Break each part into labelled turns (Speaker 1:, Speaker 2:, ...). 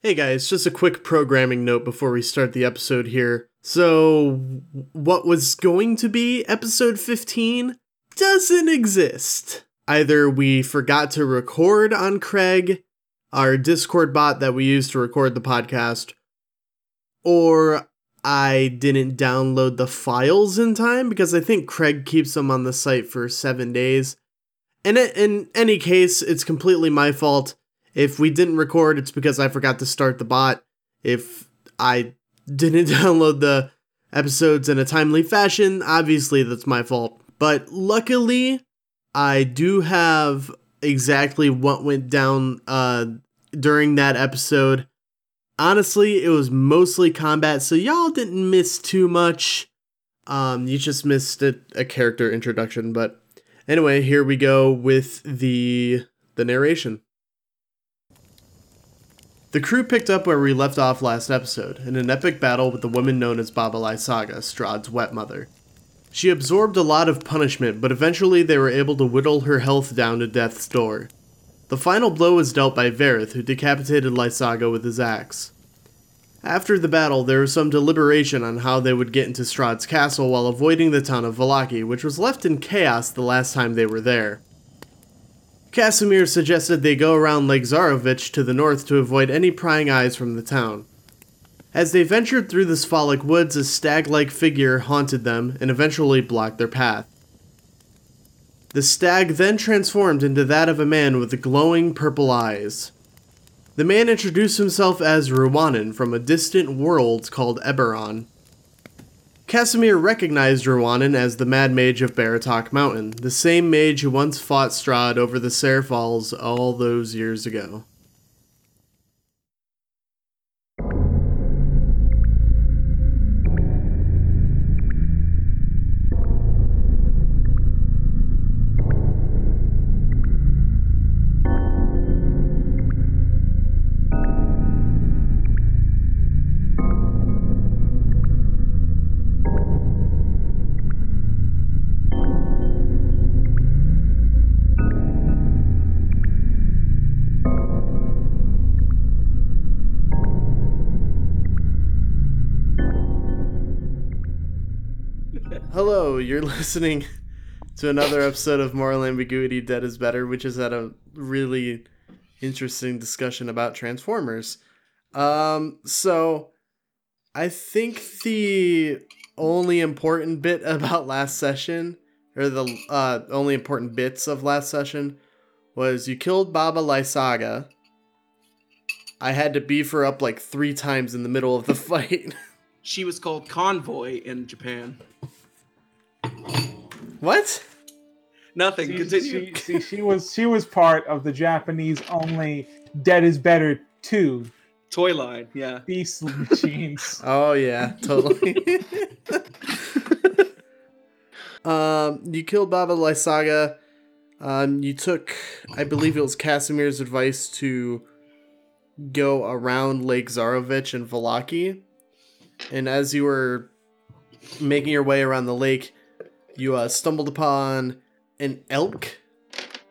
Speaker 1: Hey guys, just a quick programming note before we start the episode here. So, what was going to be episode 15 doesn't exist. Either we forgot to record on Craig, our Discord bot that we use to record the podcast, or I didn't download the files in time because I think Craig keeps them on the site for seven days. And i- in any case, it's completely my fault. If we didn't record, it's because I forgot to start the bot. If I didn't download the episodes in a timely fashion, obviously that's my fault. But luckily, I do have exactly what went down uh, during that episode. Honestly, it was mostly combat, so y'all didn't miss too much. Um, you just missed a, a character introduction, but anyway, here we go with the the narration. The crew picked up where we left off last episode, in an epic battle with the woman known as Babalai Saga, Strahd's wet mother. She absorbed a lot of punishment, but eventually they were able to whittle her health down to death's door. The final blow was dealt by Varith, who decapitated Lysaga with his axe. After the battle, there was some deliberation on how they would get into Strahd's castle while avoiding the town of Valaki, which was left in chaos the last time they were there. Casimir suggested they go around Lake Zarovich to the north to avoid any prying eyes from the town. As they ventured through the Sphalic woods, a stag like figure haunted them and eventually blocked their path. The stag then transformed into that of a man with glowing purple eyes. The man introduced himself as Ruwanan from a distant world called Eberron. Casimir recognized Ruwanan as the Mad Mage of Baratok Mountain, the same mage who once fought Strahd over the Seraph Falls all those years ago. Hello, you're listening to another episode of Moral Ambiguity Dead is Better, which is at a really interesting discussion about Transformers. Um, so I think the only important bit about last session, or the uh, only important bits of last session, was you killed Baba Lysaga. I had to beef her up like three times in the middle of the fight.
Speaker 2: She was called Convoy in Japan.
Speaker 1: what?
Speaker 2: Nothing.
Speaker 3: See,
Speaker 2: Continue.
Speaker 3: she, see, she was she was part of the Japanese only "Dead is Better" two
Speaker 2: Toy line. Yeah.
Speaker 3: beast machines.
Speaker 1: Oh yeah, totally. um, you killed Baba Lysaga. Um, you took, I believe it was Casimir's advice to go around Lake Zarovich and Valaki. And as you were making your way around the lake, you uh, stumbled upon an elk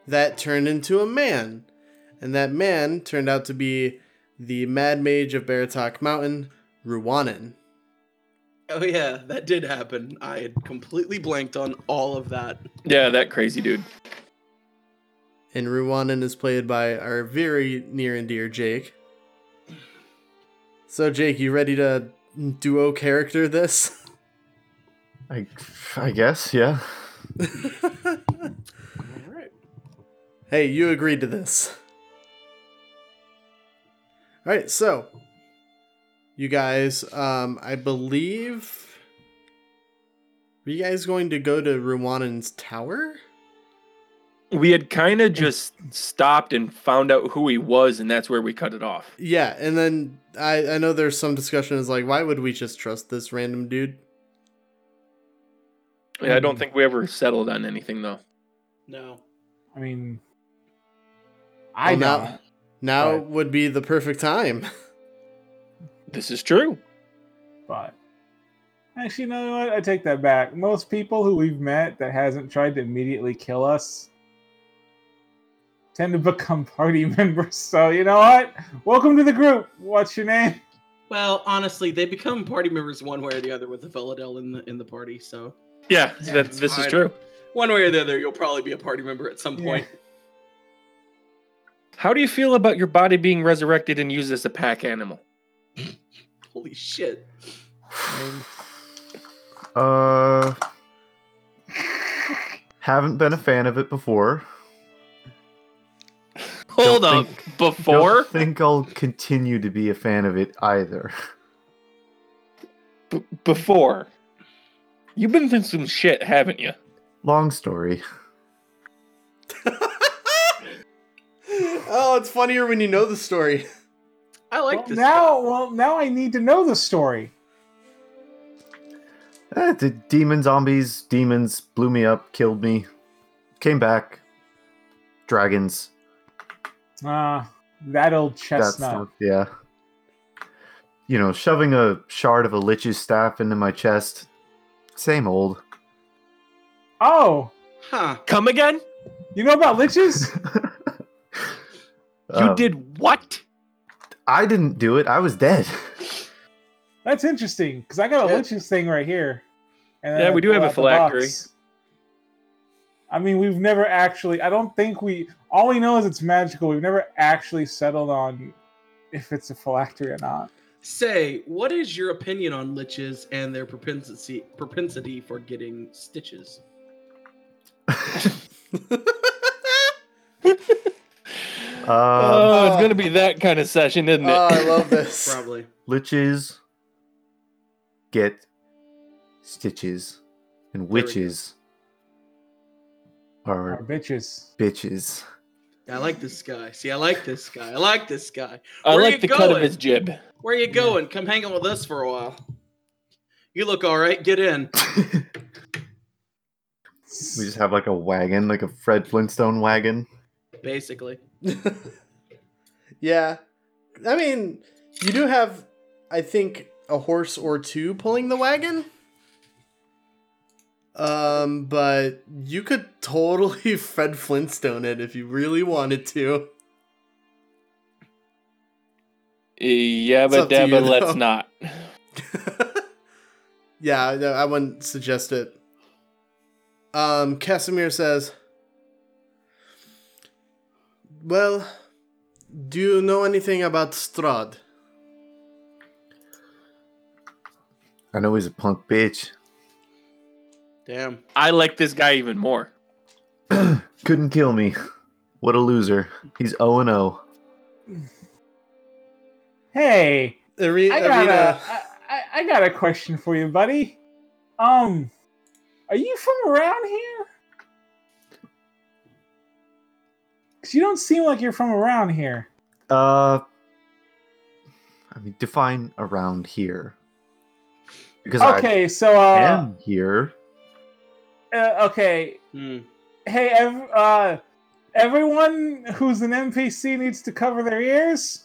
Speaker 1: that turned into a man. And that man turned out to be the Mad Mage of Baratok Mountain, Ruwanan.
Speaker 2: Oh yeah, that did happen. I had completely blanked on all of that.
Speaker 4: Yeah, that crazy dude.
Speaker 1: And Ruwanan is played by our very near and dear Jake. So, Jake, you ready to duo character this?
Speaker 5: I, I guess, yeah.
Speaker 2: All right.
Speaker 1: hey, you agreed to this. All right, so you guys, um, I believe, were you guys going to go to Ruwanan's tower?
Speaker 4: We had kind of just stopped and found out who he was, and that's where we cut it off.
Speaker 1: Yeah, and then I I know there's some discussion is like, why would we just trust this random dude?
Speaker 4: Yeah, I don't think we ever settled on anything though.
Speaker 2: No.
Speaker 3: I mean, I
Speaker 1: Well, now-
Speaker 3: don't.
Speaker 1: Now
Speaker 3: Right.
Speaker 1: would be the perfect time.
Speaker 4: This is true.
Speaker 3: but actually, you know what? I take that back. Most people who we've met that hasn't tried to immediately kill us tend to become party members. So you know what? Welcome to the group. What's your name?
Speaker 2: Well, honestly, they become party members one way or the other with the Veladel in the in the party. So
Speaker 4: Yeah,
Speaker 2: Yeah,
Speaker 4: that,
Speaker 2: it's
Speaker 4: this is
Speaker 2: fine.
Speaker 4: true.
Speaker 2: one way or the other, you'll probably be a party member at some
Speaker 3: Yeah.
Speaker 2: point.
Speaker 4: How do you feel about your body being resurrected and used as a pack animal?
Speaker 2: Holy shit!
Speaker 5: Uh, haven't been a fan of it before.
Speaker 4: Hold
Speaker 5: Don't
Speaker 4: up,
Speaker 5: think-
Speaker 4: before
Speaker 5: Don't think I'll continue to be a fan of it either.
Speaker 4: B- before. You've been through some shit, haven't you?
Speaker 5: Long story.
Speaker 1: oh, it's funnier when you know the story.
Speaker 2: I like
Speaker 3: Well,
Speaker 2: this.
Speaker 3: now, well, now I need to know the story.
Speaker 5: Eh, the demon zombies, demons blew me up, killed me, came back. Dragons.
Speaker 3: Ah, that old
Speaker 5: That's
Speaker 3: chestnut.
Speaker 5: the- yeah. You know, shoving a shard of a lich's staff into my chest. Same old.
Speaker 3: Oh,
Speaker 2: Huh?
Speaker 4: Come again?
Speaker 3: you know about liches?
Speaker 5: Um,
Speaker 4: you did what?
Speaker 5: I didn't do it. I was dead.
Speaker 3: That's interesting because I got a
Speaker 2: Yeah.
Speaker 3: liches thing right here. And
Speaker 4: Yeah,
Speaker 3: then I
Speaker 4: we do
Speaker 3: pull
Speaker 4: have a
Speaker 3: out the box.
Speaker 4: phylactery.
Speaker 3: I mean, we've never actually. I don't think we. All we know is it's magical. We've never actually settled on if it's a phylactery or not.
Speaker 2: Say, what is your opinion on liches and their propensity propensity for getting stitches?
Speaker 5: Um,
Speaker 4: oh, it's
Speaker 1: uh,
Speaker 4: gonna be that kind of session, isn't it?
Speaker 1: Oh, I love this.
Speaker 2: Probably.
Speaker 5: liches get stitches, and
Speaker 2: we go.
Speaker 5: witches
Speaker 3: Or
Speaker 5: are
Speaker 3: bitches.
Speaker 5: bitches.
Speaker 2: I like this guy. See, I like this guy. I like this guy.
Speaker 4: I
Speaker 2: Where
Speaker 4: like
Speaker 2: you
Speaker 4: the cut of
Speaker 2: going?
Speaker 4: his jib.
Speaker 2: Where you going? Come hang out with us for a while. You look all right. Get in.
Speaker 5: We just have like a wagon, like a Fred Flintstone wagon.
Speaker 2: Basically,
Speaker 1: yeah. I mean, you do have, I think, a horse or two pulling the wagon. Um, but you could totally Fred Flintstone it if you really wanted to.
Speaker 4: Yabba
Speaker 1: up to you,
Speaker 4: dabba, let's
Speaker 1: though.
Speaker 4: not.
Speaker 1: yeah, I- I wouldn't suggest it. Um, Casimir says, Well, do you know anything about Strad?
Speaker 5: I know he's a punk bitch.
Speaker 2: damn.
Speaker 4: I like this guy even more.
Speaker 5: Couldn't kill me. What a loser. He's 0 and 0.
Speaker 3: Hey,
Speaker 1: Are-
Speaker 3: I got
Speaker 1: Arena-
Speaker 3: a, I, I, I got a question for you, buddy. Um, are you from around here? Cause you don't seem like you're from around here.
Speaker 5: Uh, I mean, define around here. Because I
Speaker 3: Okay, so uh,
Speaker 5: am here.
Speaker 3: uh okay,
Speaker 2: Hmm.
Speaker 3: hey, ev- uh, everyone who's an NPC needs to cover their ears.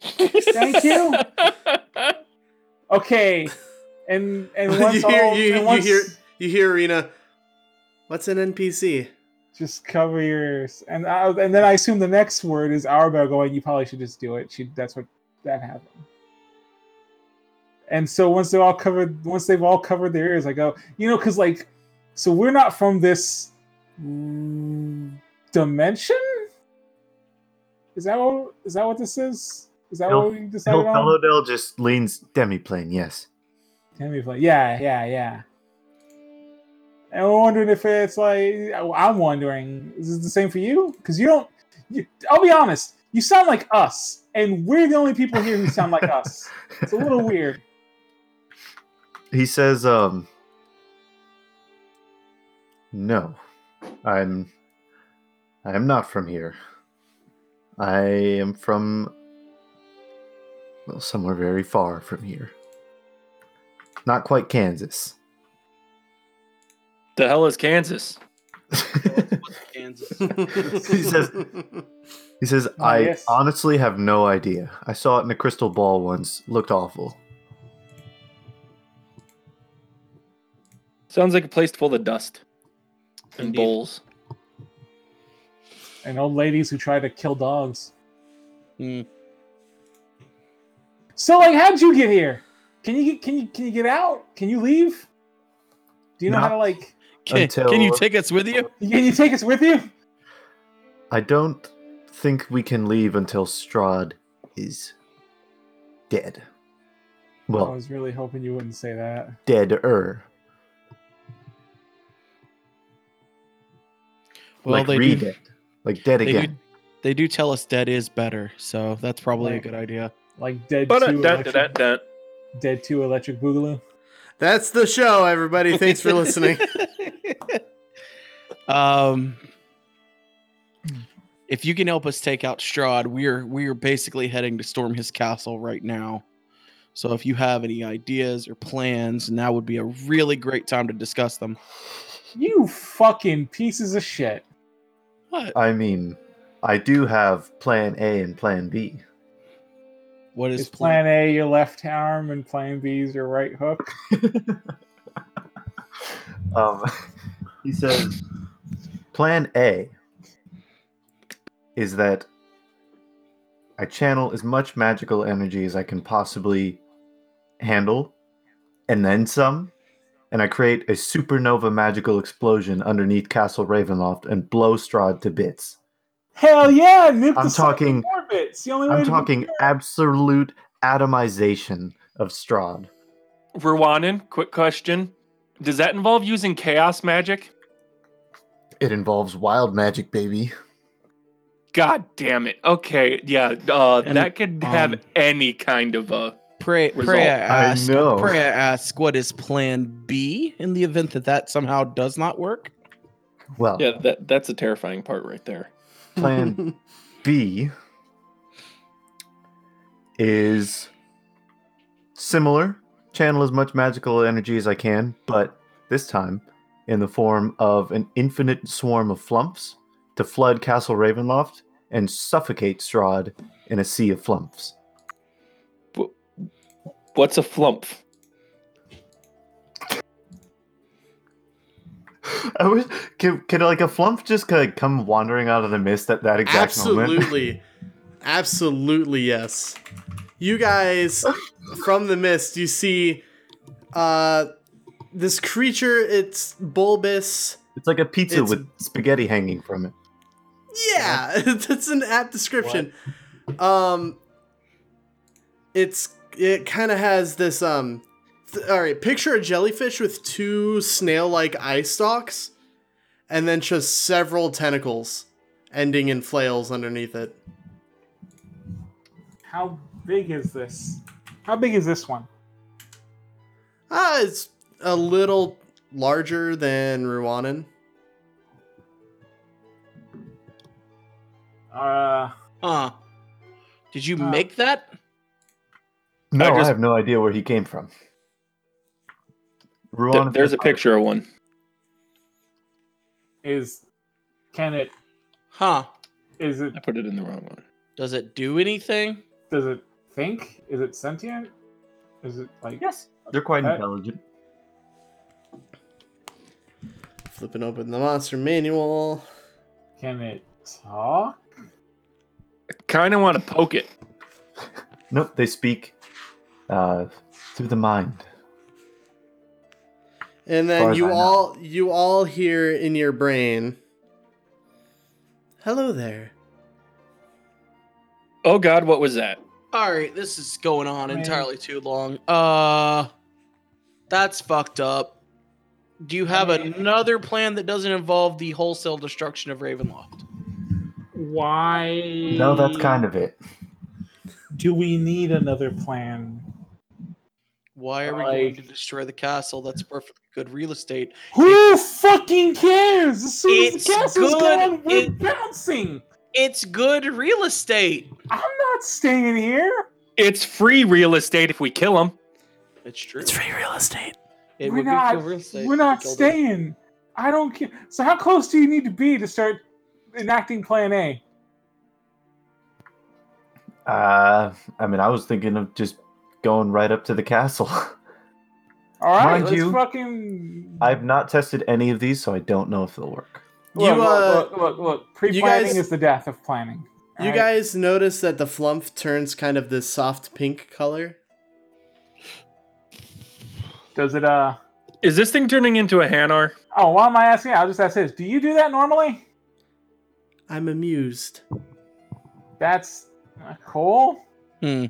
Speaker 3: Thank you. Okay, and and
Speaker 1: You
Speaker 3: once
Speaker 1: hear-
Speaker 3: all,
Speaker 1: you-
Speaker 3: and
Speaker 1: you
Speaker 3: once-
Speaker 1: hear- You hear Arena, what's an NPC?
Speaker 3: just cover yours and I, and then i assume the next word is arabelle going you probably should just do it she that's what that happened and so once they're all covered once they've all covered their ears i go you know because like so we're not from this mm, dimension is that what is that what this is is that
Speaker 5: Hill-
Speaker 3: what we decided
Speaker 5: Hill
Speaker 3: on
Speaker 5: Fellowdale just leans demiplane, yes.
Speaker 3: Can we play? Yeah, yeah, yeah. And we're wondering if it's like I'm wondering, is it the same for you? Because you don't. You, I'll be honest. You sound like us, and we're the only people here who sound like us. It's a little weird.
Speaker 5: He says, um, no, I'm, I am not from here. I am from, well, somewhere very far from here. Not quite Kansas.
Speaker 4: the hell is Kansas?
Speaker 2: Kansas.
Speaker 1: he
Speaker 5: says- He says, I
Speaker 3: yes.
Speaker 5: honestly have no idea. I saw it in a crystal ball once. Looked awful.
Speaker 4: Sounds like a place full of dust and
Speaker 2: Indeed.
Speaker 4: bowls.
Speaker 3: and old ladies who try to kill dogs.
Speaker 2: Hmm.
Speaker 3: So, like, how'd you get here? Can you get can you can you get out? Can you leave? Do you know
Speaker 5: Not-
Speaker 3: how to like?
Speaker 6: Can,
Speaker 5: Until-
Speaker 6: can you take us with you?
Speaker 3: Can you take us with you?
Speaker 5: I don't think we can leave until Strahd is dead.
Speaker 3: I
Speaker 5: Well,
Speaker 3: was really hoping you wouldn't say that.
Speaker 5: dead er.
Speaker 6: Well,
Speaker 5: like
Speaker 6: they
Speaker 5: re
Speaker 6: do,
Speaker 5: dead. Like dead
Speaker 6: they
Speaker 5: again.
Speaker 6: do. They do tell us dead is better, so that's probably a
Speaker 3: Right.
Speaker 6: good idea.
Speaker 3: Like dead
Speaker 4: But uh,
Speaker 3: two, electric,
Speaker 4: that
Speaker 3: dead two electric boogaloo.
Speaker 1: That's the show, everybody. Thanks for listening.
Speaker 6: um, if you can help us take out Strahd, we're we're basically heading to storm his castle right now. So if you have any ideas or plans, now would be a really great time to discuss them.
Speaker 3: You fucking pieces of shit.
Speaker 6: What?
Speaker 5: I mean, I do have plan A and plan B.
Speaker 6: What is
Speaker 3: Is plan A your left arm and plan B is your right hook?
Speaker 5: Um, he says, Plan A is that I channel as much magical energy as I can possibly handle, and then some, and I create a supernova magical explosion underneath Castle Ravenloft and blow Strahd to bits.
Speaker 3: Hell yeah! Nuke
Speaker 5: I'm
Speaker 3: the sucker
Speaker 5: talking-
Speaker 3: orbit. It's the only way
Speaker 5: I'm
Speaker 3: to-
Speaker 5: talking absolute atomization of Strahd.
Speaker 4: Rwanan, quick question. Does that involve using chaos magic?
Speaker 5: It involves wild magic, baby.
Speaker 4: God damn it. Okay, yeah, uh,
Speaker 6: And,
Speaker 4: that could have
Speaker 6: um,
Speaker 4: any kind of uh
Speaker 6: Pray,
Speaker 4: result.
Speaker 6: pray I
Speaker 5: I
Speaker 6: ask.
Speaker 5: know.
Speaker 6: Pray I ask. What is Plan B in the event that that somehow does not work?
Speaker 5: Well,
Speaker 4: yeah, that that's a terrifying part right there.
Speaker 5: plan B is similar. Channel as much magical energy as I can, but this time in the form of an infinite swarm of flumps to flood Castle Ravenloft and suffocate Strahd in a sea of flumps.
Speaker 4: What's a flump?
Speaker 5: I wish, can, can like a flump just kind of come wandering out of the mist at that exact moment?
Speaker 1: Absolutely. Absolutely, yes. You guys, from the mist, you see uh, this creature. It's bulbous.
Speaker 5: It's like a pizza
Speaker 1: It's-
Speaker 5: with spaghetti hanging from it.
Speaker 1: Yeah, that's an apt description. Um, it's it kind of has this um. Th- all right, picture a jellyfish with two snail-like eye stalks, and then just several tentacles ending in flails underneath it.
Speaker 3: How big is this? How big is this one?
Speaker 1: Ah, it's a little larger than Ruanan.
Speaker 3: Uh,
Speaker 6: Huh? Did you
Speaker 3: Uh,
Speaker 6: make that?
Speaker 5: No, I,
Speaker 4: just-
Speaker 5: have no idea where he came from.
Speaker 4: Th-
Speaker 5: Ruan,
Speaker 4: there's a picture of one.
Speaker 3: is can it?
Speaker 6: Huh?
Speaker 3: Is it?
Speaker 4: I put it in the wrong one.
Speaker 6: Does it do anything?
Speaker 3: Does it think? Is it sentient? Is it like?
Speaker 5: Yes, they're quite
Speaker 3: Uh,
Speaker 5: intelligent.
Speaker 1: Flipping open the monster manual.
Speaker 3: Can it talk?
Speaker 4: Kind of want to poke it.
Speaker 5: Nope, they speak uh, through the mind.
Speaker 1: And
Speaker 5: far
Speaker 1: then
Speaker 5: as I
Speaker 1: you
Speaker 5: know.
Speaker 1: all you all hear in your brain. Hello there.
Speaker 4: Oh god, what was that?
Speaker 6: All right, this is going on
Speaker 3: Man.
Speaker 6: entirely too long. Uh, that's fucked up. Do you have
Speaker 3: Man.
Speaker 6: another plan that doesn't involve the wholesale destruction of Ravenloft?
Speaker 3: Why?
Speaker 5: No,
Speaker 4: Mm.
Speaker 5: that's kind of it.
Speaker 3: Do we need another plan?
Speaker 6: Why are we going to
Speaker 3: Like-
Speaker 6: destroy the castle? That's perfectly good real estate.
Speaker 3: Who fucking cares? As soon as
Speaker 6: It's
Speaker 3: the castle's
Speaker 6: good.
Speaker 3: gone, we're
Speaker 6: It-
Speaker 3: bouncing.
Speaker 6: It's good real estate.
Speaker 3: I'm not staying here.
Speaker 4: It's free real estate if we kill him.
Speaker 6: It's true.
Speaker 1: free real estate.
Speaker 6: It
Speaker 3: we're
Speaker 6: would be
Speaker 3: not-
Speaker 6: free real estate.
Speaker 3: We're not
Speaker 6: Killed it.
Speaker 3: staying. I don't care. So how close do you need to be to start enacting Plan A?
Speaker 5: Uh, I mean, I was thinking of just going right up to the castle.
Speaker 3: All right,
Speaker 5: Mind
Speaker 3: let's
Speaker 5: you,
Speaker 3: fucking.
Speaker 5: I've not tested any of these, so I don't know if they'll work.
Speaker 3: Look,
Speaker 1: You,
Speaker 3: look, look, look, look.
Speaker 1: you
Speaker 3: Pre-planning
Speaker 1: guys-
Speaker 3: is the death of planning.
Speaker 1: You
Speaker 3: alright?
Speaker 1: guys notice that the flump turns kind of this soft pink color?
Speaker 3: does it? Uh.
Speaker 4: Is this thing turning into a Hanar?
Speaker 3: Oh, why am I asking? I'll just ask this. Do you do that normally?
Speaker 1: I'm amused.
Speaker 3: That's uh, cool,
Speaker 6: Hmm.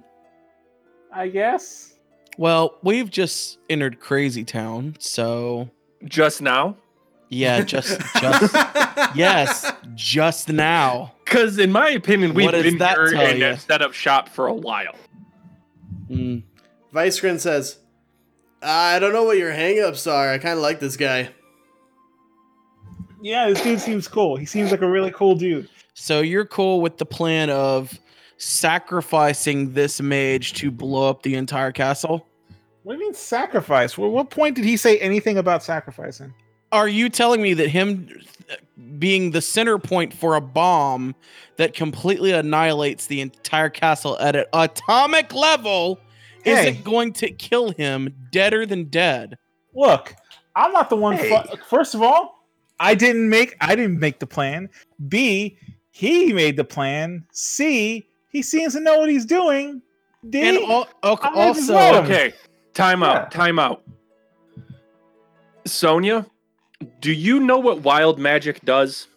Speaker 3: I guess.
Speaker 6: Well, we've just entered Crazy Town, so
Speaker 4: Just now?
Speaker 6: yeah, just just yes, just now.
Speaker 4: Because in my opinion, we've
Speaker 6: What does
Speaker 4: been
Speaker 6: that
Speaker 4: here
Speaker 6: tell
Speaker 4: and
Speaker 6: ya?
Speaker 4: have set up shop for a while.
Speaker 6: Hmm.
Speaker 1: Vicegrin says, I don't know what your hangups are. I kind of like this guy.
Speaker 3: Yeah, this dude seems cool. He seems like a really cool dude.
Speaker 6: So you're cool with the plan of sacrificing this mage to blow up the entire castle?
Speaker 3: What do you mean sacrifice? Well, what point did he say anything about sacrificing?
Speaker 6: Are you telling me that him being the center point for a bomb that completely annihilates the entire castle at an atomic level
Speaker 3: Hey.
Speaker 6: isn't going to kill him deader than dead?
Speaker 3: Look, I'm not the one. fu- First of all, I didn't make I didn't make the plan. B, he made the plan. C, he seems to know what he's doing. D,
Speaker 6: And al- al-
Speaker 3: I just
Speaker 6: also,
Speaker 3: let him.
Speaker 4: Okay, time
Speaker 5: Yeah.
Speaker 4: out, time out. Sonia, do you know what wild magic does?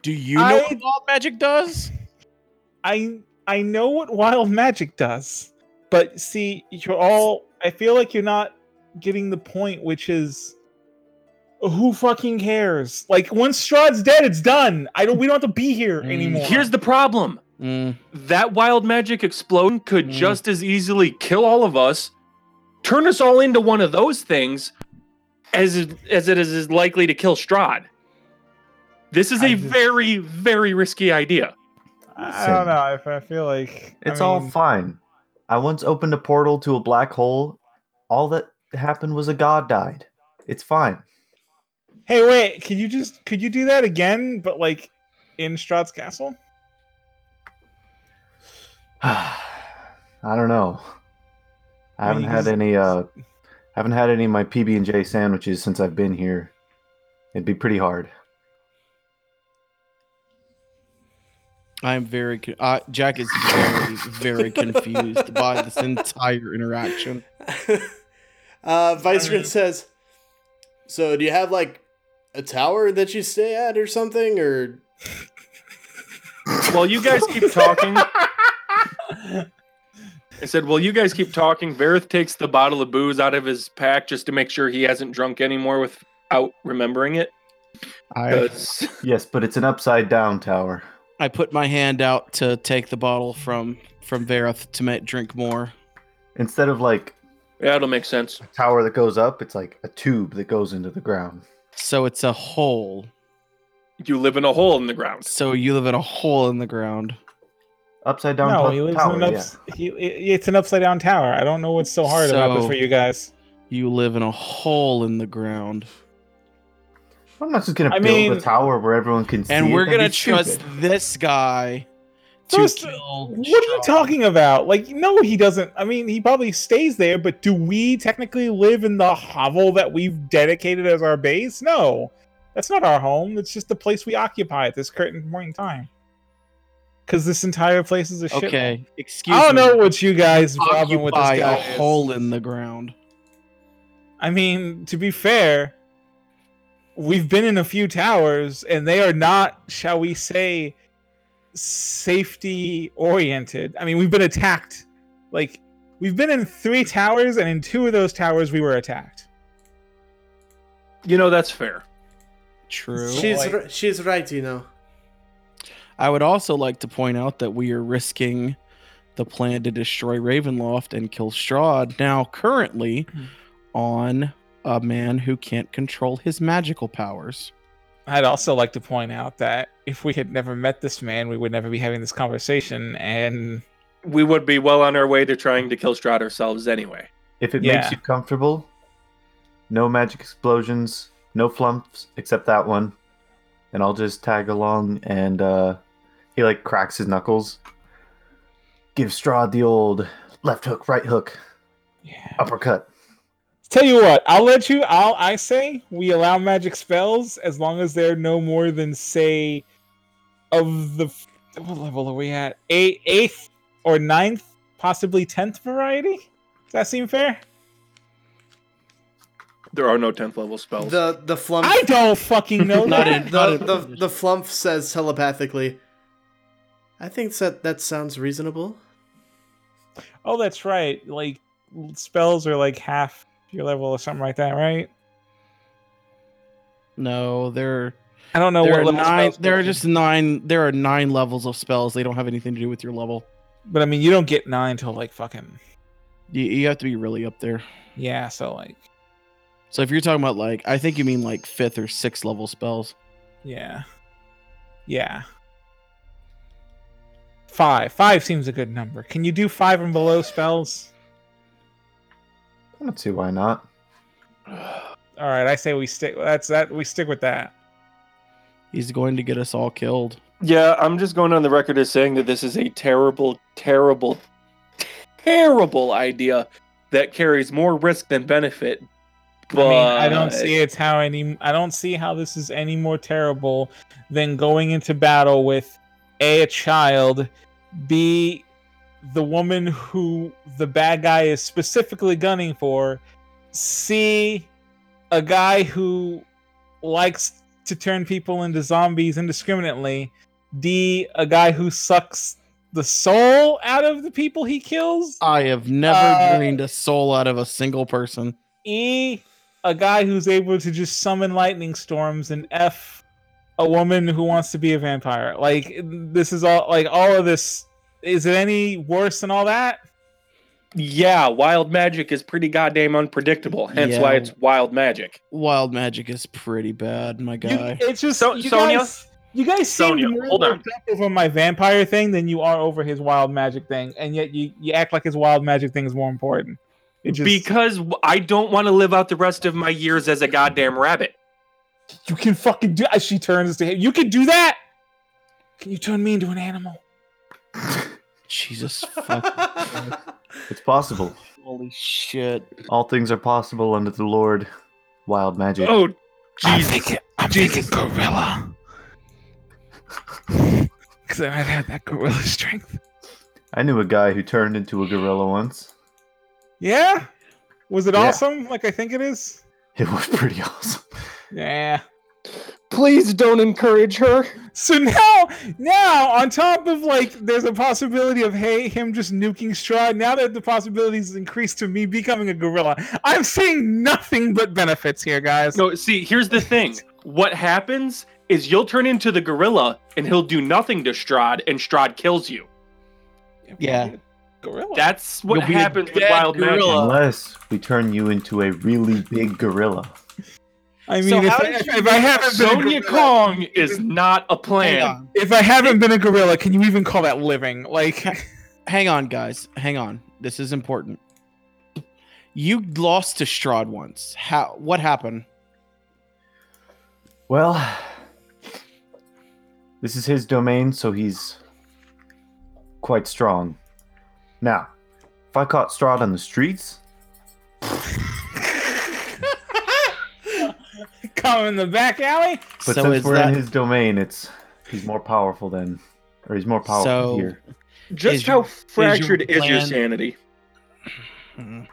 Speaker 6: do you know
Speaker 3: I-
Speaker 6: what wild magic does?
Speaker 3: I I know what wild magic does, but see, you're all. I feel like you're not getting the point, which is, who fucking cares? Like once Strahd's dead, it's done. I don't. We don't have to be here
Speaker 6: Mm,
Speaker 3: anymore.
Speaker 4: Here's the problem. That wild magic explosion could
Speaker 3: Hmm.
Speaker 6: Mm.
Speaker 4: just as easily kill all of us, turn us all into one of those things, as it- as it is as likely to kill Strahd. This is
Speaker 3: I
Speaker 4: a
Speaker 3: just-
Speaker 4: very, very risky idea.
Speaker 3: I I don't know. I, f- I feel like I
Speaker 5: It's all
Speaker 3: mean,
Speaker 5: fine. I once opened a portal to a black hole. All that happened was a god died. It's fine.
Speaker 3: Hey, wait. Could you just could you do that again? But like in Strahd's castle.
Speaker 5: I don't know. I
Speaker 3: I mean,
Speaker 5: haven't
Speaker 3: you
Speaker 5: had
Speaker 3: just-
Speaker 5: any uh haven't had any of my PB and J sandwiches since I've been here. It'd be pretty hard.
Speaker 6: I'm very con- uh, Jack is very very confused by this entire interaction.
Speaker 1: uh, Vice
Speaker 3: Alright.
Speaker 1: says, "So do you have like a tower that you stay at or something, or
Speaker 4: Well, you guys keep talking. I said, "Well, you guys keep talking." Varith takes the bottle of booze out of his pack just to make sure he hasn't drunk anymore without remembering it.
Speaker 6: I
Speaker 4: 'Cause-
Speaker 5: Yes, but it's an upside down tower.
Speaker 6: I put my hand out to take the bottle from from Verith to make drink more.
Speaker 5: Instead of like
Speaker 4: yeah, it'll make sense.
Speaker 5: a tower that goes up, it's like a tube that goes into the ground.
Speaker 6: So it's a hole.
Speaker 4: You live in a hole in the ground.
Speaker 6: So you live in a hole in the ground.
Speaker 5: Upside down
Speaker 3: no,
Speaker 5: to-
Speaker 3: he lives
Speaker 5: tower.
Speaker 3: in an
Speaker 5: yeah.
Speaker 3: ups- he, i- it's an upside down tower. I don't know what's so hard about this
Speaker 6: So-
Speaker 3: for you guys.
Speaker 6: You live in a hole in the ground.
Speaker 5: I'm not just gonna
Speaker 3: I
Speaker 5: build a
Speaker 3: mean-
Speaker 5: tower where everyone can see.
Speaker 6: And
Speaker 5: it.
Speaker 6: we're
Speaker 5: That'd be
Speaker 6: gonna trust
Speaker 5: stupid.
Speaker 6: this guy to
Speaker 3: First,
Speaker 6: kill.
Speaker 3: What are you
Speaker 6: Strahd.
Speaker 3: talking about? Like, no, he doesn't. I mean, he probably stays there, but do we technically live in the hovel that we've dedicated as our base? No, that's not our home. It's just the place we occupy at this current point in time. Because this entire place is a shit.
Speaker 6: Okay, excuse
Speaker 3: I don't
Speaker 6: me.
Speaker 3: know what you guys' problem with
Speaker 6: Occupy
Speaker 3: this
Speaker 6: a
Speaker 3: guy is.
Speaker 6: hole in the ground.
Speaker 3: I mean, to be fair, we've been in a few towers, and they are not, shall we say, safety oriented. I mean, we've been attacked. Like, we've been in three towers, and in two of those towers, we were attacked.
Speaker 4: You know that's fair.
Speaker 6: True.
Speaker 3: Shit.
Speaker 1: she's
Speaker 3: Like-
Speaker 1: ri- she's right, you know."
Speaker 6: I would also like to point out that we are risking the plan to destroy Ravenloft and kill Strahd now currently
Speaker 3: Hmm.
Speaker 6: on a man who can't control his magical powers.
Speaker 3: I'd also like to point out that if we had never met this man, we would never be having this conversation. And
Speaker 4: We would be well on our way to trying to kill Strahd ourselves anyway.
Speaker 5: If it
Speaker 3: Yeah.
Speaker 5: makes you comfortable, no magic explosions, no flumps except that one, and I'll just tag along. And uh, he like cracks his knuckles. Give Strahd the old left hook, right hook,
Speaker 3: yeah.
Speaker 5: uppercut.
Speaker 3: Tell you what, I'll let you. I'll. I say we allow magic spells as long as they're no more than say, of the f- what level are we at? Eight, eighth or ninth, possibly tenth variety. Does that seem fair?
Speaker 4: There are no 10th level spells.
Speaker 1: The the flump
Speaker 3: I don't fucking know
Speaker 6: Um, Not
Speaker 3: that.
Speaker 6: in-
Speaker 1: the, the the flump says telepathically. I think that that sounds reasonable.
Speaker 3: Oh, that's right. Like spells are like half your level or something like that, right?
Speaker 6: No, there
Speaker 3: I don't know
Speaker 6: there
Speaker 3: what
Speaker 6: are
Speaker 3: level
Speaker 6: nine.
Speaker 3: spells
Speaker 6: There
Speaker 3: go
Speaker 6: are
Speaker 3: to.
Speaker 6: just nine. There are nine levels of spells. They don't have anything to do with your level.
Speaker 3: But I mean, you don't get nine till like fucking
Speaker 6: You, you have to be really up there.
Speaker 3: yeah. So like
Speaker 6: So if you're talking about like, I think you mean like fifth or sixth level spells.
Speaker 3: yeah, yeah. Five. Five seems a good number. Can you do five and below spells?
Speaker 5: I don't see why not.
Speaker 3: All right, I say we stick. That's that. We stick with that.
Speaker 6: He's going to get us all killed.
Speaker 4: yeah, I'm just going on the record as saying that this is a terrible, terrible, terrible idea that carries more risk than benefit. But
Speaker 3: I mean, I don't see it's how any. I don't see how this is any more terrible than going into battle with a a child, b the woman who the bad guy is specifically gunning for, c a guy who likes to turn people into zombies indiscriminately, d a guy who sucks the soul out of the people he kills.
Speaker 6: I have never
Speaker 3: Uh,
Speaker 6: drained a soul out of a single person.
Speaker 3: E, a guy who's able to just summon lightning storms, and F, a woman who wants to be a vampire. Like this is all like all of this. Is it any worse than all that?
Speaker 4: Yeah, wild magic is pretty goddamn unpredictable. Hence
Speaker 6: Yeah.
Speaker 4: why it's wild magic.
Speaker 6: Wild magic is pretty bad, my
Speaker 3: You-
Speaker 6: guy.
Speaker 3: it's just
Speaker 4: So-
Speaker 3: you
Speaker 4: Sonia?
Speaker 3: guys. You guys seem
Speaker 4: Sonia,
Speaker 3: more
Speaker 4: hold on.
Speaker 3: worked up over my vampire thing than you are over his wild magic thing, and yet you, you act like his wild magic thing is more important. It just
Speaker 4: Because w- I don't want to live out the rest of my years as a goddamn rabbit.
Speaker 3: you can fucking do. As she turns to him, you can do that. Can you turn me into an animal?
Speaker 6: Jesus fuck.
Speaker 5: It's possible.
Speaker 6: Holy shit.
Speaker 5: All things are possible under the Lord. Wild magic.
Speaker 4: Oh, Jesus.
Speaker 3: I'm thinking gorilla. Because I might have that gorilla strength.
Speaker 5: I knew a guy who turned into a gorilla once.
Speaker 3: Yeah? Was it
Speaker 5: Yeah.
Speaker 3: awesome like I think it is?
Speaker 5: It was pretty awesome.
Speaker 3: Yeah.
Speaker 4: Please don't encourage her.
Speaker 3: So now, now on top of like, there's a possibility of hey, him just nuking Strahd. Now that the possibilities increased to me becoming a gorilla, I'm seeing nothing but benefits here, guys.
Speaker 4: No, see, here's the thing. What happens is you'll turn into the gorilla and he'll do nothing to Strahd and Strahd kills you.
Speaker 6: Yeah.
Speaker 3: gorilla.
Speaker 4: That's what
Speaker 6: You'll be a
Speaker 4: happens with
Speaker 6: dead
Speaker 4: wild
Speaker 2: gorilla.
Speaker 5: Unless we turn you into a really big gorilla.
Speaker 3: I mean,
Speaker 4: So
Speaker 3: if,
Speaker 4: how
Speaker 3: I,
Speaker 4: did you
Speaker 3: if I
Speaker 4: magic.
Speaker 3: haven't been a
Speaker 4: Sonya
Speaker 3: gorilla-
Speaker 4: Kong is not a
Speaker 6: Hang
Speaker 4: plan.
Speaker 6: on.
Speaker 3: if I haven't been a gorilla, can you even call that living? Like,
Speaker 6: Hang on, guys. Hang on. This is important. You lost to Strahd once. How what happened?
Speaker 5: Well, this is his domain, so he's quite strong. Now, if I caught Strahd on the streets,
Speaker 3: come in the back alley.
Speaker 5: but
Speaker 6: so
Speaker 5: since
Speaker 6: is
Speaker 5: we're
Speaker 6: that
Speaker 5: in his domain, it's he's more powerful than, or he's more powerful
Speaker 6: So-
Speaker 5: here.
Speaker 4: Just
Speaker 6: Is
Speaker 4: how
Speaker 6: your-
Speaker 4: fractured is your
Speaker 6: plan-
Speaker 4: sanity?
Speaker 6: Mm.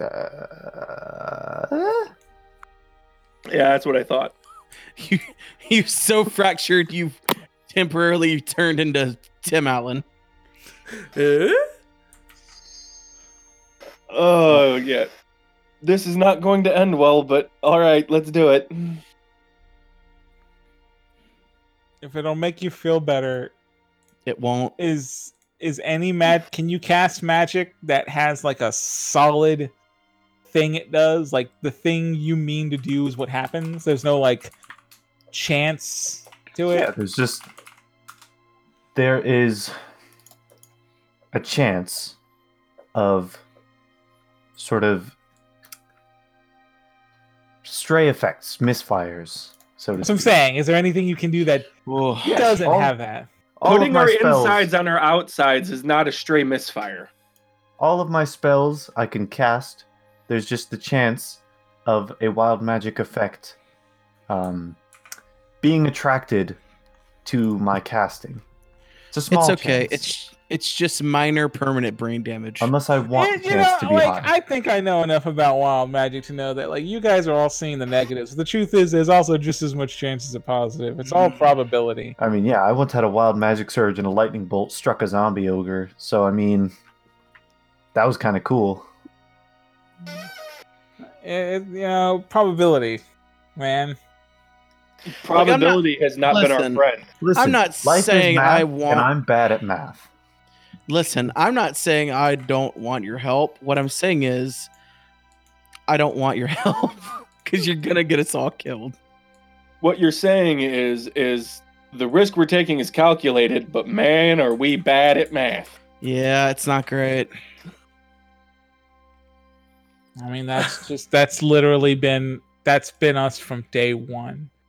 Speaker 5: Uh,
Speaker 4: Yeah, that's what I thought.
Speaker 6: you you so fractured you temporarily turned into Tim Allen.
Speaker 4: Oh, yeah. This is not going to end well, but all right, let's do it.
Speaker 3: If it'll make you feel better,
Speaker 6: It won't.
Speaker 3: is is any mag? Can you cast magic that has like a solid thing it does? Like the thing you mean to do is what happens. There's no like chance to it.
Speaker 5: yeah, there's just there is a chance of sort of stray effects, misfires, so to
Speaker 3: That's what I'm
Speaker 5: speak.
Speaker 3: saying. Is there anything you can do that
Speaker 6: Oh,
Speaker 5: Yes,
Speaker 3: doesn't
Speaker 5: all-
Speaker 3: have that?
Speaker 5: All of
Speaker 4: Putting
Speaker 5: my
Speaker 4: our
Speaker 5: spells,
Speaker 4: insides on our outsides is not a stray misfire.
Speaker 5: all of my spells I can cast There's just the chance of a wild magic effect um, being attracted to my casting. It's a small
Speaker 6: It's okay.
Speaker 5: chance,
Speaker 6: It's it's just minor permanent brain damage.
Speaker 5: unless I want the
Speaker 3: you
Speaker 5: chance
Speaker 3: know,
Speaker 5: to be
Speaker 3: like
Speaker 5: high.
Speaker 3: I think I know enough about wild magic to know that like you guys are all seeing the negatives. The truth is, there's also just as much chance as a positive. It's all
Speaker 5: Mm.
Speaker 2: Mhm.
Speaker 3: probability.
Speaker 5: I mean, yeah, I once had a wild magic surge and a lightning bolt struck a zombie ogre. So I mean, that was kind of cool.
Speaker 3: It, you know, probability, man.
Speaker 6: I'm not-
Speaker 4: Probability has not been
Speaker 6: Listen.
Speaker 4: our friend.
Speaker 5: Listen,
Speaker 6: I'm not saying
Speaker 5: math,
Speaker 6: I want.
Speaker 5: and I'm bad at math.
Speaker 6: Listen, I'm not saying I don't want your help. What I'm saying is, I don't want your help because you're gonna get us all killed.
Speaker 4: What you're saying is is the risk we're taking is calculated, but man, are we bad at math.
Speaker 6: Yeah, it's not great.
Speaker 3: I mean, that's just that's literally been that's been us from day one.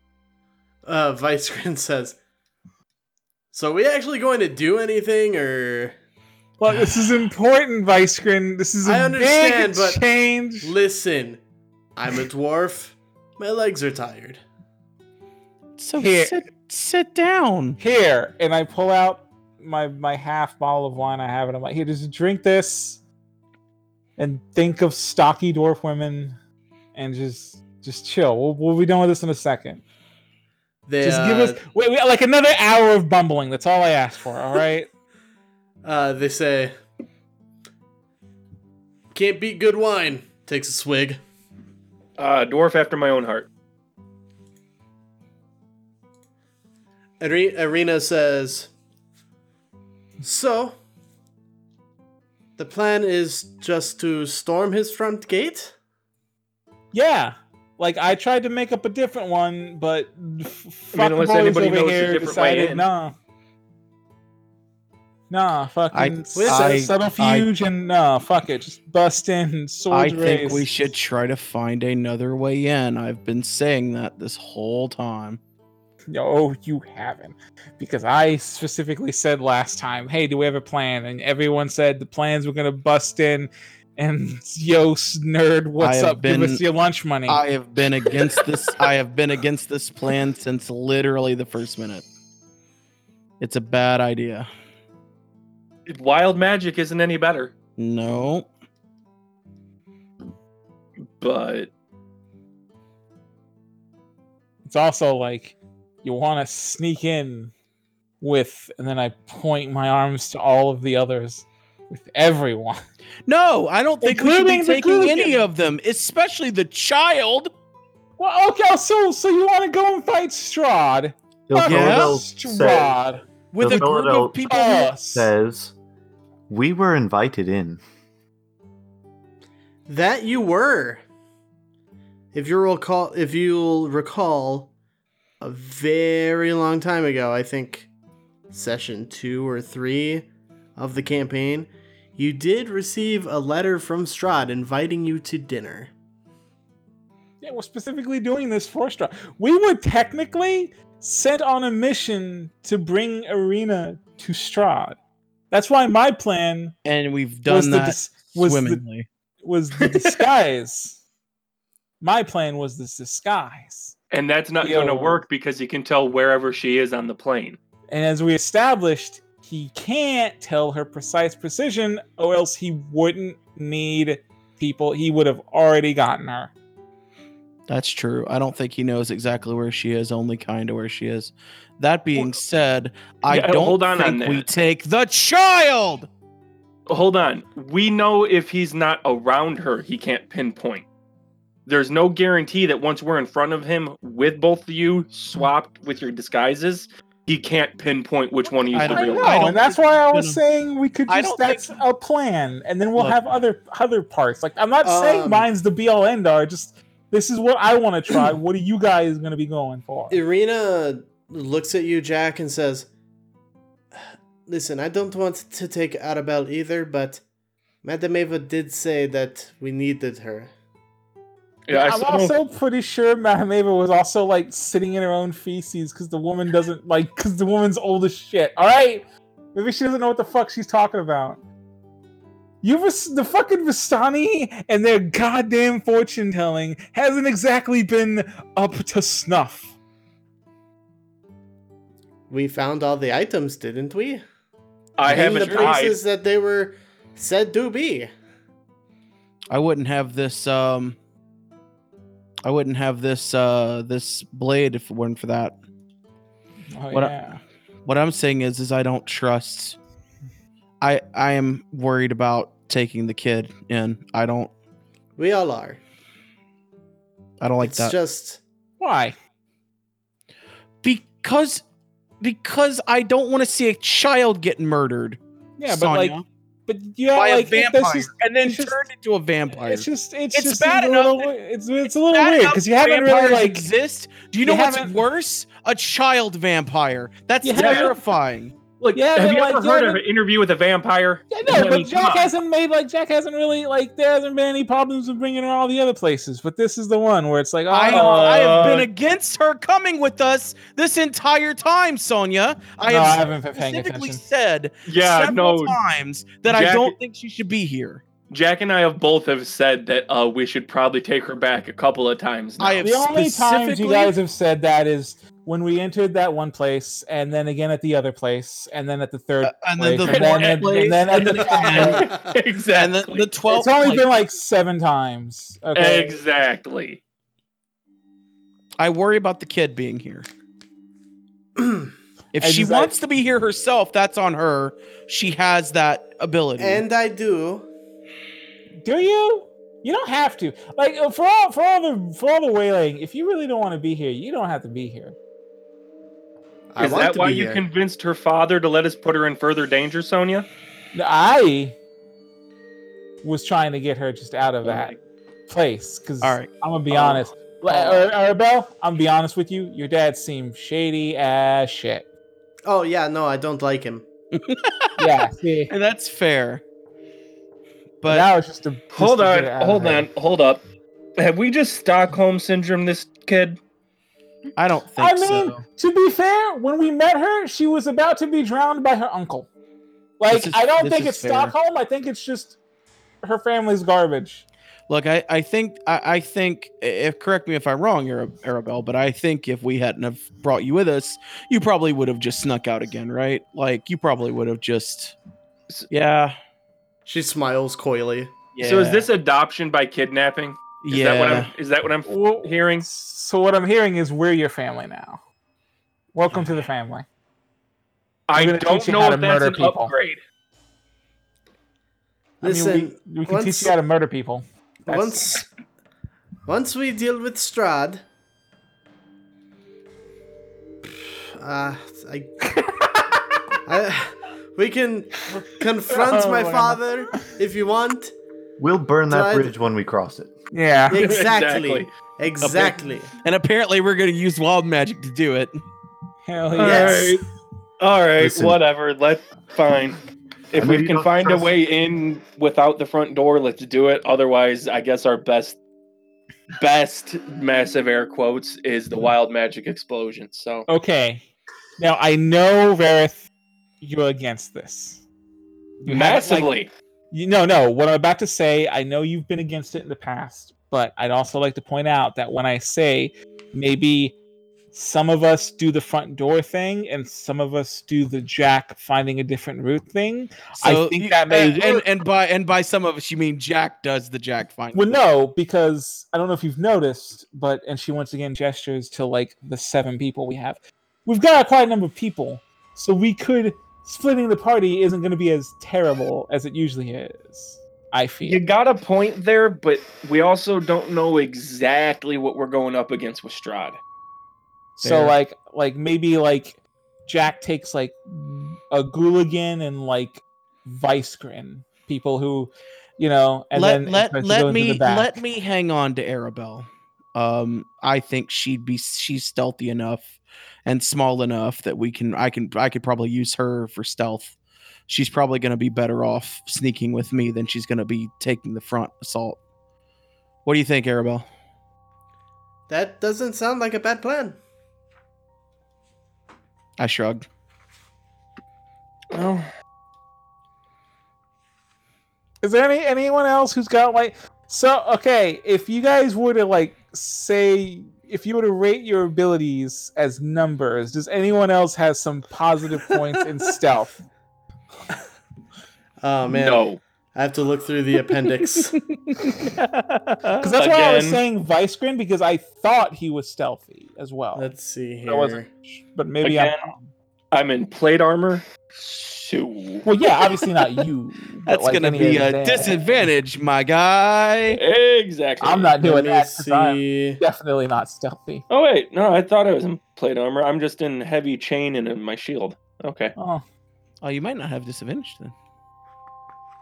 Speaker 1: Uh, Vice Grin says, "So are we actually going to do anything, or
Speaker 3: Well, this is important, Vicegrin. This is a
Speaker 1: I understand,
Speaker 3: big
Speaker 1: but-
Speaker 3: change.
Speaker 1: listen? I'm a dwarf. My legs are tired.
Speaker 6: So
Speaker 3: Here.
Speaker 6: sit sit down.
Speaker 3: Here, and I pull out my my half bottle of wine I have, and I'm like, here, just drink this, and think of stocky dwarf women, and just just chill. We'll, we'll be done with this in a second.
Speaker 1: They,
Speaker 3: Just give
Speaker 1: uh,
Speaker 3: us wait, wait, like another hour of bumbling. That's all I ask for. All right.
Speaker 1: Uh, they say, can't beat good wine. Takes a swig.
Speaker 4: Uh, dwarf after my own heart.
Speaker 1: Are- Arena says, so the plan is just to storm his front gate.
Speaker 3: yeah. Like I tried to make up a different one, but f-
Speaker 4: I mean,
Speaker 3: fucking
Speaker 4: unless
Speaker 3: boys
Speaker 4: anybody
Speaker 3: over
Speaker 4: knows a
Speaker 3: here
Speaker 4: different way
Speaker 3: decided
Speaker 4: in.
Speaker 3: nah, nah, fucking
Speaker 6: I-
Speaker 1: I-
Speaker 3: subterfuge and nah, fuck it, just bust in,
Speaker 6: I
Speaker 3: sword
Speaker 6: think
Speaker 3: race.
Speaker 6: we should try to find another way in. I've been saying that this whole time.
Speaker 3: No, oh, you haven't, because I specifically said last time, hey, do we have a plan? And everyone said the plans were gonna bust in, and yo, s- nerd, what's
Speaker 6: have
Speaker 3: up? Give us
Speaker 6: been-
Speaker 3: your lunch money.
Speaker 6: I have been against this. I have been against this plan since literally the first minute. It's a bad idea.
Speaker 4: Wild magic isn't any better,
Speaker 6: No,
Speaker 4: but
Speaker 3: It's also like you want to sneak in with, and then I point my arms to all of the others with everyone.
Speaker 6: no, I don't think we should
Speaker 3: Including
Speaker 6: be
Speaker 3: the
Speaker 6: taking any
Speaker 3: Guggen.
Speaker 6: of them, especially the child.
Speaker 3: Well, okay, so so you want to go and fight Strahd?
Speaker 5: Il
Speaker 3: Fuck
Speaker 6: yeah?
Speaker 5: Dorado said-
Speaker 3: Strahd.
Speaker 6: with
Speaker 5: The
Speaker 6: a group
Speaker 5: photo-
Speaker 6: of people. who-
Speaker 3: Us.
Speaker 5: says, "We were invited in."
Speaker 1: That you were. If you recall, if you'll recall, a very long time ago, I think session two or three of the campaign, you did receive a letter from Strahd inviting you to dinner.
Speaker 3: Yeah, we're specifically doing this for Strahd. We were technically sent on a mission to bring Arena to Strahd. That's why my plan
Speaker 6: and we've
Speaker 3: was
Speaker 6: done
Speaker 3: the
Speaker 6: that
Speaker 3: dis- was the
Speaker 6: swimmingly.
Speaker 3: was the disguise. my plan was this disguise.
Speaker 4: and that's not going
Speaker 3: Yo.
Speaker 4: to work because you can tell wherever she is on the plane.
Speaker 3: And as we established, he can't tell her precise precision, or else he wouldn't need people. He would have already gotten her.
Speaker 6: That's true. I don't think he knows exactly where she is, only kind of where she is. That being said, I
Speaker 4: Yeah,
Speaker 6: don't
Speaker 4: hold on on
Speaker 6: think we
Speaker 4: that.
Speaker 6: take the child.
Speaker 4: Hold on. We know if he's not around her, he can't pinpoint. There's no guarantee that once we're in front of him with both of you swapped with your disguises, he can't pinpoint which one of you
Speaker 6: I
Speaker 4: is the
Speaker 6: don't
Speaker 3: I
Speaker 4: real
Speaker 3: know,
Speaker 4: one.
Speaker 6: I don't
Speaker 3: and that's
Speaker 6: think
Speaker 3: why I
Speaker 6: it's
Speaker 3: was
Speaker 6: gonna-
Speaker 3: saying we could
Speaker 6: I
Speaker 3: just.
Speaker 6: don't think-
Speaker 3: That's a plan, and then we'll
Speaker 6: Look.
Speaker 3: have other other parts. Like I'm not
Speaker 1: Um,
Speaker 3: saying mine's the be all end all. Just this is what I want to try. what are you guys going to be going for?
Speaker 1: Irina looks at you, Jack, and says, Listen, I don't want to take Arabelle either, but Madame Eva did say that we needed her.
Speaker 4: Yeah, I
Speaker 3: I'm
Speaker 4: still don't-
Speaker 3: also pretty sure Madame Ava was also like sitting in her own feces because the woman doesn't like because the woman's old as shit. All right, maybe she doesn't know what the fuck she's talking about. You Vis- the fucking Vistani and their goddamn fortune telling hasn't exactly been up to snuff.
Speaker 1: We found all the items, didn't we?
Speaker 4: I
Speaker 1: In
Speaker 4: haven't
Speaker 1: the
Speaker 4: tried.
Speaker 1: places that they were said to be.
Speaker 6: I wouldn't have this um I wouldn't have this uh this blade if it weren't for that.
Speaker 3: Oh,
Speaker 6: What I-
Speaker 3: yeah.
Speaker 6: What I'm saying is is I don't trust I I am worried about taking the kid in. I don't
Speaker 1: We all are.
Speaker 6: I don't like
Speaker 1: it's
Speaker 6: that.
Speaker 1: just
Speaker 3: Why?
Speaker 6: because because I don't want to see a child get murdered
Speaker 3: Yeah, but
Speaker 6: Sonya.
Speaker 3: like, but yeah,
Speaker 6: by
Speaker 3: like
Speaker 6: a
Speaker 3: it-
Speaker 6: vampire
Speaker 3: that's just-
Speaker 6: and then
Speaker 3: it's just-
Speaker 6: turned into a vampire.
Speaker 3: It's just, it's,
Speaker 6: It's
Speaker 3: just
Speaker 6: bad
Speaker 3: a
Speaker 6: enough
Speaker 3: little,
Speaker 6: that-
Speaker 3: it's, it's a little
Speaker 6: Bad
Speaker 3: weird
Speaker 6: enough
Speaker 3: because you haven't really
Speaker 6: vampires
Speaker 3: like
Speaker 6: exist. Do you
Speaker 3: you
Speaker 6: know what's
Speaker 3: haven't-
Speaker 6: worse? A child vampire. That's
Speaker 3: You haven't-
Speaker 6: terrifying.
Speaker 2: Like,
Speaker 3: Yeah,
Speaker 4: Have
Speaker 3: but
Speaker 4: you
Speaker 3: like,
Speaker 4: ever
Speaker 3: you
Speaker 4: heard of
Speaker 3: haven't-
Speaker 4: an interview with a vampire?
Speaker 3: Yeah,
Speaker 4: I
Speaker 3: no,
Speaker 4: mean,
Speaker 3: but Jack
Speaker 4: come on.
Speaker 3: hasn't made like Jack hasn't really like there hasn't been any problems with bringing her all the other places, but this is the one where it's like, oh,
Speaker 6: I,
Speaker 3: no,
Speaker 6: I have been
Speaker 3: no,
Speaker 6: against her coming with us this entire time, Sonia. I
Speaker 3: I
Speaker 6: have
Speaker 3: haven't been paying
Speaker 6: specifically
Speaker 3: attention.
Speaker 6: said
Speaker 4: Yeah,
Speaker 6: several
Speaker 4: no.
Speaker 6: times that I
Speaker 4: Jack-
Speaker 6: don't think she should be here.
Speaker 4: Jack and I have both have said that uh, we should probably take her back a couple of times. Now.
Speaker 6: I have
Speaker 3: The only times you
Speaker 6: specifically-
Speaker 3: guys have said that is when we entered that one place, and then again at the other place, and then at the third.
Speaker 6: Uh, and then the
Speaker 3: place,
Speaker 4: fourth
Speaker 3: and then,
Speaker 6: place,
Speaker 3: and then at
Speaker 6: and
Speaker 3: the
Speaker 6: then
Speaker 3: time.
Speaker 6: again.
Speaker 1: I
Speaker 6: And
Speaker 4: exactly.
Speaker 6: then the twelfth.
Speaker 3: It's only been like seven times. Okay.
Speaker 4: exactly.
Speaker 6: I worry about the kid being here. if
Speaker 3: I
Speaker 6: she
Speaker 3: just- I-
Speaker 6: wants to be here herself, that's on her. She has that ability.
Speaker 1: and I do.
Speaker 3: Do you? You don't have to. Like for all for all the for all the wailing, if you really don't want to be here, you don't have to be here.
Speaker 1: I
Speaker 4: Is
Speaker 1: want
Speaker 4: that
Speaker 1: to
Speaker 4: why
Speaker 1: be
Speaker 4: you
Speaker 1: here.
Speaker 4: convinced her father to let us put her in further danger, Sonia?
Speaker 3: I was trying to get her just out of that place because
Speaker 6: All right.
Speaker 3: I'm gonna be
Speaker 6: Oh.
Speaker 3: honest. Like, Ar- Arabelle, I'm gonna be honest with you. Your dad seemed shady as shit.
Speaker 1: Oh yeah, no, I don't like him.
Speaker 3: Yeah, see,
Speaker 6: and that's fair.
Speaker 3: but
Speaker 6: But
Speaker 3: that was just a just
Speaker 4: Hold
Speaker 3: to
Speaker 4: on,
Speaker 3: get it out
Speaker 4: hold
Speaker 3: of her.
Speaker 4: on, hold up. Have we just Stockholm syndrome this kid?
Speaker 6: I don't think
Speaker 3: I mean,
Speaker 6: so.
Speaker 3: to be fair, when we met her, she was about to be drowned by her uncle. Like,
Speaker 6: This is-
Speaker 3: I don't
Speaker 6: this
Speaker 3: think
Speaker 6: is
Speaker 3: it's
Speaker 6: fair.
Speaker 3: Stockholm. I think it's just her family's garbage.
Speaker 6: Look, I, I think I, I think if correct me if I'm wrong, Ara- Arabelle, but I think if we hadn't have brought you with us, you probably would have just snuck out again, right? Like you probably would have just Yeah.
Speaker 1: She smiles coyly.
Speaker 6: yeah.
Speaker 4: So is this adoption by kidnapping? Is
Speaker 6: yeah.
Speaker 4: that what I'm is that what I'm
Speaker 3: Well,
Speaker 4: hearing?
Speaker 3: so what I'm hearing is we're your family now. Welcome to the family.
Speaker 4: I
Speaker 3: gonna
Speaker 4: don't
Speaker 3: teach you
Speaker 4: know
Speaker 3: how
Speaker 4: if
Speaker 3: to
Speaker 4: that's
Speaker 3: murder
Speaker 4: an
Speaker 3: people.
Speaker 4: upgrade.
Speaker 3: I
Speaker 1: Listen,
Speaker 3: mean, we, we can
Speaker 1: once-
Speaker 3: teach you how to murder people. That's-
Speaker 1: Once once we deal with Strad uh, I, I we can confront
Speaker 3: Oh,
Speaker 1: my
Speaker 3: whatever.
Speaker 1: father if you want.
Speaker 5: We'll burn that
Speaker 1: Right.
Speaker 5: bridge when we cross it.
Speaker 3: yeah.
Speaker 1: Exactly. Exactly.
Speaker 6: And apparently we're gonna use wild magic to do it.
Speaker 3: Hell
Speaker 4: All
Speaker 3: yeah.
Speaker 1: Yes.
Speaker 4: right. All right,
Speaker 5: Listen.
Speaker 4: whatever. Let fine. If
Speaker 5: I know
Speaker 4: we
Speaker 5: you
Speaker 4: can
Speaker 5: don't
Speaker 4: find a
Speaker 5: trust-
Speaker 4: way in without the front door, let's do it. Otherwise, I guess our best best massive air quotes is the wild magic explosion. So
Speaker 3: Okay. Now I know Verith, you're against this. You haven't, like-
Speaker 4: massively.
Speaker 3: You, no, no. What I'm about to say, I know you've been against it in the past, but I'd also like to point out that when I say maybe some of us do the front door thing and some of us do the Jack finding a different route thing, I think
Speaker 6: you-
Speaker 3: that may
Speaker 6: and, and,
Speaker 3: work.
Speaker 6: and by and by some of us you mean Jack does the Jack find.
Speaker 3: Well, no, because I don't know if you've noticed, but and she once again gestures to like the seven people we have. We've got quite a number of people, so we could splitting the party isn't going to be as terrible as it usually is. I feel.
Speaker 4: You got a point there, but we also don't know exactly what we're going up against with Strahd.
Speaker 3: so
Speaker 6: Fair.
Speaker 3: like, like maybe like Jack takes like a Gooligan and like Vicegrin people who, you know, and
Speaker 6: let
Speaker 3: then
Speaker 6: let
Speaker 3: starts to go
Speaker 6: let
Speaker 3: into the
Speaker 6: me
Speaker 3: back.
Speaker 6: let me hang on to Arabelle. Um, I think she'd be she's stealthy enough and small enough that we can I can I could probably use her for stealth. She's probably going to be better off sneaking with me than she's going to be taking the front assault. What do you think, Arabelle?
Speaker 1: That doesn't sound like a bad plan.
Speaker 6: I shrugged.
Speaker 4: Well,
Speaker 3: Is there any anyone else who's got like so? Okay, if you guys were to like say, if you were to rate your abilities as numbers, does anyone else has some positive points in stealth?
Speaker 1: Oh man,
Speaker 4: No.
Speaker 1: I have to look through the appendix.
Speaker 3: Because that's why I was
Speaker 4: Again.
Speaker 3: saying Vicegrin because I thought he was stealthy as well.
Speaker 1: Let's see here.
Speaker 3: I wasn't, but maybe
Speaker 4: Again.
Speaker 3: I'm. wrong.
Speaker 4: I'm in plate armor. So
Speaker 3: Well, yeah, obviously not you. but,
Speaker 6: That's
Speaker 3: like,
Speaker 6: gonna
Speaker 3: any
Speaker 6: be
Speaker 3: other
Speaker 6: a
Speaker 3: band.
Speaker 6: disadvantage, my guy.
Speaker 4: exactly.
Speaker 3: I'm
Speaker 1: Let
Speaker 3: not doing
Speaker 1: me
Speaker 3: that. 'cause I'm
Speaker 1: see.
Speaker 3: definitely not stealthy.
Speaker 4: Oh wait, no, I thought I was in plate armor. I'm just in heavy chain and in my shield. Okay,
Speaker 3: Oh,
Speaker 6: Oh, you might not have disadvantage then.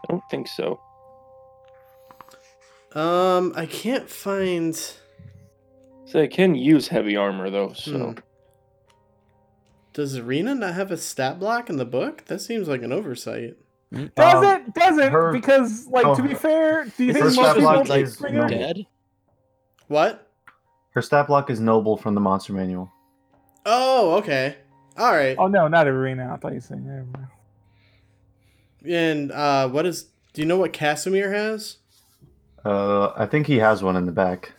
Speaker 4: I don't think so.
Speaker 1: Um, I can't find.
Speaker 4: So I can use heavy armor though.
Speaker 1: Hmm.
Speaker 4: So
Speaker 1: Does Rena not have a stat block in the book? That seems like an oversight.
Speaker 3: does
Speaker 5: Um,
Speaker 3: it? Does it?
Speaker 5: her-
Speaker 3: Because, like,
Speaker 5: oh,
Speaker 3: to be fair, do you
Speaker 5: her
Speaker 3: think most
Speaker 5: stat
Speaker 3: people
Speaker 5: block
Speaker 3: like
Speaker 5: is
Speaker 3: figure-
Speaker 5: normal.
Speaker 6: Dead.
Speaker 1: What?
Speaker 5: Her stat block is noble from the monster manual.
Speaker 1: Oh, okay. All right.
Speaker 3: Oh no, not arena. I thought you said never mind.
Speaker 1: And uh, what is? Do you know what Casimir has?
Speaker 5: Uh, I think he has one in the back.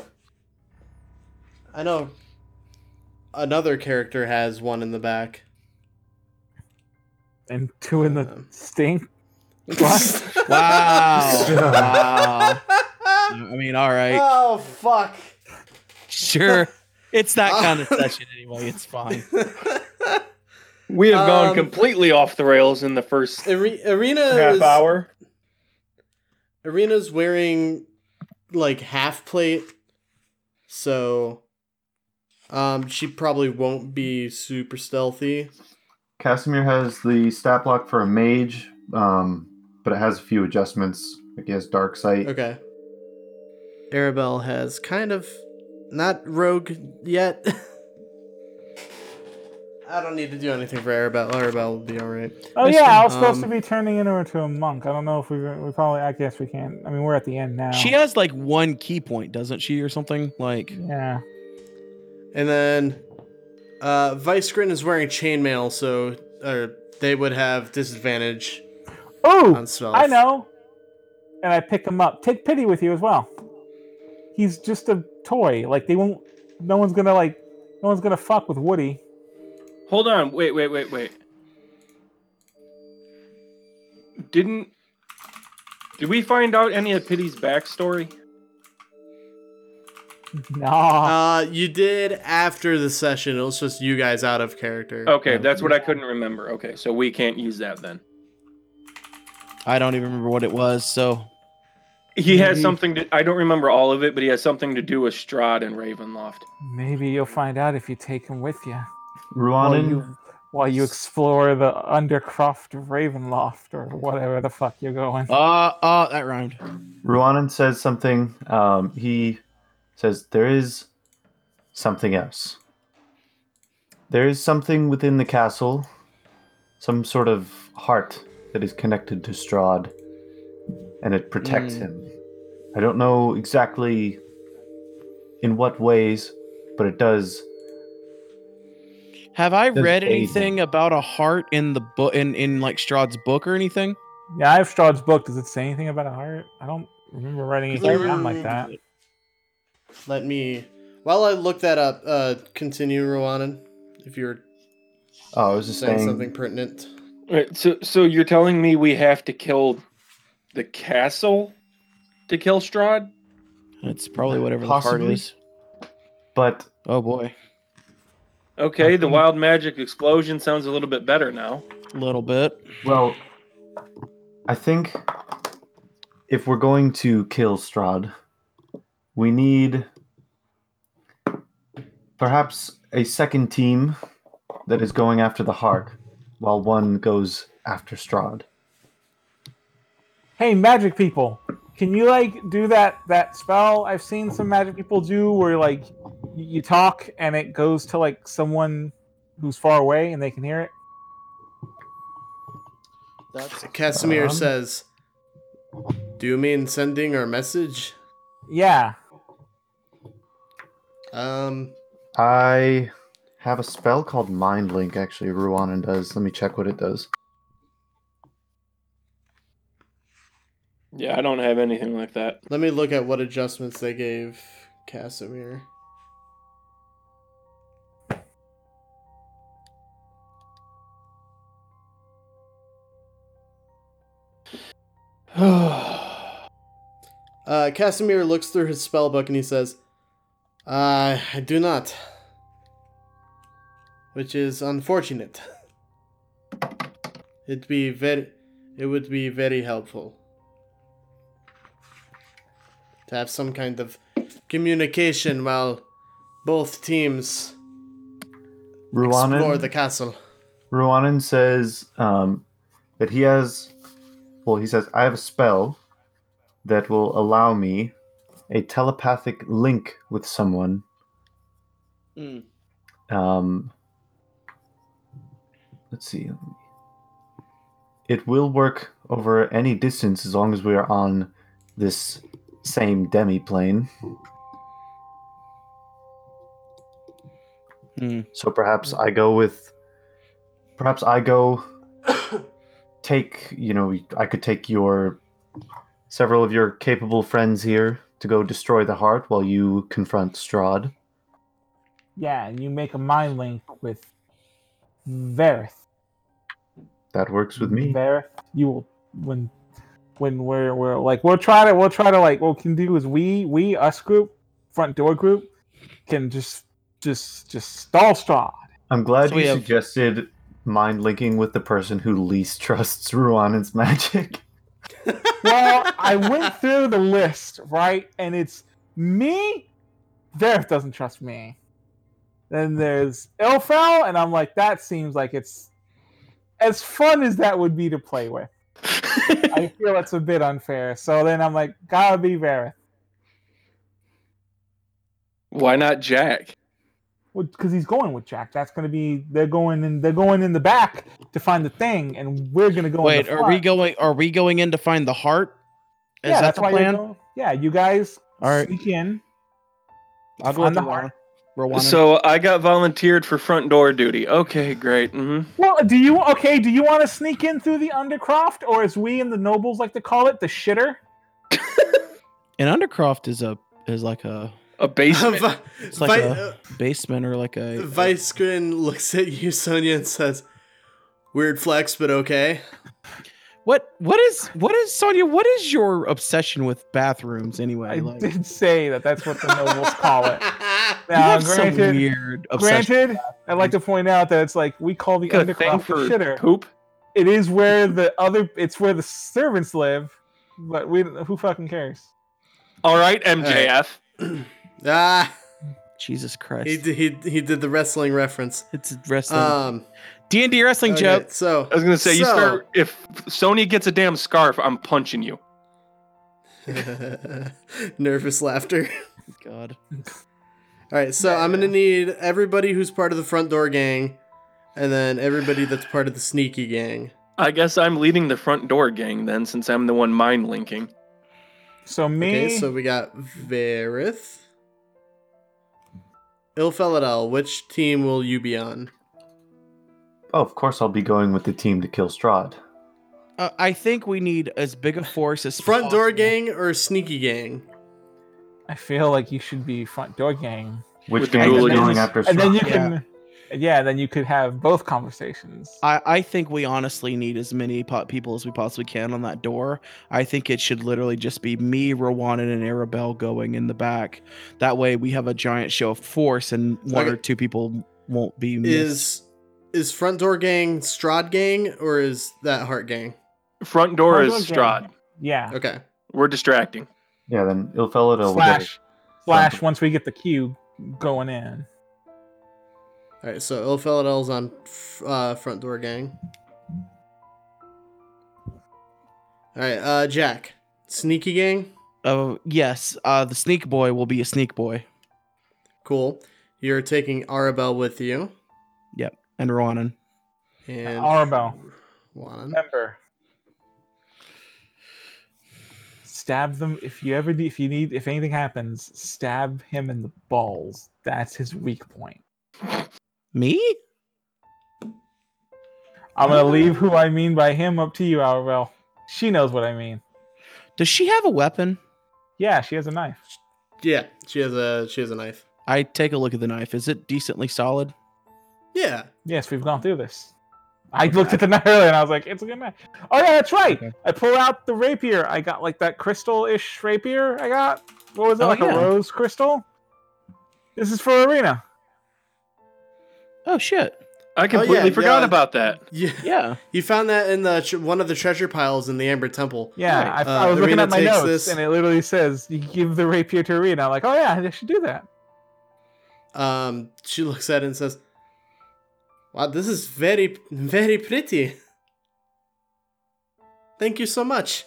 Speaker 1: I know. Another character has one in the back.
Speaker 3: and two in the
Speaker 1: Um.
Speaker 3: stink.
Speaker 6: Wow.
Speaker 5: Yeah.
Speaker 6: wow. I mean, all right.
Speaker 1: oh fuck.
Speaker 6: Sure. It's that kind of
Speaker 1: Uh,
Speaker 6: session anyway. It's fine.
Speaker 4: we have
Speaker 1: Um,
Speaker 4: gone completely off the rails in the first
Speaker 1: Are- Arena
Speaker 4: half
Speaker 1: is-
Speaker 4: hour.
Speaker 1: Arena's wearing like half plate, so um she probably won't be super stealthy.
Speaker 5: Casimir has the stat block for a mage, um, but it has a few adjustments. Like he has dark sight.
Speaker 1: Okay. Arabelle has kind of not rogue yet. I don't need to do anything for Arabelle. Arabelle will be all right.
Speaker 3: Oh yeah, I was supposed
Speaker 1: Um,
Speaker 3: to be turning into into a monk. I don't know if we we probably. I guess we can't. I mean, we're at the end now.
Speaker 6: She has like one key point, doesn't she, or something? Like,
Speaker 3: yeah.
Speaker 1: And then uh Vicegrin is wearing chainmail, so or they would have disadvantage
Speaker 3: Oh,
Speaker 1: on spells.
Speaker 3: I know. And I pick him up. Take pity with you as well. He's just a toy. Like they won't. No one's gonna like. No one's gonna fuck with Woody.
Speaker 4: Hold on, wait, wait, wait, wait. Didn't did we find out any of Pity's backstory?
Speaker 1: Uh,
Speaker 3: Nah.
Speaker 1: you did after the session. It was just you guys out of character.
Speaker 4: Okay, that's what I couldn't remember. Okay, so we can't use that then.
Speaker 6: I don't even remember what it was. So,
Speaker 4: He has
Speaker 1: Mm-hmm.
Speaker 3: Mhm.
Speaker 4: something to I don't remember all of it, but he has something to do with Strahd and Ravenloft.
Speaker 3: Maybe you'll find out if you take him with you. While
Speaker 5: Ruanan,
Speaker 3: you, while you explore the Undercroft of Ravenloft or whatever the fuck you're going.
Speaker 6: uh, uh, that rhymed.
Speaker 5: Ruanan says something. Um, he says there is something else. There is something within the castle, some sort of heart that is connected to Strahd, and it protects
Speaker 6: Mm.
Speaker 1: Hmm.
Speaker 5: him. I don't know exactly in what ways, but it does.
Speaker 6: Have I
Speaker 5: Does
Speaker 6: read
Speaker 5: Aiden-
Speaker 6: anything about a heart in the book, in, in like Strahd's book or anything?
Speaker 3: Yeah, I have Strahd's book. Does it say anything about a heart? I don't remember writing
Speaker 1: Because I
Speaker 3: anything down like that.
Speaker 1: remember- Let me. While I look that up, uh, continue, Rowanan, if you're
Speaker 5: Oh, I was just
Speaker 1: saying
Speaker 5: saying.
Speaker 1: something pertinent.
Speaker 4: Alright, so so you're telling me we have to kill the castle to kill Strahd?
Speaker 6: It's probably
Speaker 3: Uh,
Speaker 6: whatever the
Speaker 5: Possibly.
Speaker 6: heart is.
Speaker 5: But
Speaker 6: Oh boy,
Speaker 4: Okay, the wild magic explosion sounds a little bit better now.
Speaker 6: a little bit.
Speaker 5: Well, I think if we're going to kill Strahd, we need perhaps a second team that is going after the heart while one goes after Strahd.
Speaker 3: Hey, magic people, can you like do that that spell I've seen some magic people do where like y- you talk and it goes to like someone who's far away and they can hear it?
Speaker 1: That's Casimir
Speaker 5: Um.
Speaker 1: says. Do you mean sending our message?
Speaker 3: Yeah.
Speaker 1: Um,
Speaker 5: I have a spell called Mind Link, actually, Ruanan does. Let me check what it does.
Speaker 4: Yeah, I don't have anything like that.
Speaker 1: Let me look at what adjustments they gave Casimir. Uh, Casimir looks through his spell book and he says, uh, I do not. Which is unfortunate. It'd be very, it would be very helpful to have some kind of communication while both teams explore
Speaker 5: Ruanan,
Speaker 1: the castle.
Speaker 5: Ruanan says um, that he has, well, he says, I have a spell that will allow me a telepathic link with someone.
Speaker 2: Mm.
Speaker 5: Um, let's see. It will work over any distance as long as we are on this same demi plane.
Speaker 6: Hmm.
Speaker 5: So perhaps I go with. Perhaps I go. take you know I could take your several of your capable friends here to go destroy the heart while you confront Strahd.
Speaker 3: Yeah, and you make a mind link with Verith.
Speaker 5: That works with me.
Speaker 3: Verith, you will when when we're we're like we'll try to we'll try to like what we can do is we we us group front door group can just just just stall Strahd.
Speaker 5: I'm glad
Speaker 6: So we
Speaker 5: you
Speaker 6: have-
Speaker 5: suggested mind linking with the person who least trusts Ruanan's magic.
Speaker 3: Well, I went through the list right, and it's me. Verith doesn't trust me. Then there's Ilfel, and I'm like that seems like it's as fun as that would be to play with. I feel it's a bit unfair. So then I'm like, gotta be Vareth.
Speaker 4: Why not Jack?
Speaker 3: Because he's going with Jack. That's gonna be they're going in they're going in the back to find the thing, and we're gonna go. in
Speaker 6: Wait,
Speaker 3: the
Speaker 6: are
Speaker 3: front.
Speaker 6: we going? Are we going in to find the heart? Is
Speaker 3: yeah,
Speaker 6: that
Speaker 3: that's
Speaker 6: the
Speaker 3: why you're
Speaker 6: plan?
Speaker 3: Going, yeah, you guys
Speaker 6: All right.
Speaker 3: sneak in.
Speaker 6: I'll go
Speaker 3: find
Speaker 6: with
Speaker 3: the
Speaker 6: the
Speaker 3: heart.
Speaker 6: heart. Rowana.
Speaker 4: So I got volunteered for front door duty. Okay, great. hmm
Speaker 3: Well, do you okay? Do you want to sneak in through the Undercroft, or as we and the nobles like to call it, the shitter?
Speaker 6: and Undercroft is a is like a
Speaker 4: A basement.
Speaker 1: Vi-
Speaker 6: like
Speaker 1: Vi-
Speaker 6: a-
Speaker 1: uh,
Speaker 6: basement or like a
Speaker 1: Vice Grin looks at you, Sonia, and says, Weird flex, but okay.
Speaker 6: what what is what is Sonia? What is your obsession with bathrooms
Speaker 3: I
Speaker 6: anyway? Like, you
Speaker 3: did say that that's what the nobles call it. Now,
Speaker 6: have some
Speaker 3: granted,
Speaker 6: weird obsession.
Speaker 3: granted, I'd like to point out that it's like we call the
Speaker 4: Got a thing
Speaker 3: Undercroft the
Speaker 4: for
Speaker 3: shitter.
Speaker 4: poop.
Speaker 3: It is where the other. It's where the servants live, but we. Who fucking cares?
Speaker 4: All right, MJF.
Speaker 1: ah,
Speaker 6: Jesus
Speaker 1: he,
Speaker 6: Christ!
Speaker 1: d- he, he did the wrestling reference.
Speaker 6: It's wrestling.
Speaker 1: Um,
Speaker 6: D and D wrestling
Speaker 1: okay,
Speaker 6: joke.
Speaker 1: so
Speaker 4: I was gonna say you
Speaker 1: So-
Speaker 4: start if Sonya gets a damn scarf, I'm punching you.
Speaker 1: nervous laughter.
Speaker 6: God.
Speaker 1: All right, so I'm gonna need everybody who's part of the front door gang, and then everybody that's part of the sneaky gang.
Speaker 4: I guess I'm leading the front door gang then, since I'm the one mind linking.
Speaker 3: So me.
Speaker 1: Okay, so we got Varith, Ilfeladel. Which team will you be on?
Speaker 5: Oh, of course I'll be going with the team to kill Strahd.
Speaker 6: Uh, I think we need as big a force as
Speaker 1: Front door
Speaker 6: possible.
Speaker 1: gang or sneaky gang?
Speaker 3: I feel like you should be front door gang,
Speaker 5: Which
Speaker 4: With the
Speaker 5: gang is
Speaker 4: Gulagans.
Speaker 5: going after Strahd?
Speaker 3: and then you
Speaker 6: Yeah.
Speaker 3: can. Yeah, then you could have both conversations.
Speaker 6: I, I think we honestly need as many po- people as we possibly can on that door. I think it should literally just be me, Rowanan, and Arabelle going in the back. That way we have a giant show of force and one
Speaker 1: Okay.
Speaker 6: or two people won't be missed.
Speaker 1: Is is front door gang Strad gang or is that heart gang?
Speaker 4: Front door
Speaker 3: Front
Speaker 4: is
Speaker 3: door
Speaker 4: Strahd.
Speaker 3: gang. yeah.
Speaker 1: Okay.
Speaker 4: We're distracting.
Speaker 5: Yeah, then Ilfeladel will get
Speaker 3: Slash. Slash. Once we get the cube going in.
Speaker 1: All right. So Ilfeladel's on f- uh, front door gang. All right, uh, Jack, sneaky gang.
Speaker 6: Oh yes, uh, the sneak boy will be a sneak boy
Speaker 1: Cool. You're taking Arabelle with you.
Speaker 6: and Rowanan.
Speaker 1: And
Speaker 3: Arabelle.
Speaker 1: Juan.
Speaker 3: Remember. Stab them if you ever do, if you need if anything happens, stab him in the balls. That's his weak point.
Speaker 6: Me?
Speaker 3: I'm gonna leave who I mean by him up to you, Arabelle. She knows what I mean.
Speaker 6: Does she have a weapon?
Speaker 3: Yeah, she has a knife.
Speaker 1: Yeah, she has a she has a knife.
Speaker 6: I take a look at the knife. Is it decently solid?
Speaker 1: Yeah,
Speaker 3: Yes, we've gone through this. I looked at the knife earlier and I was like, it's a good knife. Oh yeah, that's right.
Speaker 6: Okay.
Speaker 3: I pull out the rapier. I got like that crystal-ish rapier I got. What was it?
Speaker 6: Oh,
Speaker 3: like
Speaker 6: yeah.
Speaker 3: a rose crystal? This is for arena.
Speaker 6: Oh shit.
Speaker 4: I
Speaker 1: yeah,
Speaker 4: completely forgot
Speaker 1: yeah.
Speaker 4: about that.
Speaker 1: yeah.
Speaker 6: Yeah.
Speaker 1: You found that in the tr- one of the treasure piles in the Amber Temple.
Speaker 3: Yeah,
Speaker 6: Right.
Speaker 3: I, I
Speaker 1: Uh,
Speaker 3: was looking
Speaker 1: Arena
Speaker 3: at my
Speaker 1: takes
Speaker 3: notes
Speaker 1: this-
Speaker 3: and it literally says you give the rapier to arena. I'm like, oh yeah, I should do that.
Speaker 1: Um, she looks at it and says, "Wow, this is very very pretty. Thank you so much."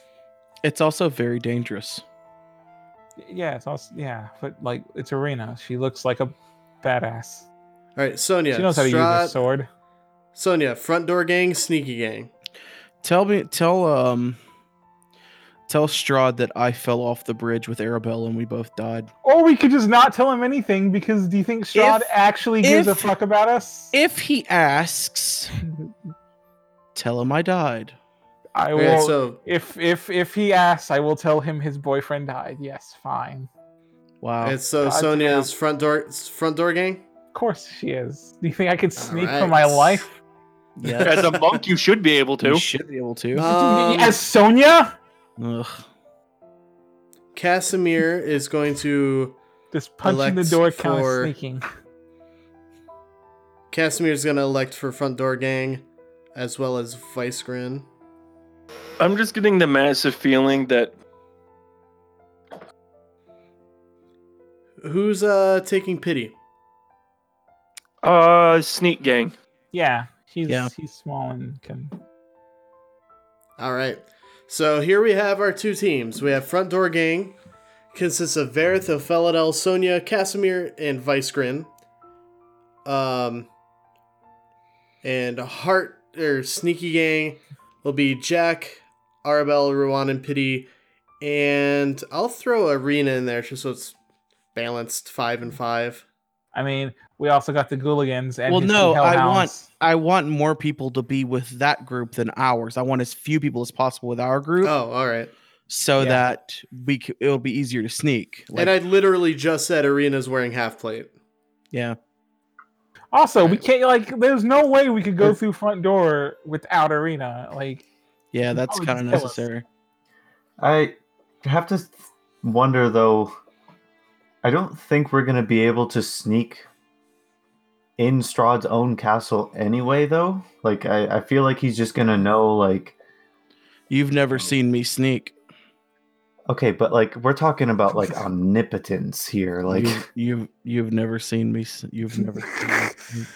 Speaker 6: It's also very dangerous.
Speaker 3: Yeah, it's also yeah, but like it's arena. She looks like a badass.
Speaker 1: All right, Sonia.
Speaker 3: she knows how to use
Speaker 1: Strahd-
Speaker 3: a sword.
Speaker 1: Sonia, front door gang, sneaky gang.
Speaker 6: Tell me tell um tell Strahd that I fell off the bridge with Arabelle and we both died.
Speaker 3: Or we could just not tell him anything because do you think Strahd
Speaker 6: If-
Speaker 3: actually gives a
Speaker 6: if-
Speaker 3: fuck about us?
Speaker 6: If he asks, tell him I died.
Speaker 3: I will.
Speaker 1: Okay, so
Speaker 3: If if if he asks, I will tell him his boyfriend died. Yes, fine. Oh,
Speaker 6: Wow.
Speaker 1: it's so
Speaker 3: God
Speaker 1: Sonia's front door front door gang.
Speaker 3: Of course she is. Do you think I could sneak for
Speaker 1: Alright.
Speaker 3: my life?
Speaker 6: yeah.
Speaker 4: As a monk, you should be able
Speaker 6: You
Speaker 4: to.
Speaker 6: should be able to.
Speaker 1: Um,
Speaker 3: As Sonya?
Speaker 6: Ugh.
Speaker 1: Casimir is going to
Speaker 3: Just punching the
Speaker 1: Elect
Speaker 3: door kind
Speaker 1: for-
Speaker 3: of sneaking.
Speaker 1: Casimir is going to elect for front door gang, as well as vice grin.
Speaker 4: I'm just getting the massive feeling that
Speaker 1: Who's uh taking pity?
Speaker 4: uh sneak gang.
Speaker 3: Yeah, he's
Speaker 6: Yeah.
Speaker 3: he's small and can.
Speaker 1: All right. So here we have our two teams. We have Front Door Gang, consists of Verith, Opheladel, Sonia, Casimir, and Vice Grin. Um, and Heart or Sneaky Gang will be Jack, Arabelle, Ruan, and Pity. And I'll throw Arena in there just so it's balanced five and five.
Speaker 3: I mean, we also got the Gooligans and
Speaker 6: Well,
Speaker 3: his
Speaker 6: no,
Speaker 3: two
Speaker 6: I
Speaker 3: hellhounds.
Speaker 6: want- I want more people to be with that group than ours. I want as few people as possible with our group
Speaker 1: Oh, all right.
Speaker 6: so
Speaker 3: yeah.
Speaker 6: that we c- it'll be easier to sneak. Like,
Speaker 1: and I literally just said Arena's wearing half plate.
Speaker 6: yeah.
Speaker 3: Also, we can't like. There's no way we could go through front door without arena. Like,
Speaker 6: Yeah, that's
Speaker 1: Oh,
Speaker 3: would
Speaker 6: kind of
Speaker 3: kill us.
Speaker 6: necessary.
Speaker 5: I have to wonder though. I don't think we're gonna be able to sneak in Strahd's own castle anyway, though. Like I, I feel like he's just gonna know like
Speaker 6: You've
Speaker 1: Oh.
Speaker 6: never seen me sneak.
Speaker 5: okay, but like we're talking about like omnipotence here. Like
Speaker 6: you, you've you've never seen me. s- You've never. seen me sneak.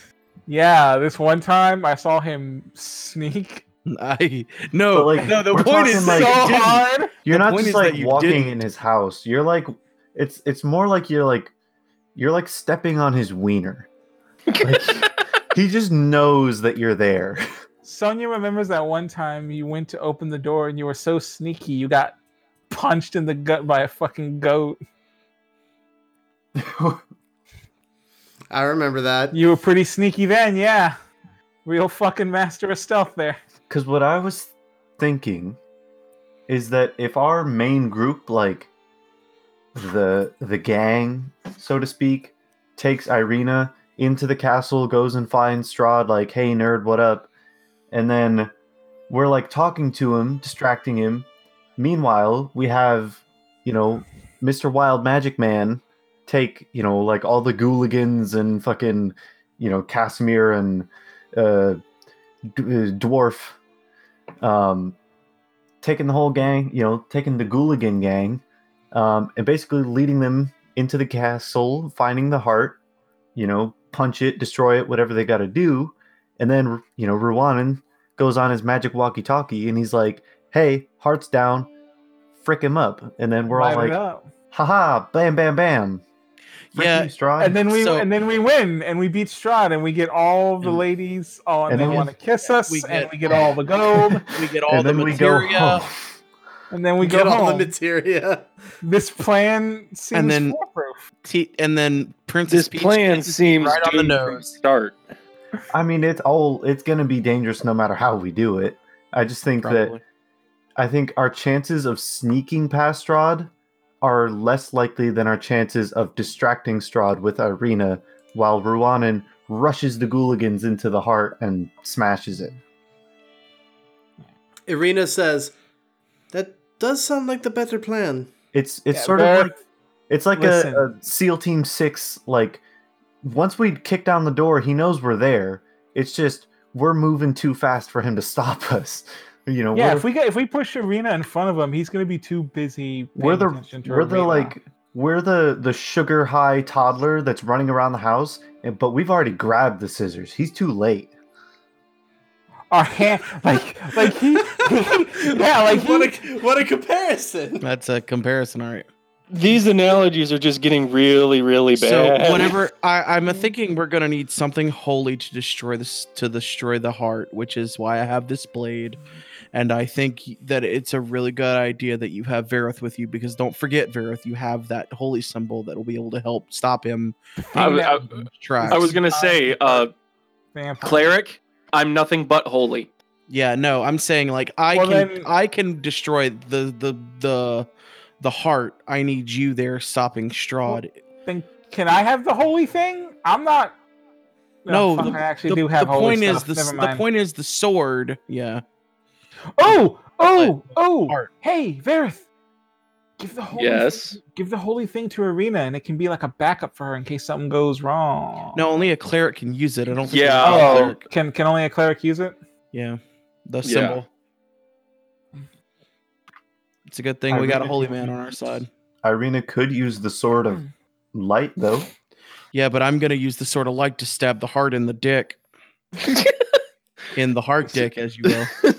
Speaker 3: yeah, this one time I saw him sneak
Speaker 6: I no
Speaker 5: But, like,
Speaker 6: no. The
Speaker 5: we're
Speaker 6: point
Speaker 5: talking,
Speaker 6: is
Speaker 5: like-
Speaker 3: so
Speaker 6: that you didn't.
Speaker 3: hard.
Speaker 5: you're
Speaker 6: the
Speaker 5: not
Speaker 6: point
Speaker 5: just
Speaker 6: is that
Speaker 5: like
Speaker 6: you
Speaker 5: walking
Speaker 6: didn't.
Speaker 5: in his house. You're like it's it's more like you're like you're like stepping on his wiener. Like, he just knows that you're there.
Speaker 3: Sonia remembers that one time you went to open the door and you were so sneaky you got punched in the gut by a fucking goat.
Speaker 1: I remember that.
Speaker 3: You were pretty sneaky then, yeah. Real fucking master of stealth there.
Speaker 5: Because what I was thinking is that if our main group, like the the gang, so to speak, takes Irina into the castle, goes and finds Strahd, like, "Hey, nerd, what up?" and then we're like talking to him, distracting him. Meanwhile, we have, you know, Mr. Wild Magic Man take, you know, like all the Gooligans and fucking, you know, Casimir and uh d- uh, dwarf um taking the whole gang you know taking the gooligan gang um and basically leading them into the castle finding the heart you know punch it destroy it whatever they got to do and then you know Ruanan goes on his magic walkie talkie and he's like hey heart's down frick him up and then we're all
Speaker 3: Light it
Speaker 5: like
Speaker 3: up.
Speaker 5: haha bam bam bam Frick
Speaker 6: Yeah,
Speaker 5: you, Strahd.
Speaker 3: and then we
Speaker 6: so-
Speaker 3: and then we win and we beat Strahd and we get all the
Speaker 6: And-
Speaker 3: ladies oh and,
Speaker 5: and
Speaker 3: they
Speaker 5: then-
Speaker 3: want to kiss us
Speaker 6: we
Speaker 3: and
Speaker 6: get-
Speaker 3: we get all the gold
Speaker 6: We get all the materia.
Speaker 3: and then we
Speaker 1: get
Speaker 3: go
Speaker 1: all
Speaker 3: home.
Speaker 1: the materia.
Speaker 3: this plan seems and
Speaker 6: then-
Speaker 3: foolproof.
Speaker 6: T- and then Princess
Speaker 4: This
Speaker 6: Peach
Speaker 4: plan
Speaker 6: kisses me
Speaker 4: seems
Speaker 6: right on the
Speaker 4: doomed from
Speaker 6: nose.
Speaker 4: Start.
Speaker 5: I mean, it's all it's gonna be dangerous no matter how we do it. I just think that
Speaker 6: Probably.
Speaker 5: I think our chances of sneaking past Strahd are less likely than our chances of distracting Strahd with Irina while Ruanan rushes the Gooligans into the heart and smashes it.
Speaker 1: Irina says, That does sound like the better plan.
Speaker 5: It's it's
Speaker 3: Yeah,
Speaker 5: sort of
Speaker 3: but-
Speaker 5: like it's like a,
Speaker 3: Listen.
Speaker 5: a SEAL Team Six. Like once we kick down the door, he knows we're there. It's just we're moving too fast for him to stop us. You know,
Speaker 3: Yeah,
Speaker 5: we're,
Speaker 3: if we get if we push Arena in front of him, he's going to be too busy. paying
Speaker 5: we're the
Speaker 3: attention to
Speaker 5: we're the
Speaker 3: Arena.
Speaker 5: like we're the the sugar high toddler that's running around the house, and, but we've already grabbed the scissors. He's too late.
Speaker 3: our hand, like like he, yeah, like he,
Speaker 1: what, a, what a comparison.
Speaker 6: That's a comparison, all right.
Speaker 4: These analogies are just getting really, really bad.
Speaker 6: So whatever I, I'm thinking, we're gonna need something holy to destroy this to destroy the heart, which is why I have this blade. And I think that it's a really good idea that you have Verith with you because don't forget, Verith, you have that holy symbol that will be able to help stop him.
Speaker 4: I,
Speaker 3: Hang
Speaker 4: I,
Speaker 3: down.
Speaker 6: Tracks.
Speaker 4: I was gonna say, uh,
Speaker 3: Vampire.
Speaker 4: cleric, I'm nothing but holy.
Speaker 6: yeah, no, I'm saying like I
Speaker 3: Well,
Speaker 6: can
Speaker 3: then-
Speaker 6: I can destroy the the the the heart. I need you there stopping Strahd.
Speaker 3: Then can I have the holy thing? I'm not.
Speaker 6: No,
Speaker 3: fuck,
Speaker 6: the-
Speaker 3: I actually
Speaker 6: the,
Speaker 3: do have
Speaker 6: the
Speaker 3: holy
Speaker 6: point
Speaker 3: stuff.
Speaker 6: is the,
Speaker 3: Never
Speaker 6: s- the
Speaker 3: mind.
Speaker 6: point is the sword. Yeah.
Speaker 3: Oh, oh, oh!
Speaker 6: Art.
Speaker 3: Hey, Verith, give the holy
Speaker 4: Yes.
Speaker 3: give the holy thing to Arena, and it can be like a backup for her in case something goes wrong.
Speaker 6: No, only a cleric can use it. I don't think.
Speaker 4: Yeah.
Speaker 6: there's a
Speaker 4: Oh.
Speaker 6: cleric.
Speaker 3: can can only a cleric use it?
Speaker 6: Yeah. The
Speaker 4: Yeah.
Speaker 6: symbol. It's a good thing
Speaker 3: I
Speaker 6: we got a
Speaker 3: really
Speaker 6: holy
Speaker 3: do.
Speaker 6: man on our side.
Speaker 5: Irina could use the sword of
Speaker 3: Hmm.
Speaker 5: light, though.
Speaker 6: Yeah, but I'm gonna use the sort of like to stab the heart in the dick. in the heart dick, as you will.
Speaker 4: I was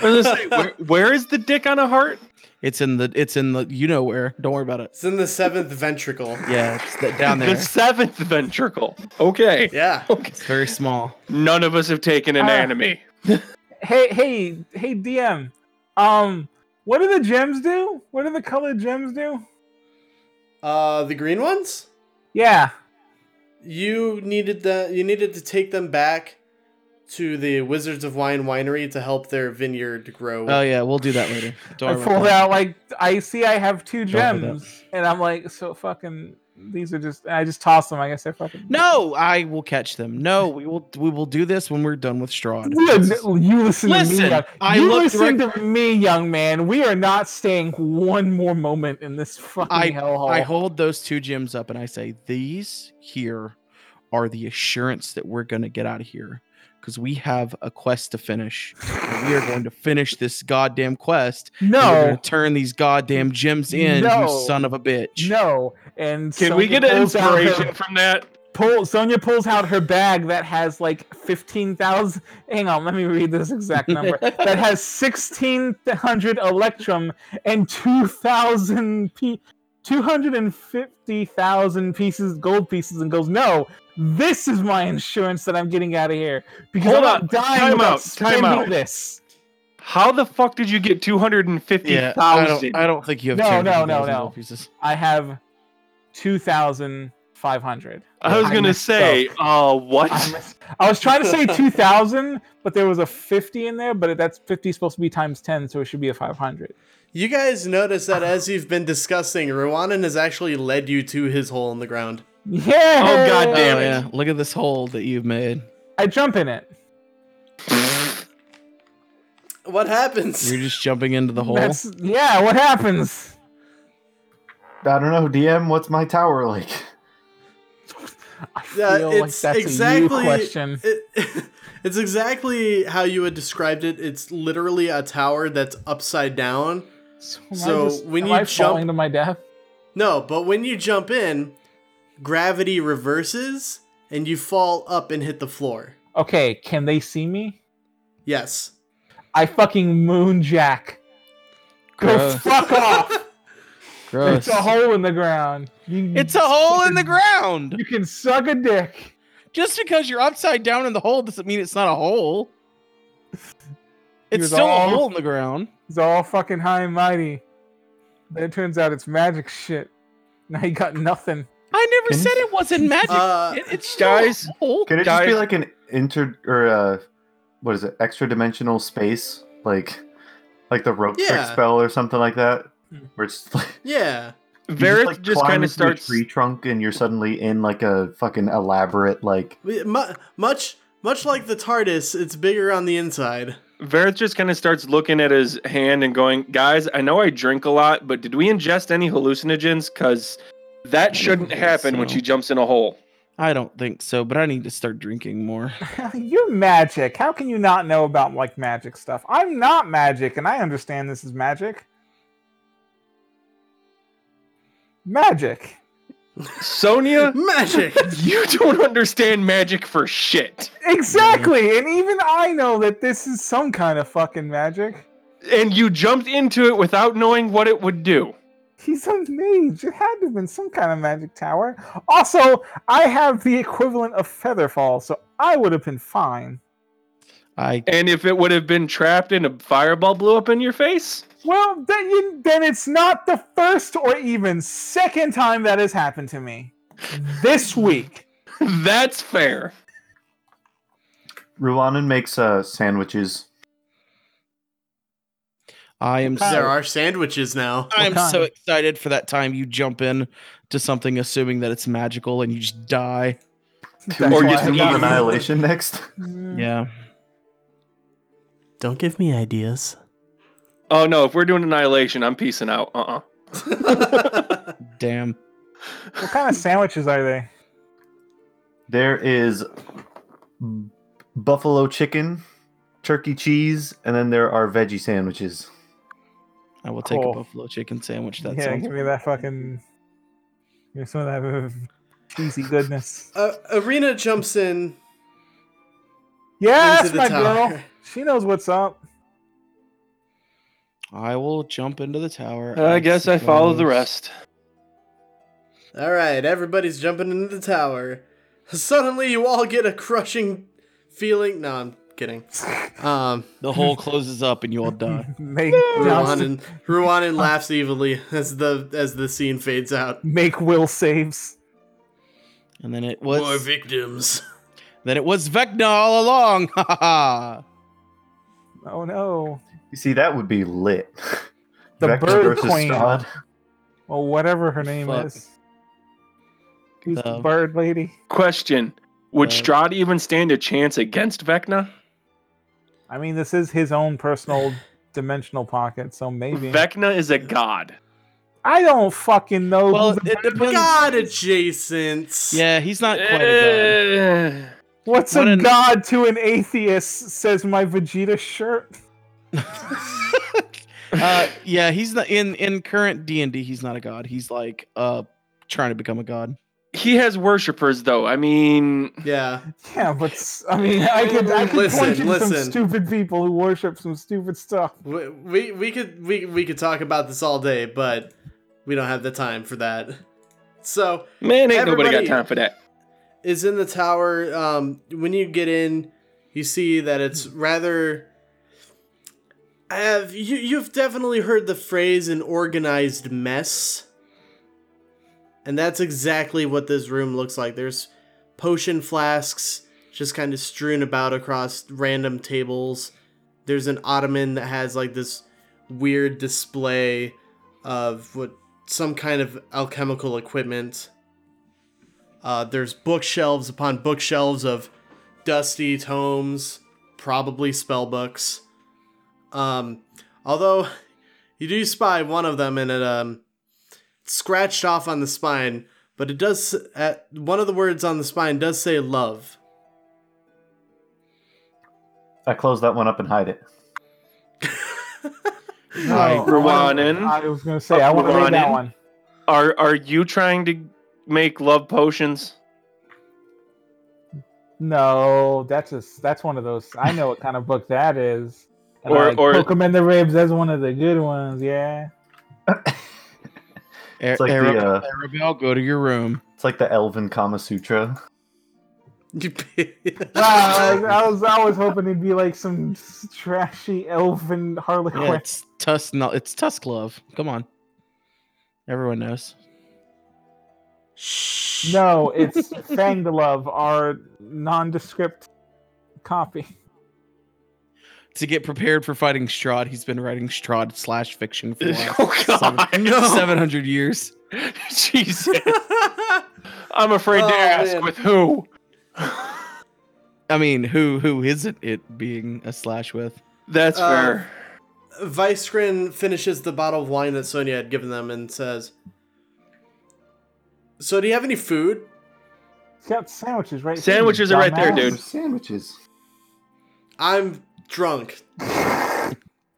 Speaker 4: gonna say, where, where is the dick on a heart?
Speaker 6: It's in the it's in the you know where. Don't worry about it.
Speaker 1: It's in the seventh ventricle.
Speaker 6: Yeah, it's th- down there.
Speaker 4: The seventh ventricle. Okay.
Speaker 1: Yeah.
Speaker 4: okay.
Speaker 6: It's very small.
Speaker 4: None of us have taken an
Speaker 3: Ah.
Speaker 4: anatomy.
Speaker 3: Hey, hey, hey, DM. Um, what do the gems do? What do the colored gems do?
Speaker 1: Uh, the green ones?
Speaker 3: Yeah.
Speaker 1: You needed the you needed to take them back to the Wizards of Wine winery to help their vineyard grow.
Speaker 3: Uh,
Speaker 6: Oh yeah, we'll do that later.
Speaker 3: I
Speaker 6: Don't worry about
Speaker 3: pulled
Speaker 6: that.
Speaker 3: out like I see I have two
Speaker 6: Don't worry about
Speaker 3: gems, and I'm like, so fucking. These are just. I just toss them. I guess they're fucking.
Speaker 6: No, I will catch them. No, we will we will do this when we're done with Strahd.
Speaker 3: You listen, you listen to
Speaker 6: Listen,
Speaker 3: me. Young,
Speaker 6: I
Speaker 3: you
Speaker 6: look
Speaker 3: listen to me, young man. We are not staying one more moment in this fucking
Speaker 6: I-
Speaker 3: hellhole.
Speaker 6: I hold those two gems up and I say, These here are the assurance that we're going to get out of here because we have a quest to finish. and we are going to finish this goddamn quest. and we're
Speaker 3: no,
Speaker 6: gonna turn these goddamn gems in, you
Speaker 3: No.
Speaker 6: son of a bitch.
Speaker 3: no. And
Speaker 4: Can we
Speaker 3: Sonya
Speaker 4: get an
Speaker 3: pulls out her-
Speaker 4: inspiration from that?
Speaker 3: pull Sonia pulls out her bag that has like fifteen thousand. Hang on, let me read this exact number. that has sixteen hundred electrum and two thousand p. 250,000 pieces, gold pieces, and goes, No, this is my insurance that I'm getting out of here because
Speaker 4: Hold
Speaker 3: I'm
Speaker 4: on,
Speaker 3: not dying
Speaker 4: time
Speaker 3: without
Speaker 4: out, time
Speaker 3: spending
Speaker 4: out.
Speaker 3: this.
Speaker 4: How the fuck did you get two hundred and fifty
Speaker 6: Yeah, I
Speaker 4: thousand?
Speaker 6: don't, I don't think you have
Speaker 3: No, no, no,
Speaker 6: 200,000
Speaker 3: no.
Speaker 6: gold pieces.
Speaker 3: I have 2,500.
Speaker 4: I was
Speaker 3: I
Speaker 4: gonna
Speaker 3: messed
Speaker 4: say, uh, what?
Speaker 3: I, mis- I was trying to say 2,000, but there was a 50 in there, but that's 50 is supposed to be times 10, so it should be a 500.
Speaker 1: You guys notice that as you've been discussing, Rwandan has actually led you to his hole in the ground.
Speaker 3: Yeah!
Speaker 4: Oh, God damn
Speaker 6: Oh,
Speaker 4: it.
Speaker 6: yeah. Look at this hole that you've made.
Speaker 3: I jump in it.
Speaker 1: What happens?
Speaker 6: You're just jumping into the hole.
Speaker 3: That's, yeah, what happens?
Speaker 5: I don't know, DM. What's my tower like?
Speaker 3: I
Speaker 1: Yeah,
Speaker 3: feel like
Speaker 1: it's
Speaker 3: that's a
Speaker 1: exactly
Speaker 3: you question.
Speaker 1: it- it's exactly how you had described it. It's literally a tower that's upside down.
Speaker 3: So, am I
Speaker 1: so when
Speaker 3: am
Speaker 1: you
Speaker 3: I falling
Speaker 1: jump-
Speaker 3: to my death,
Speaker 1: No, but when you jump in, gravity reverses and you fall up and hit the floor.
Speaker 3: okay, can they see me?
Speaker 1: Yes.
Speaker 3: I fucking moonjack. Go
Speaker 6: Gross.
Speaker 3: fuck off!
Speaker 6: Gross.
Speaker 3: it's a hole in the ground. You-
Speaker 6: It's a hole in the ground.
Speaker 3: You can suck a dick.
Speaker 6: Just because you're upside down in the hole doesn't mean it's not a hole. It's
Speaker 3: was
Speaker 6: still a
Speaker 3: all-
Speaker 6: hole in the ground.
Speaker 3: It's all fucking high and mighty. But it turns out it's magic shit. Now you got nothing.
Speaker 6: I never
Speaker 5: Can-
Speaker 6: said it wasn't magic.
Speaker 1: Uh,
Speaker 6: It- it's still a
Speaker 4: guys,
Speaker 6: hole.
Speaker 5: Could it just be
Speaker 4: Guys-
Speaker 5: like an inter or uh what is it? Extra dimensional space? Like like the rope trick
Speaker 1: Yeah.
Speaker 5: spell or something like that,
Speaker 3: Hmm.
Speaker 5: where it's like
Speaker 1: Yeah.
Speaker 5: you
Speaker 4: Vareth
Speaker 5: like,
Speaker 4: just
Speaker 5: climb
Speaker 4: kind of
Speaker 5: into a
Speaker 4: starts.
Speaker 5: tree trunk, and you're suddenly in like a fucking elaborate like
Speaker 1: We- mu- Much much like the TARDIS, it's bigger on the inside.
Speaker 4: Vareth just kind of starts looking at his hand and going, "Guys, I know I drink a lot, but did we ingest any hallucinogens? Because that shouldn't happen when
Speaker 6: So-
Speaker 4: she jumps in a hole."
Speaker 6: I don't think so, but I need to start drinking more.
Speaker 3: You're magic. How can you not know about like magic stuff? I'm not magic, and I understand this is magic. Magic.
Speaker 4: Sonia,
Speaker 1: Magic.
Speaker 4: you don't understand magic for shit,
Speaker 3: Exactly, and even I know that this is some kind of fucking magic.
Speaker 4: and you jumped into it without knowing what it would do.
Speaker 3: He's a mage. It had to have been some kind of magic tower. Also, I have the equivalent of Featherfall, so I would have been fine.
Speaker 6: I
Speaker 4: And if it would have been trapped and a fireball blew up in your face,
Speaker 3: Well, then, you, then it's not the first or even second time that has happened to me this week.
Speaker 4: that's fair.
Speaker 5: Ruanan makes uh, sandwiches.
Speaker 6: I am
Speaker 1: there
Speaker 6: so,
Speaker 1: are sandwiches now.
Speaker 6: I am
Speaker 3: What
Speaker 6: so
Speaker 3: kind?
Speaker 6: excited for that time you jump in to something assuming that it's magical and you just die.
Speaker 3: That's
Speaker 4: Or
Speaker 3: why
Speaker 4: you
Speaker 3: I
Speaker 4: can
Speaker 3: love
Speaker 4: eat.
Speaker 3: it.
Speaker 5: annihilation next.
Speaker 3: Mm.
Speaker 6: Yeah.
Speaker 1: Don't give me ideas.
Speaker 4: Oh no, if we're doing annihilation, I'm peacing out. Uh-uh.
Speaker 6: Damn.
Speaker 3: Mm, What kind of sandwiches are they?
Speaker 5: There is b- buffalo chicken, turkey cheese, and then there are veggie sandwiches.
Speaker 6: I will take
Speaker 3: Cool.
Speaker 6: a buffalo chicken sandwich. That
Speaker 3: yeah,
Speaker 6: sounds
Speaker 3: give me that fucking. Give me some of that uh, cheesy goodness.
Speaker 1: uh, Arena jumps in.
Speaker 3: Yeah,
Speaker 1: Into
Speaker 3: that's
Speaker 1: the
Speaker 3: my
Speaker 1: tower.
Speaker 3: girl. She knows what's up.
Speaker 6: I will jump into the tower.
Speaker 4: I guess I follow the
Speaker 6: suppose.
Speaker 4: rest.
Speaker 1: All right, everybody's jumping into the tower. Suddenly, you all get a crushing feeling. No, I'm kidding. Um,
Speaker 6: The hole closes up and you all die.
Speaker 3: Make Johnston-
Speaker 1: Ruanan, Ruanan laughs evilly as the as the scene fades out.
Speaker 3: make will saves.
Speaker 6: And then it was
Speaker 1: victims.
Speaker 6: then it was Vecna all along. Ha ha, ha.
Speaker 3: Oh no,
Speaker 5: You see, that would be lit.
Speaker 3: the
Speaker 5: Vecna
Speaker 3: bird
Speaker 5: versus
Speaker 3: queen.
Speaker 5: Strahd.
Speaker 3: Well, whatever her name
Speaker 6: Fuck.
Speaker 3: is. Who's the
Speaker 6: The-
Speaker 3: bird lady?
Speaker 4: Question: Would
Speaker 6: Uh,
Speaker 4: Strahd even stand a chance against Vecna?
Speaker 3: I mean, this is his own personal dimensional pocket, so maybe.
Speaker 4: Vecna is a god.
Speaker 3: I don't fucking know. who
Speaker 6: Well,
Speaker 3: the-
Speaker 6: it depends.
Speaker 1: God adjacent.
Speaker 6: Yeah, he's not quite a
Speaker 4: Eh,
Speaker 3: what's
Speaker 6: what
Speaker 3: a
Speaker 6: an-
Speaker 3: god to an atheist? Says my Vegeta shirt.
Speaker 4: Eh.
Speaker 6: god. uh, yeah, he's not in in current D and D. He's not a god. He's like uh trying to become a god.
Speaker 4: He has worshippers, though. I mean,
Speaker 1: Yeah.
Speaker 3: Yeah, but s- I mean, I could, I could
Speaker 1: Listen,
Speaker 3: point you to
Speaker 1: listen.
Speaker 3: some stupid people who worship some stupid stuff.
Speaker 1: We, we we could we we could talk about this all day, but we don't have the time for that. So
Speaker 4: man, ain't nobody
Speaker 1: Everybody-
Speaker 4: got time for that.
Speaker 1: is in the tower. Um, when you get in, you see that it's rather. I have you you've definitely heard the phrase an organized mess. And that's exactly what this room looks like. There's potion flasks just kind of strewn about across random tables. There's an ottoman that has like this weird display of what some kind of alchemical equipment. Uh, there's bookshelves upon bookshelves of dusty tomes, probably spell books. Um, although you do spy one of them and it um, scratched off on the spine, but it does uh one of the words on the spine does say love.
Speaker 5: I close that one up and hide it.
Speaker 6: Hi,
Speaker 3: No, I-
Speaker 4: Ruanan.
Speaker 3: I was gonna say I want to read that
Speaker 4: Ruanan.
Speaker 3: one.
Speaker 4: Are are you trying to make love potions?
Speaker 3: No, that's just that's one of those. I know what kind of book that is. And
Speaker 4: Or-
Speaker 3: I
Speaker 4: or-
Speaker 3: poke 'em in the ribs. That's one of the good ones. Yeah.
Speaker 6: Ar-
Speaker 5: It's like the,
Speaker 6: Arab-
Speaker 5: uh,
Speaker 6: Arabelle, go to your room.
Speaker 5: It's like the Elven Kama Sutra.
Speaker 3: Wow, I was, I was I was hoping it'd be like some s- trashy elfin harlequin.
Speaker 6: Yeah, it's Tusk. No, it's Tusk Love. Come on, everyone knows.
Speaker 3: No, it's Fanglove, our nondescript copy.
Speaker 6: to get prepared for fighting Strahd. He's been writing Strahd slash fiction for the last
Speaker 4: oh God!
Speaker 6: seven hundred years.
Speaker 4: Jesus! I'm afraid
Speaker 2: Oh,
Speaker 4: to ask
Speaker 2: man.
Speaker 4: with who.
Speaker 6: I mean, who who isn't it being a slash with?
Speaker 4: That's
Speaker 1: Uh,
Speaker 4: fair.
Speaker 1: Vicegrin finishes the bottle of wine that Sonia had given them and says, So, do you have any food?
Speaker 3: It's got sandwiches right. here,
Speaker 4: Sandwiches are right there,
Speaker 3: dumbass.
Speaker 4: dude.
Speaker 5: Sandwiches.
Speaker 1: I'm drunk.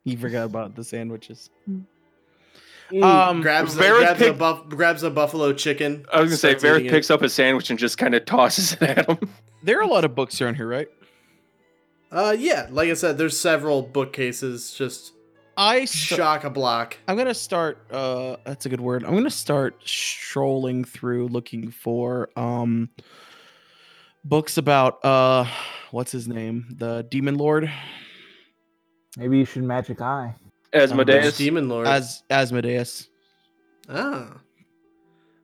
Speaker 6: He forgot about the sandwiches.
Speaker 1: Um,
Speaker 6: Um,
Speaker 1: grabs,
Speaker 4: Varric
Speaker 1: grabs, a
Speaker 4: picked-
Speaker 1: buff- grabs a buffalo chicken.
Speaker 4: I was gonna say,
Speaker 1: starts eating
Speaker 4: Varric
Speaker 1: it.
Speaker 4: picks up a sandwich and just kind of tosses it at him.
Speaker 6: There are a lot of books around here, right?
Speaker 1: Uh, yeah, like I said, there's several bookcases just
Speaker 6: I st-
Speaker 1: shock a block.
Speaker 6: I'm gonna start. Uh, that's a good word. I'm gonna start strolling through looking for um books about uh what's his name, the Demon Lord,
Speaker 3: Maybe you should magic eye.
Speaker 1: Um,
Speaker 4: Asmodeus.
Speaker 1: Demon Lord.
Speaker 6: as Asmodeus.
Speaker 1: ah.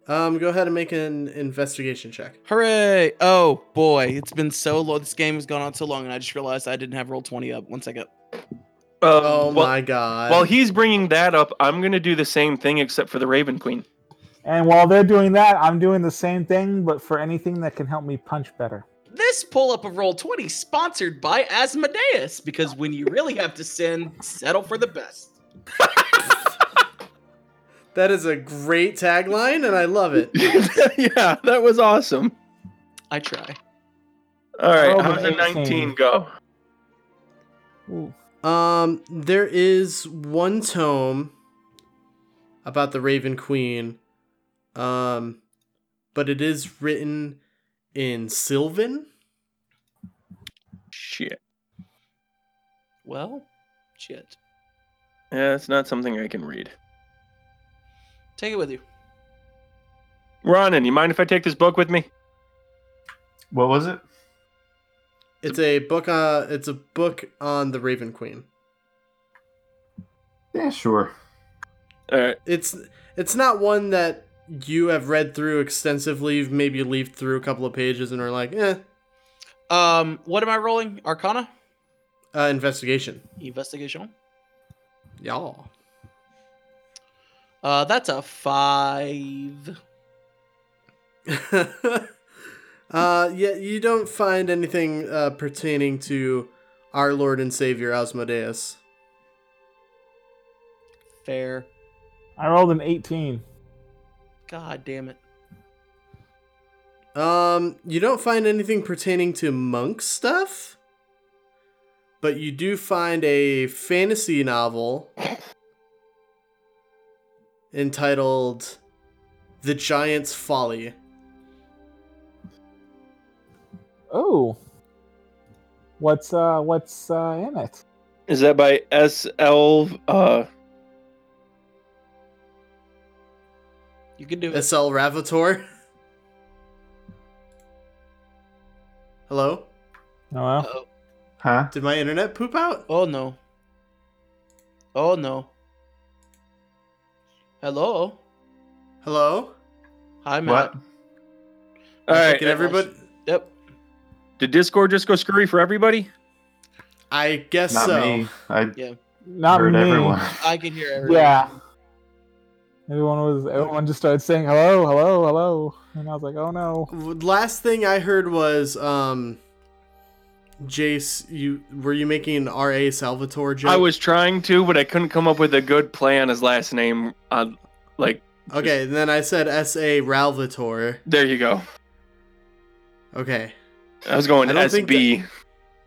Speaker 1: Um, go ahead and make an investigation check.
Speaker 6: Hooray! Oh boy, it's been so long. This game has gone on so long, and I just realized I didn't have roll twenty up. One second.
Speaker 4: Uh,
Speaker 6: Um,
Speaker 1: Oh
Speaker 4: while-
Speaker 1: my god.
Speaker 4: While he's bringing that up, I'm gonna do the same thing except for the Raven Queen.
Speaker 3: And while they're doing that, I'm doing the same thing, but for anything that can help me punch better.
Speaker 2: This pull up of roll twenty sponsored by Asmodeus because when you really have to sin, settle for the best.
Speaker 1: that is a great tagline, and I love it.
Speaker 4: yeah, that was awesome.
Speaker 2: I try.
Speaker 4: All right,
Speaker 3: Oh,
Speaker 4: how's a
Speaker 3: amazing.
Speaker 4: 19 go?
Speaker 3: Ooh.
Speaker 1: Um, there is one tome about the Raven Queen, um, but it is written in Sylvan.
Speaker 4: Shit.
Speaker 2: Well, shit.
Speaker 4: Yeah, it's not something I can read.
Speaker 2: Take it with you.
Speaker 4: Ronan, you mind if I take this book with me?
Speaker 5: What was it?
Speaker 1: It's a book. Uh, it's a book on the Raven Queen.
Speaker 5: Yeah, sure.
Speaker 4: All right.
Speaker 1: It's it's not one that you have read through extensively. Maybe leafed through a couple of pages and are like, eh.
Speaker 6: Um, what am I rolling? Arcana,
Speaker 1: Uh, investigation.
Speaker 2: Investigation.
Speaker 3: Oh.
Speaker 1: Y'all.
Speaker 2: Uh, that's a five.
Speaker 1: uh, yeah, you don't find anything uh, pertaining to our Lord and Savior Asmodeus.
Speaker 2: Fair.
Speaker 3: I rolled an 18.
Speaker 2: God damn it.
Speaker 1: Um, you don't find anything pertaining to monk stuff, but you do find a fantasy novel entitled "The Giant's Folly."
Speaker 3: Oh. What's uh what's uh in it?
Speaker 4: Is that by S.L. Uh,
Speaker 2: You can do it.
Speaker 1: S.L. Ravator. Hello?
Speaker 4: Uh,
Speaker 3: Hello?
Speaker 2: Uh-oh.
Speaker 5: Huh?
Speaker 1: Did my internet poop out?
Speaker 2: Oh no. Oh no. Hello.
Speaker 1: Hello?
Speaker 2: Hi, Matt.
Speaker 5: What?
Speaker 4: all right.
Speaker 1: Can everybody?
Speaker 2: Yep.
Speaker 4: Did Discord just go screwy for everybody?
Speaker 1: I guess
Speaker 5: Not
Speaker 1: so.
Speaker 5: me. I
Speaker 3: Not
Speaker 5: heard
Speaker 3: me.
Speaker 5: everyone.
Speaker 2: I can hear everyone.
Speaker 3: Yeah. Everyone was everyone just started saying hello, hello, hello. And I was like, oh no.
Speaker 1: Last thing I heard was, um, Jace, you were you making an R.A. Salvatore joke?
Speaker 4: I was trying to, but I couldn't come up with a good play on his last name. On, like,
Speaker 1: Okay, and then I said S.A. Ralvator.
Speaker 4: there you go.
Speaker 1: Okay.
Speaker 4: I was going
Speaker 1: I don't think
Speaker 4: S.B.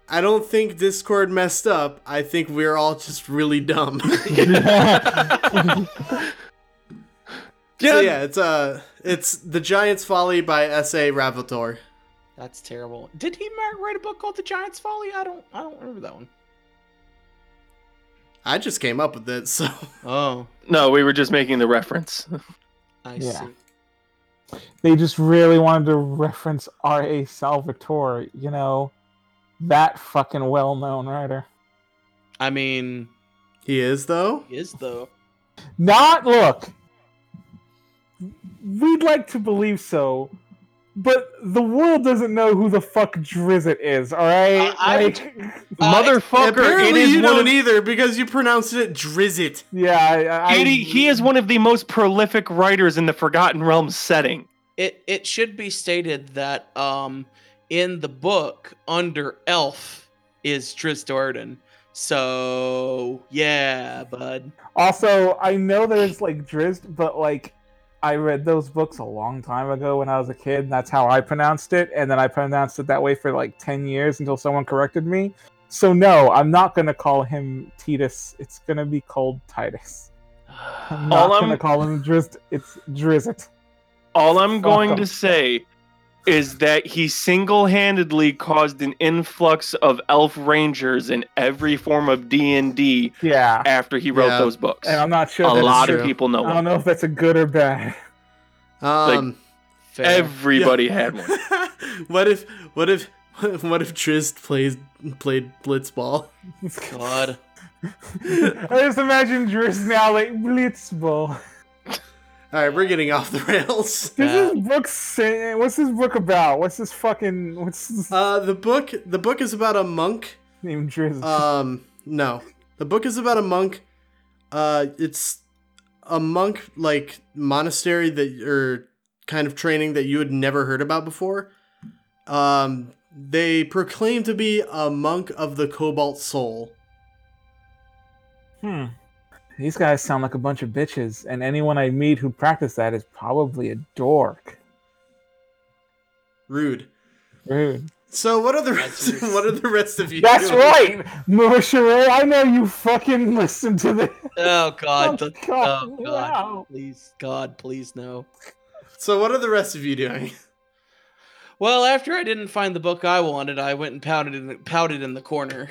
Speaker 1: I don't think Discord messed up. I think we're all just really dumb.
Speaker 4: yeah.
Speaker 1: So yeah, it's uh it's The Giant's Folly by S.A. Ravator.
Speaker 2: That's terrible. Did he mar- write a book called The Giant's Folly? I don't. I don't remember that one.
Speaker 1: I just came up with it, so
Speaker 2: Oh,
Speaker 4: No, we were just making the reference.
Speaker 3: Uh,
Speaker 2: I
Speaker 3: Yeah.
Speaker 2: see.
Speaker 3: They just really wanted to reference R.A. Salvatore, you know, that fucking well known writer.
Speaker 2: I mean,
Speaker 1: he is though.
Speaker 2: he is though.
Speaker 3: Not look. We'd like to believe so, But the world doesn't know who the fuck Drizzt is, all right?
Speaker 2: Uh, I-
Speaker 3: like,
Speaker 4: Motherfucker, it
Speaker 1: Apparently
Speaker 4: is
Speaker 1: you
Speaker 4: one
Speaker 1: don't
Speaker 4: of,
Speaker 1: either because you pronounced it Drizzt.
Speaker 3: yeah, I, I,
Speaker 4: Katie, he is one of the most prolific writers in the Forgotten Realms setting.
Speaker 2: It it should be stated that um in the book under elf is Trist Arden. So yeah, bud.
Speaker 3: Also, I know that it's like Drizzt, but like I read those books a long time ago when I was a kid, and that's how I pronounced it, and then I pronounced it that way for like ten years until someone corrected me. So no, I'm not gonna call him Titus. It's gonna be called Titus. I'm not
Speaker 4: All I'm-
Speaker 3: gonna call him Drizzt. It's Drizzt.
Speaker 4: All I'm
Speaker 3: Fuck
Speaker 4: going
Speaker 3: him.
Speaker 4: to say is that he single-handedly caused an influx of elf rangers in every form of D&D
Speaker 3: Yeah,
Speaker 4: after he wrote
Speaker 1: Yeah.
Speaker 4: those books.
Speaker 3: and I'm not sure.
Speaker 4: A
Speaker 3: that's-
Speaker 4: lot
Speaker 1: true.
Speaker 4: of people know
Speaker 3: I don't
Speaker 4: him.
Speaker 3: know if that's a good or bad.
Speaker 1: Um,
Speaker 2: Fair.
Speaker 4: Everybody
Speaker 1: yeah.
Speaker 4: had one.
Speaker 1: what if what if what if Drizzt plays played blitzball?
Speaker 2: God.
Speaker 3: I just imagine Drizzt now like Blitzball.
Speaker 1: All right, we're getting off the rails.
Speaker 3: This
Speaker 2: Yeah.
Speaker 3: is book. sa- What's this book about? What's this fucking? What's this
Speaker 1: Uh, the book the book is about a monk.
Speaker 3: name? Drizzt.
Speaker 1: Um, no, the book is about a monk. Uh, it's a monk like monastery that or kind of training that you had never heard about before. Um, they proclaim to be a monk of the Cobalt Soul.
Speaker 3: hmm. These guys sound like a bunch of bitches, and anyone I meet who practice that is probably a dork.
Speaker 1: Rude.
Speaker 3: Rude.
Speaker 1: So what are the rest, what are the rest of you?
Speaker 3: That's
Speaker 1: doing?
Speaker 3: right, Marisha Ray. I know you fucking listen to this.
Speaker 2: Oh
Speaker 6: Uh,
Speaker 2: God.
Speaker 3: Oh,
Speaker 2: don't-
Speaker 3: God,
Speaker 2: Oh God.
Speaker 3: wow.
Speaker 2: Please, God, please no.
Speaker 1: So what are the rest of you doing?
Speaker 2: Well, after I didn't find the book I wanted, I went and pouted in the, pouted in the corner.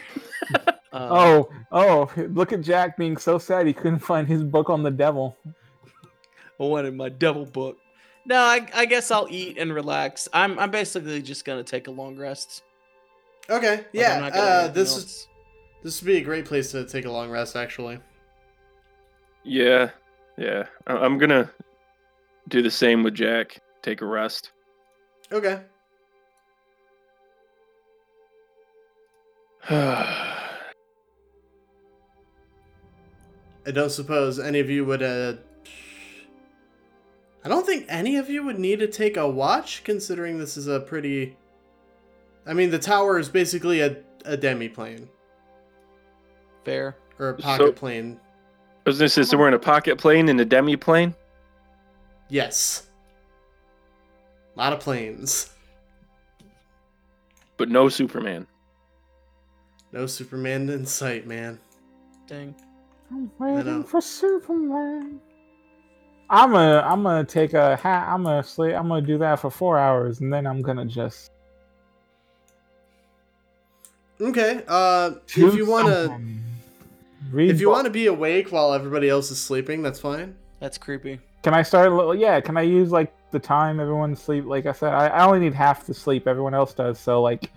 Speaker 2: Uh,
Speaker 3: Oh, oh! Look at Jack being so sad he couldn't find his book on the devil.
Speaker 2: I wanted my double book. No, I, I guess I'll eat and relax. I'm I'm basically just gonna take a long rest.
Speaker 1: Okay,
Speaker 2: Like, I'm
Speaker 1: yeah.
Speaker 2: not gonna do
Speaker 1: Uh,
Speaker 2: anything
Speaker 1: this is
Speaker 2: else.
Speaker 1: this would be a great place to take a long rest. Actually,
Speaker 4: Yeah, yeah. I- I'm gonna do the same with Jack. Take a rest.
Speaker 1: okay.
Speaker 4: I
Speaker 1: I don't suppose any of you would. Uh, I don't think any of you would need to take a watch, considering this is a pretty. I mean, the tower is basically a a demiplane
Speaker 2: fair.
Speaker 1: or a
Speaker 4: So-
Speaker 1: pocket plane.
Speaker 4: was gonna say, so we're in a pocket plane and a demi plane.
Speaker 1: Yes. A lot of planes.
Speaker 4: but no Superman.
Speaker 1: No Superman in sight, man.
Speaker 2: Dang.
Speaker 3: I'm
Speaker 1: know.
Speaker 3: waiting for Superman. I'm a, I'm gonna take a hat. I'm gonna sleep. I'm gonna do that for four hours, and then I'm gonna just
Speaker 1: Okay. Uh,
Speaker 3: do
Speaker 1: if you want to,
Speaker 3: something. Read
Speaker 1: if you
Speaker 3: bo-
Speaker 1: want to be awake while everybody else is sleeping, that's fine.
Speaker 2: That's creepy.
Speaker 3: can I start? a little- Yeah, can I use like the time everyone sleep? Like I said, I, I only need half the sleep everyone else does. So like,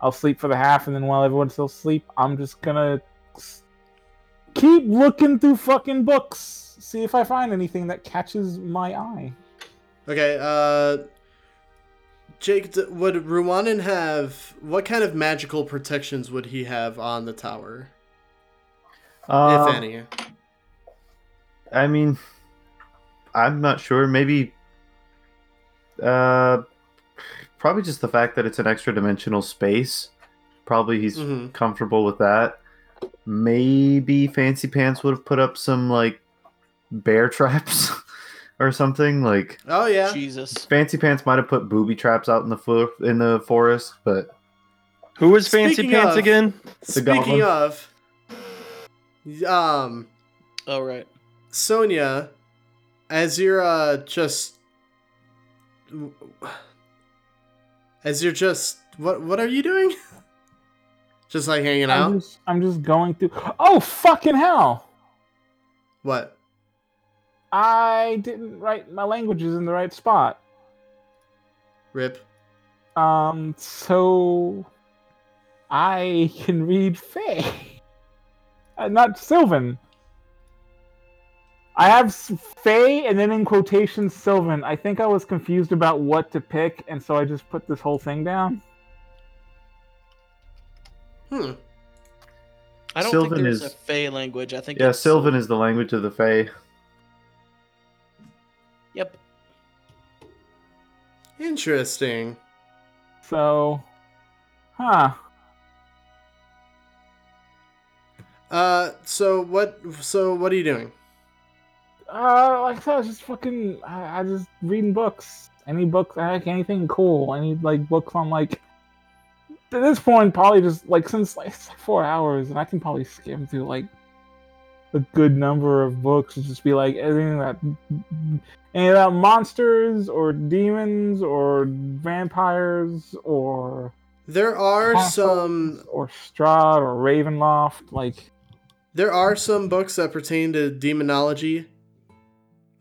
Speaker 3: I'll sleep for the half, and then while everyone's still asleep, I'm just gonna s- keep looking through fucking books, see if I find anything that catches my eye.
Speaker 1: Okay, uh Jake d- would Ruanan have what kind of magical protections would he have on the tower
Speaker 5: Uh,
Speaker 3: Um,
Speaker 1: if any?
Speaker 5: I mean, I'm not sure. Maybe, uh, probably just the fact that it's an extra dimensional space. Probably he's
Speaker 1: hmm
Speaker 5: comfortable with that. Maybe Fancy Pants would have put up some like bear traps or something. Like
Speaker 1: Oh yeah.
Speaker 2: Jesus.
Speaker 5: Fancy Pants might have put booby traps out in the fo- in the forest, but
Speaker 4: Who is Fancy
Speaker 1: Speaking
Speaker 4: Pants
Speaker 1: of-
Speaker 4: again?
Speaker 1: Speaking
Speaker 5: goblin.
Speaker 1: of um
Speaker 2: All Oh, right.
Speaker 1: Sonia, as you're uh, just as you're just what what are you doing? Just like hanging
Speaker 3: I'm
Speaker 1: out?
Speaker 3: just, I'm just going through. Oh fucking hell!
Speaker 1: What?
Speaker 3: I didn't write my languages in the right spot.
Speaker 1: Rip.
Speaker 3: Um, so I can read Fey, Uh, not Sylvan. I have s- Faye and then in quotation Sylvan. I think I was confused about what to pick, and so I just put this whole thing down.
Speaker 1: Hmm.
Speaker 2: I don't
Speaker 5: Sylvan
Speaker 2: think there's
Speaker 5: is-
Speaker 2: a Fey language. I think
Speaker 5: Yeah,
Speaker 2: it's
Speaker 5: Sylvan is the language of the Fae.
Speaker 2: Yep.
Speaker 1: Interesting.
Speaker 3: So, huh?
Speaker 1: Uh, so what? So what are you doing?
Speaker 3: Uh, like I said, I was just fucking. I, I just reading books. Any books, I like anything cool. Any like books on like. At this point, probably just like since like it's, like, four hours, and I can probably skim through like a good number of books and just be like anything that any about monsters or demons or vampires or
Speaker 1: There are
Speaker 3: castles
Speaker 1: some
Speaker 3: or Strahd or Ravenloft. Like
Speaker 1: there are some books that pertain to demonology.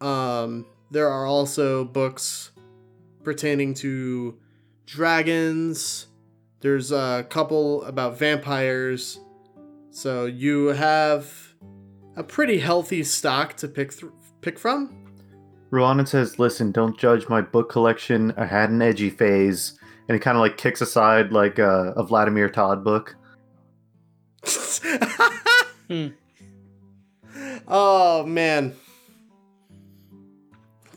Speaker 1: Um, there are also books pertaining to dragons. There's a couple about vampires. So you have a pretty healthy stock to pick thr pick from.
Speaker 5: Ruanan says, "Listen, don't judge my book collection. I had an edgy phase." And he kind of like kicks aside like uh, a Vladimir Todd book.
Speaker 2: Hmm.
Speaker 1: Oh man.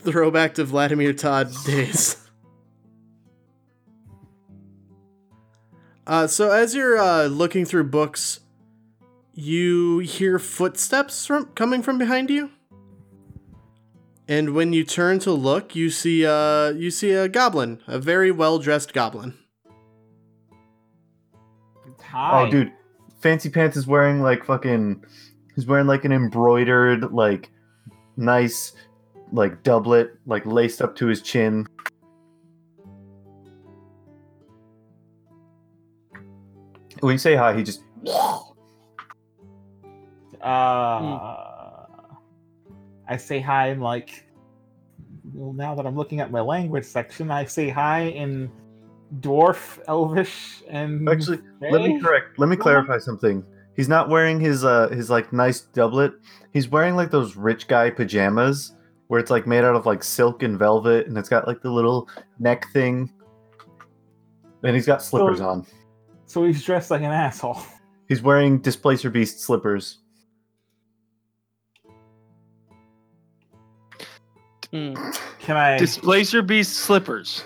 Speaker 1: Throwback to Vladimir Todd days. Uh, so as you're uh, looking through books, you hear footsteps from coming from behind you, and when you turn to look, you see uh, you see a goblin, a very well dressed goblin.
Speaker 5: Oh, dude, Fancy Pants is wearing like fucking. He's wearing like an embroidered, like nice, like doublet, like laced up to his chin. When you say hi, he just
Speaker 3: Uh, I say hi in like. Well, now that I'm looking at my language section, I say hi in dwarf, elvish, and
Speaker 5: actually. Let me
Speaker 3: Fey.
Speaker 5: correct. Let me
Speaker 3: Go
Speaker 5: clarify something. He's not wearing his uh his like nice doublet. He's wearing like those rich guy pajamas where it's like made out of like silk and velvet and it's got like the little neck thing. And he's got slippers
Speaker 3: So-
Speaker 5: on.
Speaker 3: So he's dressed like an asshole.
Speaker 5: He's wearing Displacer Beast slippers.
Speaker 2: Hmm.
Speaker 3: Can I?
Speaker 4: Displacer Beast slippers.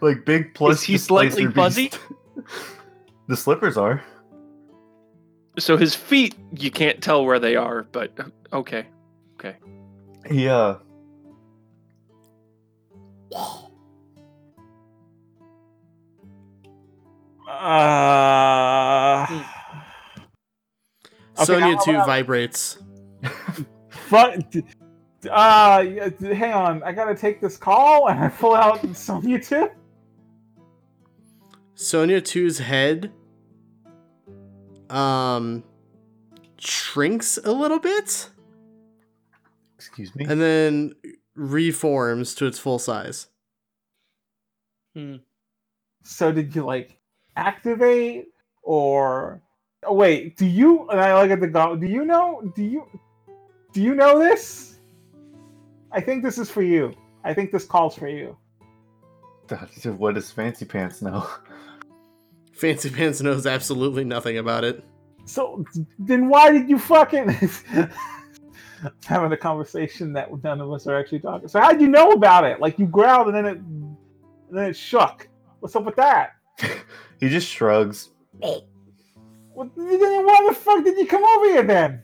Speaker 5: like big plus.
Speaker 4: Is he slightly fuzzy?
Speaker 5: Displacer Beast. the slippers are.
Speaker 4: So his feet, you can't tell where they are, but uh, okay.
Speaker 5: He uh
Speaker 3: Uh,
Speaker 5: Hmm.
Speaker 3: Okay,
Speaker 1: Sonia
Speaker 3: how
Speaker 1: too
Speaker 3: about-
Speaker 1: vibrates.
Speaker 3: fuck. d- d- Uh, yeah, d- hang on. I gotta take this call, and I pull out some YouTube.
Speaker 1: Sonia 2's head um shrinks a little bit
Speaker 5: excuse me.
Speaker 1: and then reforms to its full size.
Speaker 3: So did you like activate or oh, wait? Do you and I look at the goblin? Do you know? Do you do you know this? I think this is for you. I think this calls for you.
Speaker 5: What does Fancy Pants know?
Speaker 1: Fancy Pants knows absolutely nothing about it.
Speaker 3: So then why did you fucking having a conversation that none of us are actually talking? So how'd you know about it? Like you growled and then it and then it shook. What's up with that?
Speaker 5: He just shrugs.
Speaker 3: What, then why the fuck did you come over here then?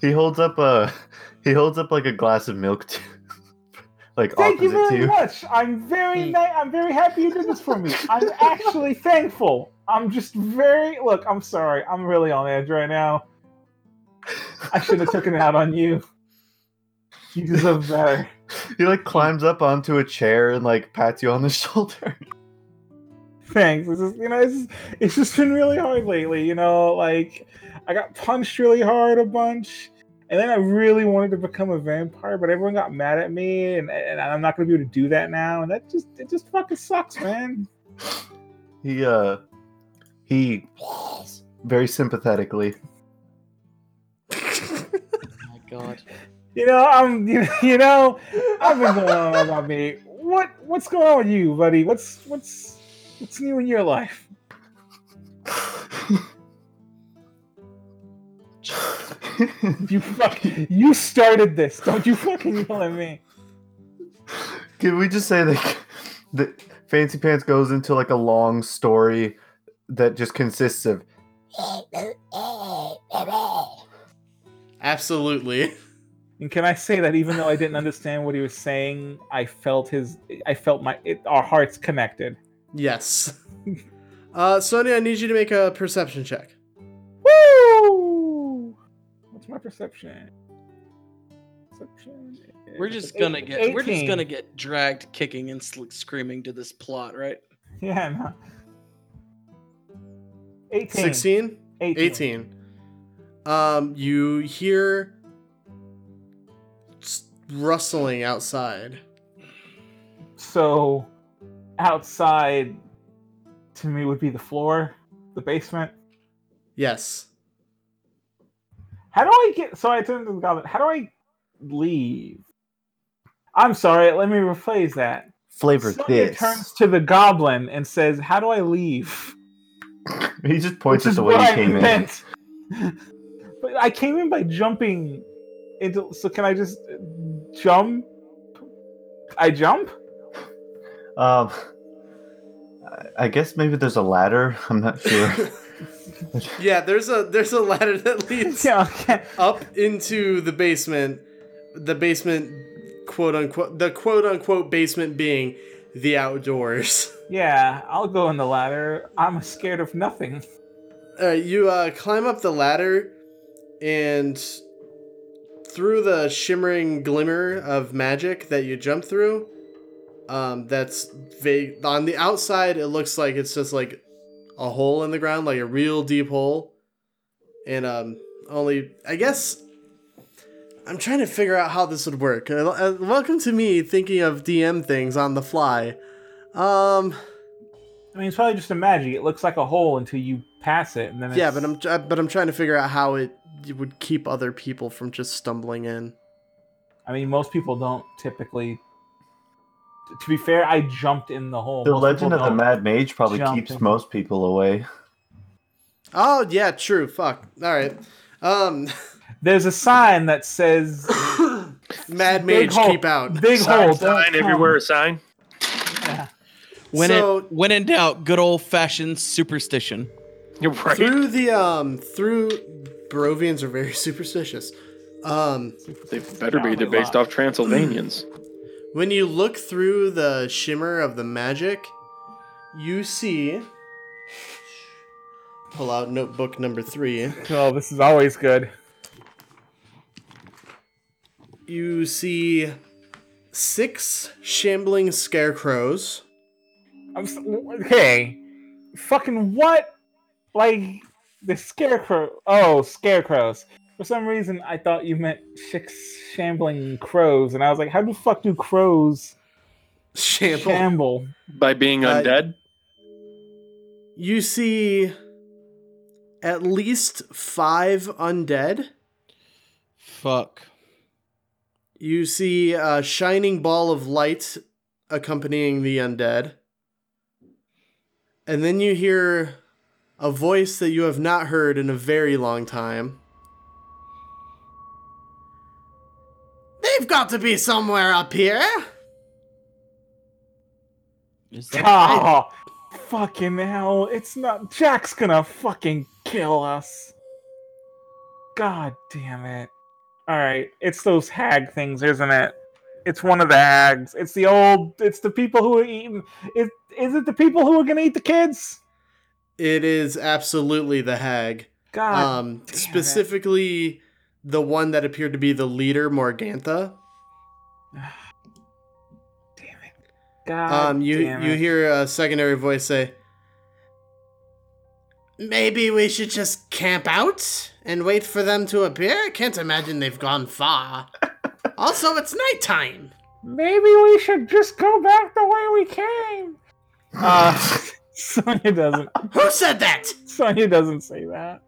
Speaker 5: he holds up a he holds up like a glass of milk to like
Speaker 3: Thank you
Speaker 5: opposite
Speaker 3: very
Speaker 5: to you.
Speaker 3: much. I'm very
Speaker 2: Hmm.
Speaker 3: ni- I'm very happy you did this for me. I'm actually thankful. I'm just very look. I'm sorry. I'm really on edge right now. I should have taken it out on you. You deserve better.
Speaker 5: He like climbs up onto a chair and like pats you on the shoulder.
Speaker 3: Thanks. It's just, you know, it's just, it's just been really hard lately. You know, like I got punched really hard a bunch, and then I really wanted to become a vampire, but everyone got mad at me, and, and I'm not gonna be able to do that now. And that just it just fucking sucks, man.
Speaker 5: He uh he very sympathetically.
Speaker 2: god.
Speaker 3: You know, I'm. You, you know, I've been going on about me. What What's going on with you, buddy? What's What's What's new in your life? You fuck. You started this. Don't you fucking yell at me.
Speaker 5: Can we just say that, that Fancy Pants goes into like a long story that just consists of
Speaker 1: Absolutely.
Speaker 3: And can I say that even though I didn't understand what he was saying, I felt his. I felt my. It, our hearts connected.
Speaker 1: Yes. Uh, Sonia, I need you to make a perception check.
Speaker 3: Woo! What's my perception? Perception.
Speaker 2: We're just gonna get we're just gonna get dragged kicking and sl- screaming to this plot, right?
Speaker 3: Yeah. No. 18.
Speaker 1: 16?
Speaker 3: 18.
Speaker 1: 18. Um, you hear s- rustling outside.
Speaker 3: So, outside to me would be the floor, the basement.
Speaker 1: Yes.
Speaker 3: How do I get? So I turned to the goblin. How do I leave? I'm sorry. Let me rephrase that.
Speaker 5: flavor
Speaker 3: Sonya
Speaker 5: this.
Speaker 3: turns to the goblin and says, "How do I leave?"
Speaker 5: He just points
Speaker 3: Which
Speaker 5: at
Speaker 3: is
Speaker 5: the way
Speaker 3: what
Speaker 5: he
Speaker 3: I
Speaker 5: came in.
Speaker 3: meant. but I came in by jumping into. So can I just jump? I jump.
Speaker 5: Um, I- I guess maybe there's a ladder. I'm not sure.
Speaker 1: yeah, there's a there's a ladder that leads
Speaker 3: Yeah. Okay.
Speaker 1: up into the basement. The basement quote unquote the quote unquote basement being the outdoors.
Speaker 3: Yeah. I'll go in the ladder. I'm scared of nothing.
Speaker 1: Uh, you uh, climb up the ladder, and through the shimmering glimmer of magic that you jump through, um, that's vague. On the outside, it looks like it's just like a hole in the ground, like a real deep hole. And um, only, I guess, I'm trying to figure out how this would work. Uh, uh, welcome to me thinking of DM things on the fly. Um,
Speaker 3: I mean, it's probably just a magic. It looks like a hole until you pass it, and then
Speaker 1: Yeah,
Speaker 3: it's-
Speaker 1: but I'm tr- uh, but I'm trying to figure out how it you would keep other people from just stumbling in.
Speaker 3: I mean, most people don't typically. To be fair, I jumped in the hole.
Speaker 5: The
Speaker 3: Most people
Speaker 5: legend of the
Speaker 3: don't.
Speaker 5: Mad Mage probably
Speaker 3: jump
Speaker 5: keeps
Speaker 3: in.
Speaker 5: most people away.
Speaker 1: Oh yeah, true. Fuck. All right. Um,
Speaker 3: There's a sign that says
Speaker 1: Mad
Speaker 3: Big
Speaker 1: Mage,
Speaker 3: hole.
Speaker 1: keep out.
Speaker 3: Big hole.
Speaker 4: Sign,
Speaker 3: don't
Speaker 4: sign
Speaker 3: come.
Speaker 4: everywhere, sign.
Speaker 3: Yeah.
Speaker 6: When
Speaker 1: So-
Speaker 6: it when in doubt, good old fashioned superstition.
Speaker 4: You're right.
Speaker 1: Through the um through Barovians are very superstitious. Um,
Speaker 4: They better be. They're based off Transylvanians.
Speaker 1: when you look through the shimmer of the magic, you see. Pull out notebook number three.
Speaker 3: Oh, this is always good.
Speaker 1: You see six shambling scarecrows.
Speaker 3: I'm s okay. Fucking what? Like the scarecrow? Oh, scarecrows. For some reason, I thought you meant six shambling crows, and I was like, how the fuck do crows
Speaker 1: Shamble.
Speaker 3: shamble?
Speaker 4: By being
Speaker 1: Uh,
Speaker 4: undead,
Speaker 1: You see at least five undead.
Speaker 6: Fuck.
Speaker 1: You see a shining ball of light accompanying the undead. And then you hear a voice that you have not heard in a very long time. They've got to be somewhere up here.
Speaker 6: Is that-
Speaker 3: Ah, fucking hell! It's not. Jack's gonna fucking kill us. God damn it! All right, it's those hag things, isn't it? It's one of the hags. It's the old. It's the people who are eating. Is is it the people who are gonna eat the kids?
Speaker 1: It is absolutely the hag.
Speaker 3: God.
Speaker 1: Um,
Speaker 3: damn it.
Speaker 1: specifically, the one that appeared to be the leader, Morgantha.
Speaker 3: damn it. God.
Speaker 1: Um, you
Speaker 3: damn
Speaker 1: you
Speaker 3: it.
Speaker 1: hear a secondary voice say, "Maybe we should just camp out and wait for them to appear. I can't imagine they've gone far. also, it's nighttime.
Speaker 3: Maybe we should just go back the way we came. Uh, Sonya doesn't.
Speaker 1: Who said that?
Speaker 3: Sonya doesn't say that.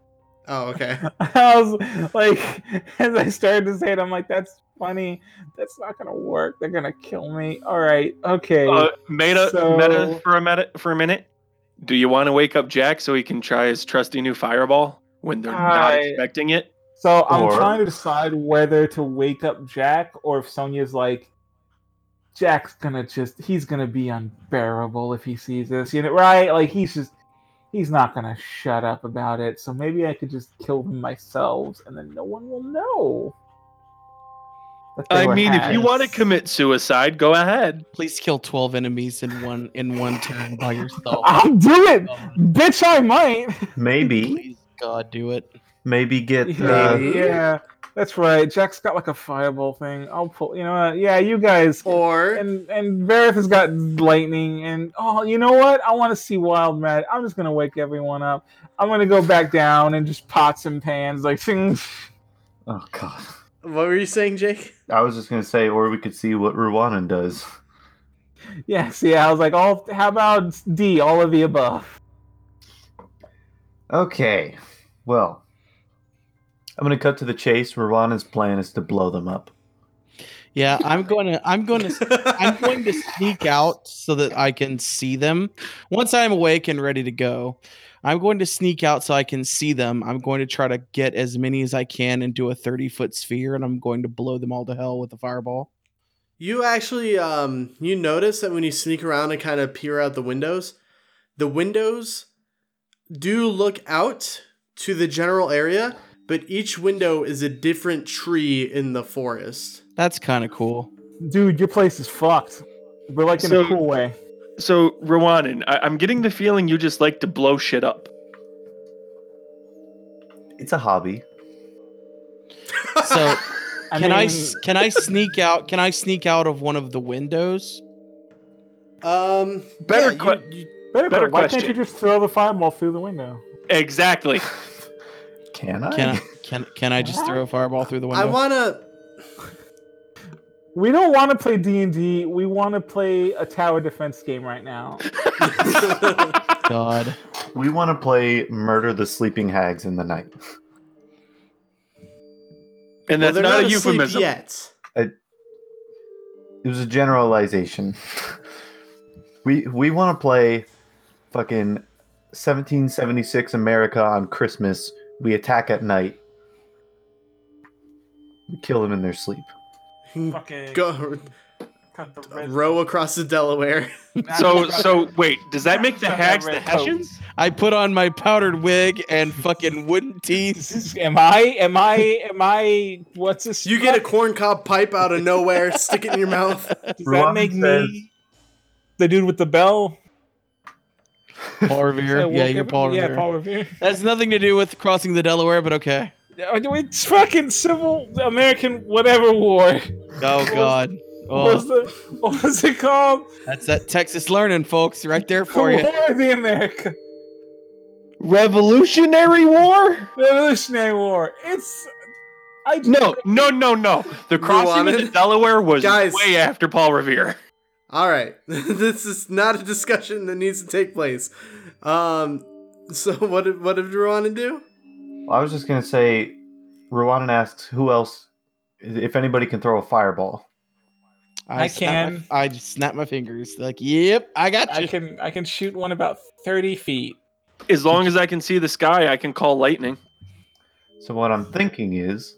Speaker 1: Oh, okay.
Speaker 3: I was like, as I started to say it, I'm like, that's funny. That's not gonna work. They're gonna kill me. All right, okay.
Speaker 4: Uh, meta,
Speaker 3: So-
Speaker 4: meta for a minute. For a minute, do you want to wake up Jack so he can try his trusty new fireball when they're not
Speaker 3: I-
Speaker 4: expecting it?
Speaker 3: so I'm
Speaker 5: or-
Speaker 3: trying to decide whether to wake up Jack or if Sonya's like, Jack's gonna just, he's gonna be unbearable if he sees this, you know, right? Like he's just, he's not gonna shut up about it. So maybe I could just kill them myself, and then no one will know. that they
Speaker 4: I
Speaker 3: were
Speaker 4: mean, if you
Speaker 3: hacked.
Speaker 4: want to commit suicide, go ahead.
Speaker 6: Please kill 12 enemies in one in one turn by yourself.
Speaker 3: I'll do it,
Speaker 2: Oh,
Speaker 3: bitch. I might.
Speaker 5: Ah. Maybe,
Speaker 6: Please, God, do it.
Speaker 5: maybe get
Speaker 3: Yeah,
Speaker 5: uh,
Speaker 3: yeah, that's right. Jack's got like a fireball thing. I'll pull. You know what? Yeah, you guys.
Speaker 1: Or
Speaker 3: And and Vareth has got lightning. And oh, you know what? I want to see Wild Mad. I'm just gonna wake everyone up. I'm gonna go back down and just pots and pans like things.
Speaker 5: Oh god.
Speaker 1: what were you saying, Jake?
Speaker 5: I was just gonna say, or we could see what Rwandan does.
Speaker 3: Yes, yeah. I was like, oh, how about D? All of the above.
Speaker 5: Okay. Well, I'm gonna cut to the chase. Rwandan's plan is to blow them up.
Speaker 6: Yeah, I'm going to I'm going to I'm going to sneak out so that I can see them. Once I'm awake and ready to go, I'm going to sneak out so I can see them. I'm going to try to get as many as I can and do a 30 foot sphere, and I'm going to blow them all to hell with a fireball.
Speaker 1: You actually, um, you notice that when you sneak around and kind of peer out the windows, the windows do look out to the general area, but each window is a different tree in the forest.
Speaker 6: That's kind of cool.
Speaker 3: Dude, your place is fucked. But like in a
Speaker 4: So-
Speaker 3: cool way.
Speaker 4: So, Rwandan, I- I'm getting the feeling you just like to blow shit up.
Speaker 5: It's a hobby.
Speaker 6: So
Speaker 3: I
Speaker 6: can I
Speaker 3: mean,
Speaker 6: s I can I sneak out? Can I sneak out of one of the windows?
Speaker 1: Um,
Speaker 4: Better
Speaker 1: yeah,
Speaker 4: que-
Speaker 1: you- you-
Speaker 3: better,
Speaker 4: better
Speaker 3: why
Speaker 4: question.
Speaker 3: can't you just throw the fireball through the window?
Speaker 4: Exactly.
Speaker 5: Can I?
Speaker 6: Can I can can I just throw a fireball through the window?
Speaker 1: I wanna.
Speaker 3: We don't want to play D and D. We want to play a tower defense game right now.
Speaker 6: God.
Speaker 5: We want to play murder the sleeping hags in the night.
Speaker 4: And
Speaker 1: Well,
Speaker 4: that's
Speaker 1: they're
Speaker 4: not, a
Speaker 1: asleep
Speaker 4: euphemism.
Speaker 1: yet.
Speaker 5: It was a generalization. we we want to play fucking 1776 America on Christmas. We attack at night. We kill them in their sleep.
Speaker 3: Fucking
Speaker 1: Go
Speaker 3: cut the
Speaker 1: row across the Delaware.
Speaker 4: So, so wait, does that make the hags the
Speaker 3: Red coat.
Speaker 4: Hessians?
Speaker 6: I put on my powdered wig and fucking wooden teeth.
Speaker 3: am I? Am I? Am I? What's this?
Speaker 1: You get a corncob pipe out of nowhere, stick it in your mouth.
Speaker 3: Does that
Speaker 5: Ron
Speaker 3: make
Speaker 5: says-
Speaker 3: me the dude with the bell?
Speaker 6: Paul
Speaker 3: that
Speaker 6: Revere.
Speaker 3: woke
Speaker 6: Yeah, you're
Speaker 3: every-
Speaker 6: Paul
Speaker 3: Yeah,
Speaker 6: Revere.
Speaker 3: Paul Revere. Oh,
Speaker 6: That's nothing to do with crossing the Delaware, but okay.
Speaker 3: It's fucking civil American whatever war.
Speaker 6: Oh God.
Speaker 3: What was
Speaker 6: Oh,
Speaker 3: the? What was it called?
Speaker 6: that's that Texas learning, folks, right there
Speaker 3: The
Speaker 6: for
Speaker 3: War
Speaker 6: you.
Speaker 3: of the America.
Speaker 4: Revolutionary War?
Speaker 3: Revolutionary War. It's. I
Speaker 4: No, no, no, no. The crossing of the
Speaker 1: Rwandan?
Speaker 4: Delaware was
Speaker 1: Guys.
Speaker 4: way after Paul Revere.
Speaker 1: All right, this is not a discussion that needs to take place. Um, so what did what did Rwanda do?
Speaker 5: I was just gonna say, Rwandan asks who else, if anybody can throw a fireball.
Speaker 3: I
Speaker 6: snap my-
Speaker 3: can.
Speaker 6: I just snap my fingers. Like, yep, I got
Speaker 3: I
Speaker 6: you.
Speaker 3: can I can shoot one about thirty feet.
Speaker 4: As long as I can see the sky, I can call lightning.
Speaker 5: So what I'm thinking is,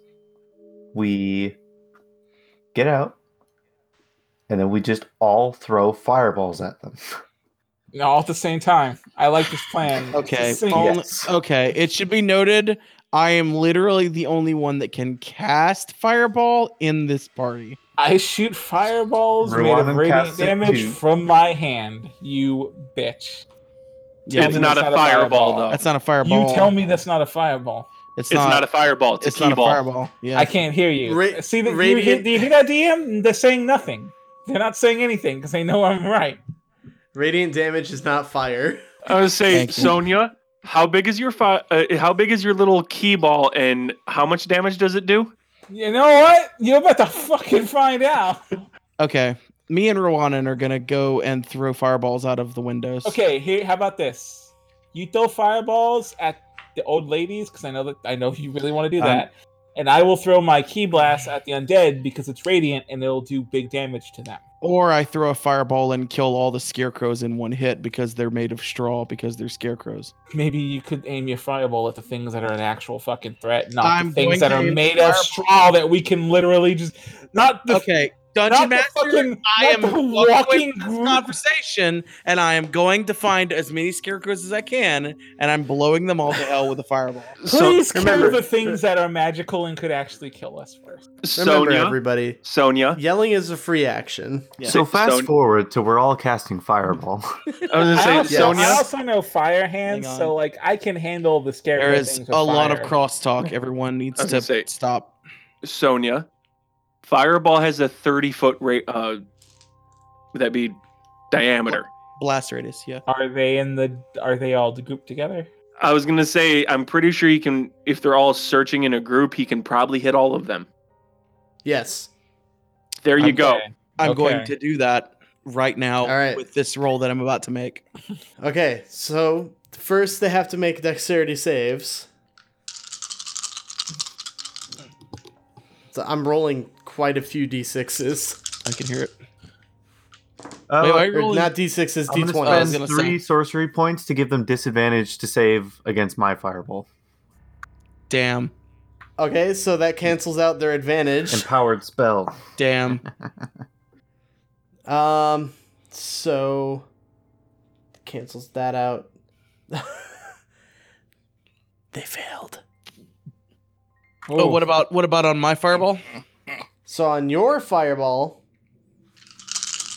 Speaker 5: we get out, and then we just all throw fireballs at them.
Speaker 3: you know, all at the same time. I like this plan. It's
Speaker 6: Okay.
Speaker 3: succinct.
Speaker 6: Only-
Speaker 5: Yes.
Speaker 6: Okay. It should be noted, I am literally the only one that can cast fireball in this party.
Speaker 3: I shoot fireballs made
Speaker 5: Rewind
Speaker 3: of
Speaker 5: and
Speaker 3: radiant
Speaker 5: cast it
Speaker 3: damage
Speaker 5: too.
Speaker 3: from my hand. You bitch.
Speaker 6: Yeah,
Speaker 4: it's
Speaker 3: that's
Speaker 4: not, a fireball, though.
Speaker 6: that's not a fireball.
Speaker 3: You tell me that's not a fireball.
Speaker 6: it's
Speaker 4: it's not,
Speaker 6: not.
Speaker 4: a fireball. It's,
Speaker 6: it's
Speaker 4: a key
Speaker 6: not a
Speaker 4: ball.
Speaker 6: fireball. Yeah.
Speaker 3: I can't hear you.
Speaker 1: Ra-
Speaker 3: See that? You, hear-
Speaker 1: radiant-
Speaker 3: do you hear that DM? They're saying nothing. They're not saying anything because they know I'm right.
Speaker 1: Radiant damage is not fire.
Speaker 4: I would say,
Speaker 6: Thank you.
Speaker 4: Sonia, how big is your fi- uh, how big is your little key ball, and how much damage does it do?
Speaker 3: You know what? You're about to fucking find out.
Speaker 6: Okay. Me and Rwandan are gonna go and throw fireballs out of the windows.
Speaker 3: Okay, here. How about this? You throw fireballs at the old ladies because I know that I know you really want to do
Speaker 6: Um,
Speaker 3: that. and I will throw my key blast at the undead because it's radiant and it'll do big damage to them.
Speaker 6: Or I throw a fireball and kill all the scarecrows in one hit because they're made of straw because they're scarecrows.
Speaker 3: Maybe you could aim your fireball at the things that are an actual fucking threat, not
Speaker 6: I'm
Speaker 3: the things
Speaker 6: going
Speaker 3: that
Speaker 6: to
Speaker 3: are
Speaker 6: aim
Speaker 3: made of
Speaker 6: fireball.
Speaker 3: straw that we can literally just not the
Speaker 7: Okay,
Speaker 3: not
Speaker 7: Dungeon
Speaker 3: the
Speaker 7: Master.
Speaker 3: fucking
Speaker 7: I
Speaker 3: not
Speaker 7: am
Speaker 3: the
Speaker 7: walking
Speaker 3: walking
Speaker 7: this
Speaker 3: group.
Speaker 7: conversation, and I am going to find as many scarecrows as I can, and I'm blowing them all to hell with a fireball.
Speaker 3: Please
Speaker 5: so,
Speaker 3: kill
Speaker 5: remember,
Speaker 3: the things that are magical and could actually kill us first.
Speaker 1: Remember,
Speaker 4: Sonia.
Speaker 1: everybody,
Speaker 4: Sonia.
Speaker 1: yelling is a free action.
Speaker 4: Yeah.
Speaker 5: so fast
Speaker 4: Son-
Speaker 5: forward to we're all casting fireball.
Speaker 4: I was
Speaker 3: I
Speaker 4: gonna
Speaker 3: also,
Speaker 4: say,
Speaker 1: Yes.
Speaker 4: Sonia.
Speaker 3: I also know fire hands,
Speaker 6: Hang on.
Speaker 3: so like I can handle the scarecrow.
Speaker 6: There is
Speaker 3: things with
Speaker 6: a lot of
Speaker 3: fire.
Speaker 6: crosstalk. Everyone needs
Speaker 4: I was
Speaker 6: to
Speaker 4: gonna say-
Speaker 6: stop.
Speaker 4: Sonia. Fireball has a 30 foot ra- uh would that be diameter.
Speaker 6: Blast radius, yeah.
Speaker 3: Are they in the? Are they all grouped together?
Speaker 4: I was gonna say I'm pretty sure he can if they're all searching in a group, he can probably hit all of them.
Speaker 1: Yes.
Speaker 4: There you
Speaker 3: Okay.
Speaker 4: go.
Speaker 6: I'm
Speaker 3: Okay.
Speaker 6: going to do that right now
Speaker 1: All right.
Speaker 6: with this roll that I'm about to make.
Speaker 1: Okay, so first they have to make dexterity saves. So I'm rolling quite a few d6s.
Speaker 6: I can hear it.
Speaker 5: Uh,
Speaker 6: Wait, why are you
Speaker 1: Or
Speaker 6: rolling?
Speaker 1: not d6s,
Speaker 5: I'm
Speaker 1: d20s.
Speaker 5: gonna
Speaker 6: I
Speaker 5: spend
Speaker 6: was gonna
Speaker 5: three sorcery points to give them disadvantage to save against my fireball.
Speaker 6: Damn.
Speaker 1: Okay, so that cancels out their advantage.
Speaker 5: Empowered spell.
Speaker 6: Damn.
Speaker 1: Um, so cancels that out. they failed.
Speaker 6: Oh, what about what about on my fireball?
Speaker 1: So on your fireball,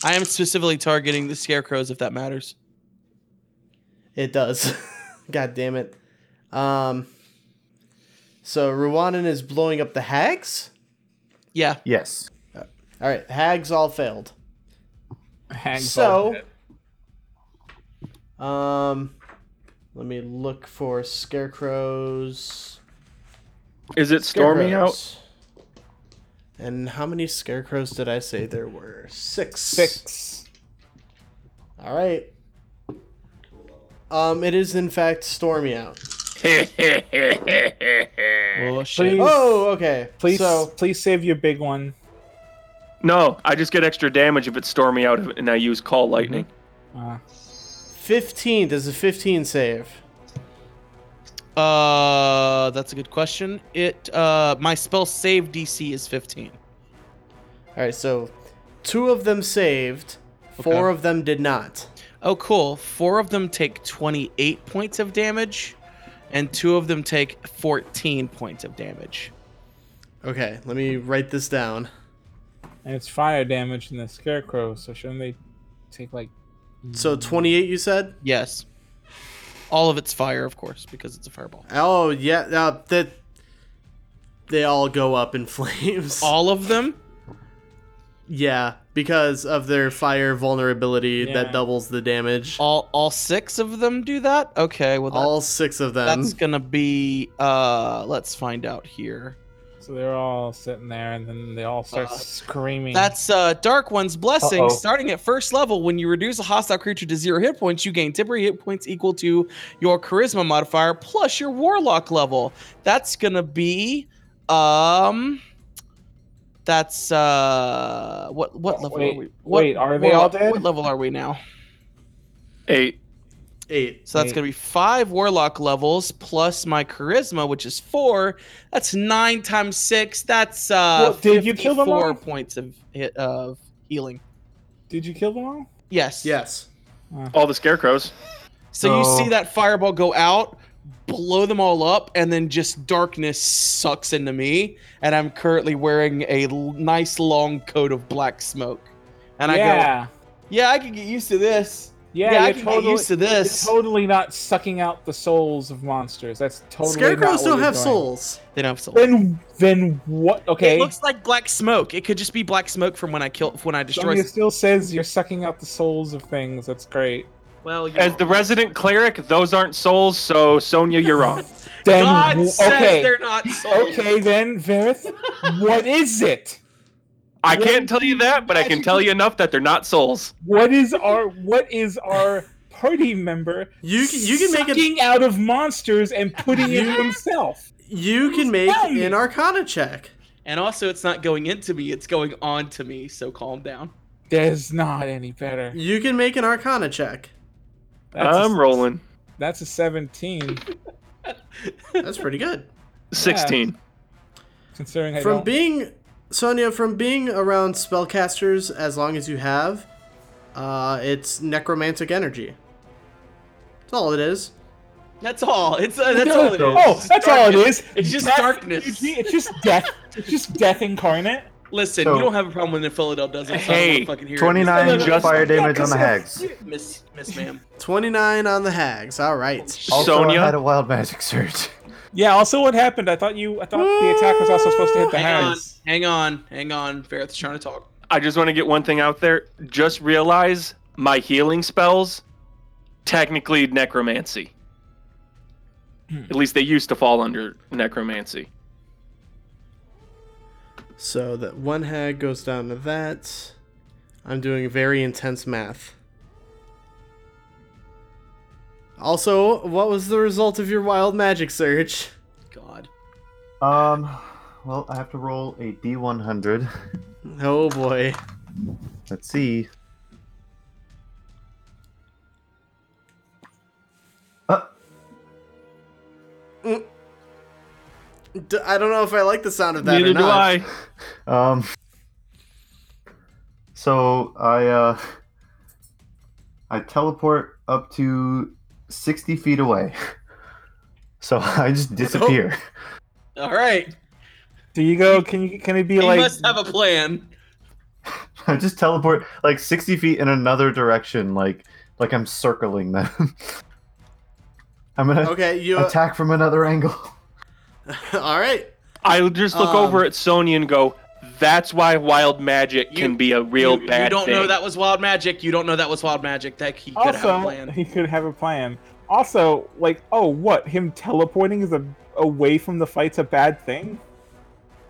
Speaker 6: I am specifically targeting the scarecrows if that matters.
Speaker 1: it does. God damn it. Um, so Ruwanan is blowing up the hags.
Speaker 6: Yeah.
Speaker 5: Yes.
Speaker 1: All right, hags all failed.
Speaker 3: Hang's all
Speaker 1: so,
Speaker 3: dead.
Speaker 1: um, let me look for scarecrows.
Speaker 4: Is it storming out?
Speaker 1: Scarecrows. And how many scarecrows did I say there were? Six.
Speaker 3: six.
Speaker 1: All right. Um, it is in fact stormy out.
Speaker 6: Oh
Speaker 3: Please,
Speaker 1: Oh, okay.
Speaker 3: please,
Speaker 1: So
Speaker 3: please save your big one.
Speaker 4: no, I just get extra damage if it's storming out and I use call lightning.
Speaker 3: Uh,
Speaker 1: fifteen does a fifteen save.
Speaker 6: Uh, that's a good question. It uh, my spell save DC is 15.
Speaker 1: All right. So, two of them saved. Four of them did not.
Speaker 6: Oh, cool. Four of them take 28 points of damage, and two of them take 14 points of damage.
Speaker 1: Okay. Let me write this down.
Speaker 3: and it's fire damage in the scarecrow, so shouldn't they take like?
Speaker 1: So twenty-eight, you said.
Speaker 6: Yes. All of it's fire, of course, because it's a fireball.
Speaker 1: Oh yeah, uh, that they all go up in flames.
Speaker 6: All of them?
Speaker 1: yeah, because of their fire vulnerability,
Speaker 3: Yeah.
Speaker 1: that doubles the damage. All,
Speaker 6: All all six of them do that? Okay, well that,
Speaker 1: six of them.
Speaker 6: that's gonna be uh let's find out here.
Speaker 3: So they're all sitting there, and then they all start
Speaker 6: Uh,
Speaker 3: screaming.
Speaker 6: That's uh, Dark One's blessing.
Speaker 5: Uh-oh.
Speaker 6: Starting at first level, when you reduce a hostile creature to zero hit points, you gain temporary hit points equal to your Charisma modifier plus your Warlock level. That's gonna be, um, that's uh, what what level
Speaker 3: Wait,
Speaker 6: are we? What,
Speaker 3: wait, are they all
Speaker 6: warlock-
Speaker 3: dead?
Speaker 6: What level are we now?
Speaker 4: Eight.
Speaker 1: Eight.
Speaker 6: So that's
Speaker 3: Wait.
Speaker 6: gonna be five Warlock levels plus my Charisma, which is four. That's nine times six. That's uh,
Speaker 3: Well, did you kill them all?
Speaker 6: 54 points of hit of healing.
Speaker 3: Did you kill them all?
Speaker 6: Yes.
Speaker 1: Yes.
Speaker 4: All the scarecrows.
Speaker 6: So you see
Speaker 5: So-
Speaker 6: that fireball go out, blow them all up, and then just darkness sucks into me. And I'm currently wearing a l- nice long coat of black smoke. And I go,
Speaker 3: yeah,
Speaker 6: yeah, I can get used to this.
Speaker 3: yeah,
Speaker 6: Yeah,
Speaker 3: you're
Speaker 6: I can
Speaker 3: totally,
Speaker 6: get used to
Speaker 3: you're
Speaker 6: this.
Speaker 3: totally not sucking out the souls of monsters. That's totally.
Speaker 1: Scarecrows
Speaker 3: not what
Speaker 1: don't
Speaker 3: you're
Speaker 1: have
Speaker 3: doing.
Speaker 1: souls.
Speaker 6: They don't have soul.
Speaker 3: Then, then what? Okay,
Speaker 6: It looks like black smoke. It could just be black smoke from when I kill, when I destroy.
Speaker 3: Sonya still says you're sucking out the souls of things. That's great.
Speaker 6: well, you
Speaker 4: As the resident cleric, those aren't souls, so Sonia, you're wrong.
Speaker 3: Then,
Speaker 6: God
Speaker 3: wh-
Speaker 6: says
Speaker 3: okay,
Speaker 6: they're not souls.
Speaker 3: okay, then Verith, what is it?
Speaker 4: I can't tell you that, but I can tell you enough that they're not souls.
Speaker 3: What is our what is our party member
Speaker 1: You can- you can make it-
Speaker 3: sucking out of monsters and putting in
Speaker 1: You-
Speaker 3: himself.
Speaker 1: You can make
Speaker 3: Hey!
Speaker 1: an Arcana check.
Speaker 6: And also, it's not going into me; it's going on to me. So calm down.
Speaker 3: There's not any better.
Speaker 1: You can make an Arcana check.
Speaker 3: That's
Speaker 4: I'm
Speaker 3: a,
Speaker 4: rolling.
Speaker 3: That's a 17.
Speaker 1: That's pretty good.
Speaker 4: 16.
Speaker 3: Considering I
Speaker 1: from
Speaker 3: don't.
Speaker 1: being Sonia, from being around spellcasters as long as you have, uh, it's necromantic energy. That's all it is.
Speaker 6: That's all. It's uh, that's all it is.
Speaker 3: Oh,
Speaker 6: It's
Speaker 3: that's all it
Speaker 6: darkness.
Speaker 3: is.
Speaker 6: It's just
Speaker 3: Death-
Speaker 6: darkness.
Speaker 3: It's just death. It's just death incarnate.
Speaker 6: Listen,
Speaker 5: So-
Speaker 6: you don't have a problem when Philodel does it. So I don't
Speaker 4: Hey,
Speaker 6: wanna fucking hear it.
Speaker 3: No,
Speaker 5: 29
Speaker 3: no, no.
Speaker 5: fire damage
Speaker 3: Yeah,
Speaker 5: on the
Speaker 3: 'cause
Speaker 5: hags.
Speaker 6: Miss Miss Ma'am.
Speaker 1: Twenty nine on the hags. All right.
Speaker 5: Also,
Speaker 4: Sonia?
Speaker 5: I had a wild magic surge.
Speaker 3: Yeah. Also, what happened? I thought you. I thought the attack was also supposed to hit the
Speaker 6: Hang on,
Speaker 3: hands.
Speaker 6: hang on, hang on. Ferret's trying to talk.
Speaker 4: I just want to get one thing out there. Just realize my healing spells, technically necromancy. At least they used to fall under necromancy.
Speaker 1: So that one hag goes down to that. I'm doing very intense math. Also, what was the result of your wild magic search?
Speaker 6: God.
Speaker 5: Um, well, I have to roll a d100.
Speaker 1: Oh boy.
Speaker 5: Let's see. Uh,
Speaker 1: D- I don't know if I like the sound of that
Speaker 4: Neither
Speaker 1: or
Speaker 4: do
Speaker 1: not.
Speaker 4: I.
Speaker 5: Um. So I uh, I teleport up to sixty feet away. So I just disappear.
Speaker 6: All right.
Speaker 3: Do you go? Can you? Can it be
Speaker 6: You
Speaker 3: like?
Speaker 6: must have a plan.
Speaker 5: I just teleport like sixty feet in another direction, like like I'm circling them. I'm gonna
Speaker 1: Okay, you.
Speaker 5: attack from another angle.
Speaker 1: All right.
Speaker 4: I just look
Speaker 1: Um,
Speaker 4: over at Sonya and go, "That's why wild magic
Speaker 6: You-
Speaker 4: can be a real
Speaker 6: you, you
Speaker 4: bad
Speaker 6: don't know
Speaker 4: thing."
Speaker 6: that was wild magic. You don't know that was wild magic. That he could have a
Speaker 3: also,
Speaker 6: plan.
Speaker 3: he could have a plan. Also, like, oh, what? Him teleporting is a away from the fight's a bad thing.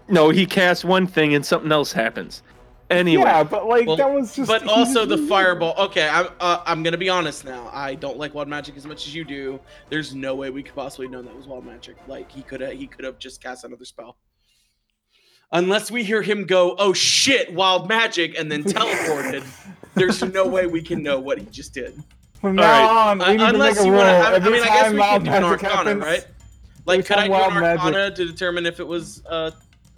Speaker 4: No, he casts one thing and something else happens. Anyway,
Speaker 3: Yeah, but like
Speaker 6: Well,
Speaker 3: that was just.
Speaker 6: But
Speaker 3: he
Speaker 6: also
Speaker 3: just-
Speaker 6: the fireball. Okay, I'm uh, I'm gonna be honest now. I don't like wild magic as much as you do. There's no way we could possibly know that was wild magic. Like he could have he could have just cast another spell. Unless we hear him go, "Oh shit, wild magic," and then teleported. There's no way we can know what he just did.
Speaker 3: From
Speaker 4: All
Speaker 3: now on,
Speaker 6: Uh,
Speaker 3: we need to
Speaker 6: unless
Speaker 3: make a
Speaker 6: you
Speaker 3: rule.
Speaker 6: want to, I, I
Speaker 3: Every
Speaker 6: mean, I guess
Speaker 3: time
Speaker 6: we can
Speaker 3: wild
Speaker 6: do an
Speaker 3: magic
Speaker 6: arcana,
Speaker 3: happens-
Speaker 6: right? Like, could
Speaker 3: time
Speaker 6: I do an
Speaker 3: wild magic-
Speaker 6: arcana to determine if it was uh,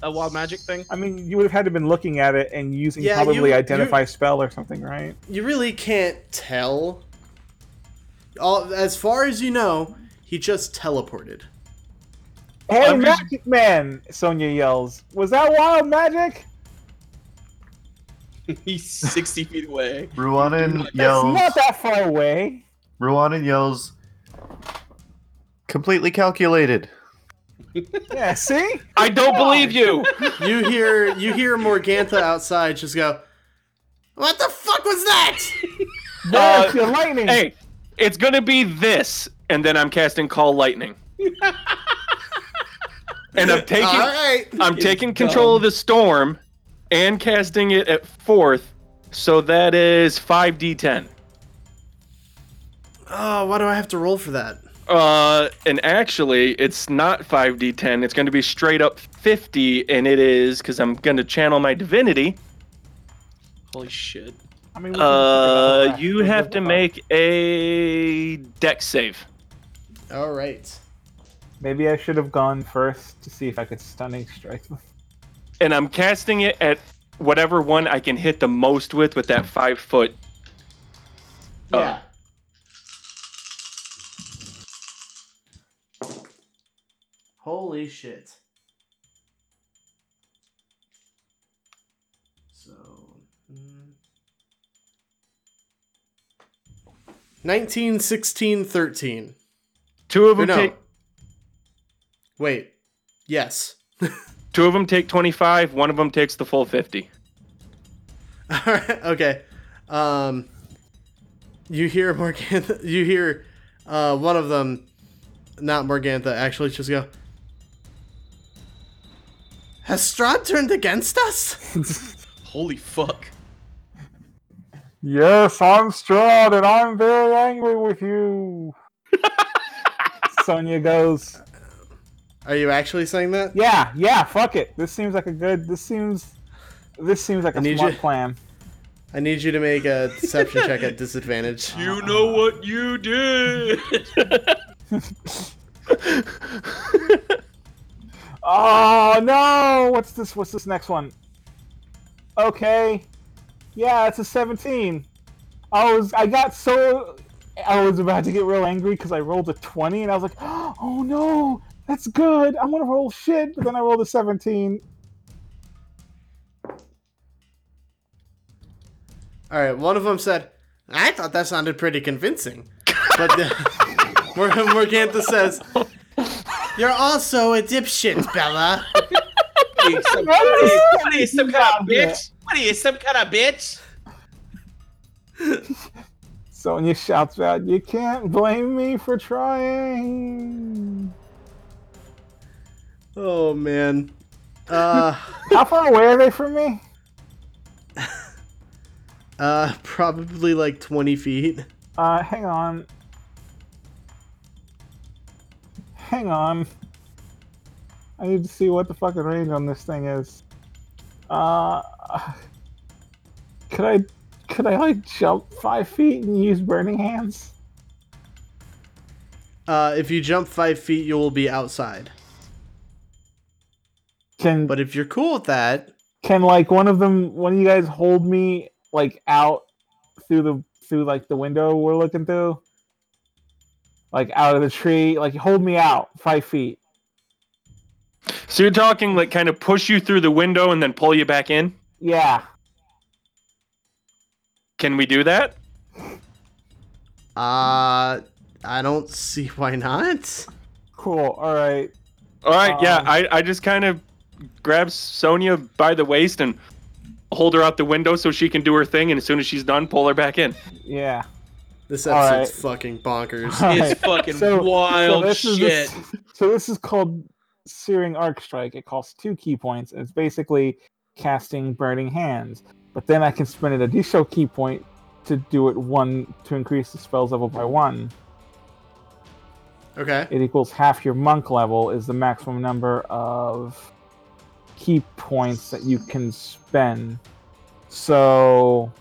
Speaker 6: a wild magic thing?
Speaker 3: I mean, you would have had to been looking at it and using
Speaker 1: Yeah,
Speaker 3: probably
Speaker 1: you-
Speaker 3: identify spell or something, right?
Speaker 1: You really can't tell. All as far as you know, he just teleported.
Speaker 3: Hey,
Speaker 4: I'm just-
Speaker 3: Magic Man! Sonya yells. Was that wild magic?
Speaker 6: He's 60 feet away.
Speaker 5: Ruanan
Speaker 6: That's
Speaker 3: That's
Speaker 5: yells.
Speaker 3: not that far away.
Speaker 5: Ruanan yells. Completely calculated.
Speaker 3: Yeah, see?
Speaker 4: I don't believe you.
Speaker 1: You hear you hear Morgantha outside just go, "What the fuck was that?"
Speaker 3: There's your lightning.
Speaker 4: Uh, hey, it's gonna be this, and then I'm casting call lightning, and I'm taking
Speaker 1: All right.
Speaker 4: I'm taking control of the storm, and casting it at fourth, so that is five d10.
Speaker 1: Oh, why do I have to roll for that?
Speaker 4: Uh, and actually, it's not 5d10. It's going to be straight up 50, and it is because I'm going to channel my divinity.
Speaker 6: Holy shit.
Speaker 3: I mean, we can figure
Speaker 4: Uh,
Speaker 3: that out.
Speaker 4: you
Speaker 3: We'll
Speaker 4: have
Speaker 3: figure that
Speaker 4: to
Speaker 3: out.
Speaker 4: make a deck save.
Speaker 1: All right.
Speaker 3: Maybe I should have gone first to see if I could stunning strike.
Speaker 4: And I'm casting it at whatever one I can hit the most with, with that five foot. uh,
Speaker 1: Holy shit. So. mm. 19, 16, 13.
Speaker 4: Two of
Speaker 1: Or
Speaker 4: them
Speaker 1: no.
Speaker 4: take
Speaker 1: Wait. Yes.
Speaker 4: two of them take 25. One of them takes the full 50.
Speaker 1: Alright, okay. Um, you hear Morgantha. You hear uh, one of them, not Morgantha, actually just go, Has Strahd turned against us?
Speaker 6: Holy fuck.
Speaker 3: Yes, I'm Strahd, and I'm very angry with you. Sonya goes,
Speaker 1: Are you actually saying that?
Speaker 3: Yeah, yeah, fuck it. This seems like a good. This seems. This seems like
Speaker 1: I
Speaker 3: a
Speaker 1: need
Speaker 3: smart
Speaker 1: you-
Speaker 3: plan.
Speaker 1: I need you to make a deception check at disadvantage.
Speaker 6: You know what you did.
Speaker 3: Oh no! What's this? What's this next one? Okay, yeah, it's a seventeen. I was, I got so, I was about to get real angry because I rolled a twenty, and I was like, oh no, that's good. I'm gonna roll shit, but then I rolled a seventeen.
Speaker 1: All right, one of them said, "I thought that sounded pretty convincing," but the- Mor- Morgantha says, "You're also a dipshit, Bella."
Speaker 6: What are you, some- what are you- what are you, some kind of bitch? What are you, some kind of bitch?
Speaker 3: Sonya shouts out, "You can't blame me for trying."
Speaker 1: Oh man. Uh,
Speaker 3: How far away are they from me?
Speaker 1: uh, probably like twenty feet.
Speaker 3: Uh, hang on. Hang on. I need to see what the fucking range on this thing is. Uh, could I, could I like jump five feet and use burning hands?
Speaker 1: Uh, if you jump five feet, you will be outside.
Speaker 3: Can
Speaker 1: But if you're cool with that,
Speaker 3: can like one of them, one of you guys hold me like out through the through like the window we're looking through, like out of the tree, like hold me out five feet.
Speaker 4: So you're talking like kind of push you through the window and then pull you back in?
Speaker 3: Yeah.
Speaker 4: Can we do that?
Speaker 1: uh, I don't see why not.
Speaker 3: Cool. All right.
Speaker 4: All right, yeah.
Speaker 3: Um,
Speaker 4: I, I just kind of grab Sonia by the waist and hold her out the window so she can do her thing. And as soon as she's done, pull her back in.
Speaker 3: Yeah.
Speaker 1: This
Speaker 3: All
Speaker 1: episode's
Speaker 3: right.
Speaker 1: fucking bonkers.
Speaker 6: It's
Speaker 3: Alright,
Speaker 6: fucking
Speaker 3: so- so
Speaker 6: wild
Speaker 3: this is the
Speaker 6: shit.
Speaker 3: s- so this is called Searing Arc Strike. It costs two key points, and it's basically casting Burning Hands. But then I can spend an additional key point to do it one to increase the spell's level by one.
Speaker 1: Okay.
Speaker 3: It equals half your monk level is the maximum number of key points that you can spend. So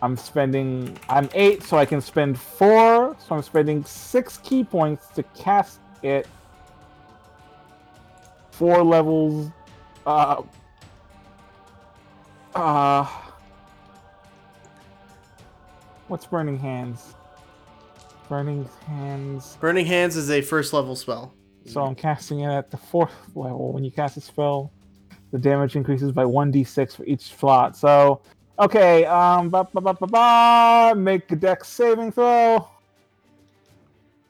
Speaker 3: I'm spending I'm 8 so I can spend 4, so I'm spending 6 key points to cast it 4 levels uh uh What's burning hands? Burning hands
Speaker 1: Burning hands is a first level spell.
Speaker 3: so I'm casting it at the fourth level. When you cast a spell, the damage increases by 1d6 for each slot. So, okay, um, ba ba ba ba ba, make a dex saving throw.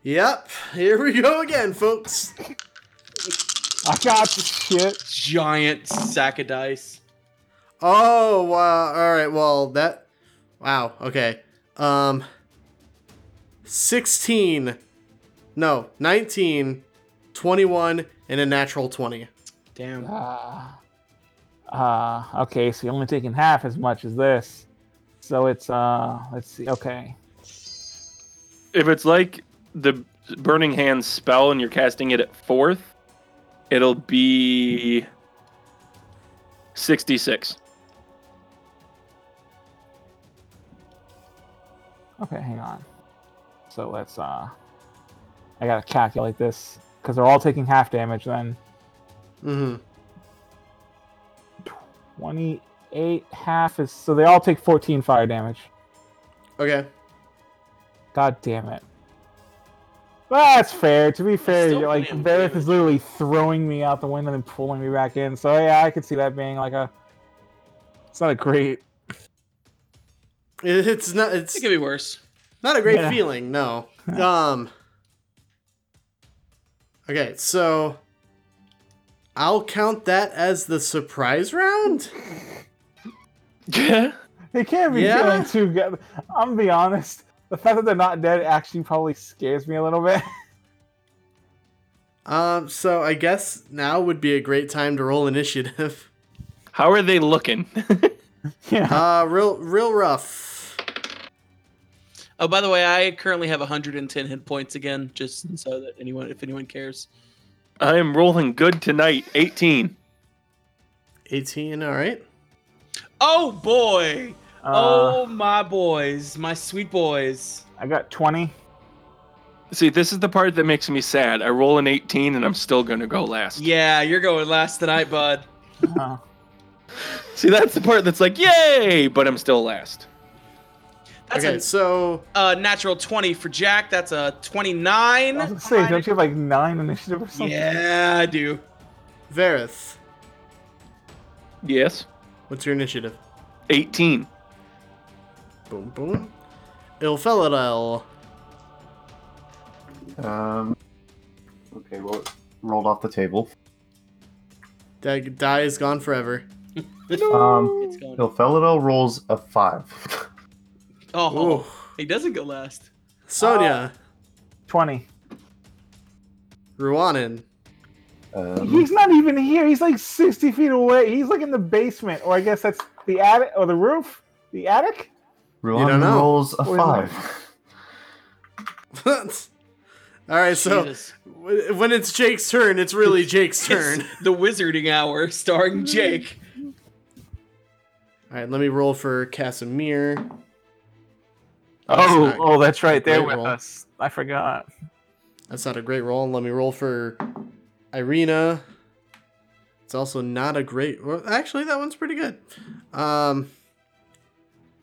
Speaker 1: Yep. Here we go again, folks.
Speaker 3: I got this shit.
Speaker 6: Giant sack of dice.
Speaker 1: Oh wow! All right. Well, that. Wow. Okay. Um. Sixteen. No, 19, 21, and a natural 20.
Speaker 6: Damn.
Speaker 3: Ah, uh, okay, so you're only taking half as much as this. So it's uh, let's see. Okay,
Speaker 4: If it's like the Burning Hands spell and you're casting it at fourth, it'll be 66.
Speaker 3: okay, hang on. So let's uh, I gotta calculate this because they're all taking half damage then.
Speaker 1: Mm-hmm.
Speaker 3: 28 half is so they all take 14 fire damage
Speaker 1: Okay.
Speaker 3: god damn it Well, that's fair to be fair
Speaker 6: still
Speaker 3: you're like
Speaker 6: pretty
Speaker 3: Barrett
Speaker 6: ambiguous.
Speaker 3: is literally throwing me out the window and pulling me back in so yeah i could see that being like a it's not a great
Speaker 1: It- It's not. It's
Speaker 6: It could be worse.
Speaker 1: not a great
Speaker 3: Yeah.
Speaker 1: feeling. No. Um. Okay, so I'll count that as the surprise round.
Speaker 4: Yeah.
Speaker 3: they can't be
Speaker 1: Yeah?
Speaker 3: killing two guys i'm gonna be honest the fact that they're not dead actually probably scares me a little bit
Speaker 1: Um. So I guess now would be a great time to roll initiative.
Speaker 4: How are they looking?
Speaker 3: Yeah.
Speaker 1: Uh, real, real rough.
Speaker 6: Oh, by the way, I currently have 110 hit points again, just so that anyone, if anyone cares.
Speaker 4: I am rolling good tonight. 18.
Speaker 1: 18, all right.
Speaker 6: Oh boy!
Speaker 3: Uh,
Speaker 6: oh my boys, my sweet boys.
Speaker 3: I got 20.
Speaker 4: See, this is the part that makes me sad. I roll an 18 and I'm still going to go last.
Speaker 6: Yeah, you're going last tonight, bud.
Speaker 3: Uh,
Speaker 4: See, that's the part that's like, yay, but I'm still last.
Speaker 6: That's
Speaker 1: okay, so
Speaker 6: a uh, natural 20 for Jack. That's a
Speaker 3: I
Speaker 6: 29.
Speaker 3: was gonna say, don't you have like nine initiative or something?
Speaker 6: Yeah, I do.
Speaker 1: Varith,
Speaker 4: Yes.
Speaker 1: what's your initiative?
Speaker 4: 18.
Speaker 1: Boom, boom. Ilfelidel.
Speaker 5: Um, okay, well, it rolled off the table.
Speaker 1: That die is gone forever.
Speaker 5: Um,
Speaker 6: It's going.
Speaker 5: Ilfelidel rolls a five.
Speaker 6: Oh, Uh.
Speaker 1: Ooh.
Speaker 6: he doesn't go last.
Speaker 1: Sonia,
Speaker 3: 20.
Speaker 1: Ruanan,
Speaker 5: Um,
Speaker 3: He's not even here. He's like 60 feet away. He's like in the basement, or I guess that's the attic or the roof? The attic?
Speaker 1: don't
Speaker 5: Ruan
Speaker 1: know.
Speaker 5: rolls a
Speaker 3: Wait,
Speaker 5: five.
Speaker 1: all right, so
Speaker 6: Jesus.
Speaker 1: w- when it's Jake's turn, it's really Jake's turn.
Speaker 6: It's the Wizarding Hour starring
Speaker 3: Mm.
Speaker 6: Jake.
Speaker 1: All right, let me roll for Casimir.
Speaker 3: Oh,
Speaker 1: That's not-
Speaker 3: oh, that's right. They're
Speaker 1: Great
Speaker 3: with
Speaker 1: roll.
Speaker 3: us. I forgot.
Speaker 1: That's not a great roll. Let me roll for Irina. It's also not a great. Well, actually, that one's pretty good. Um,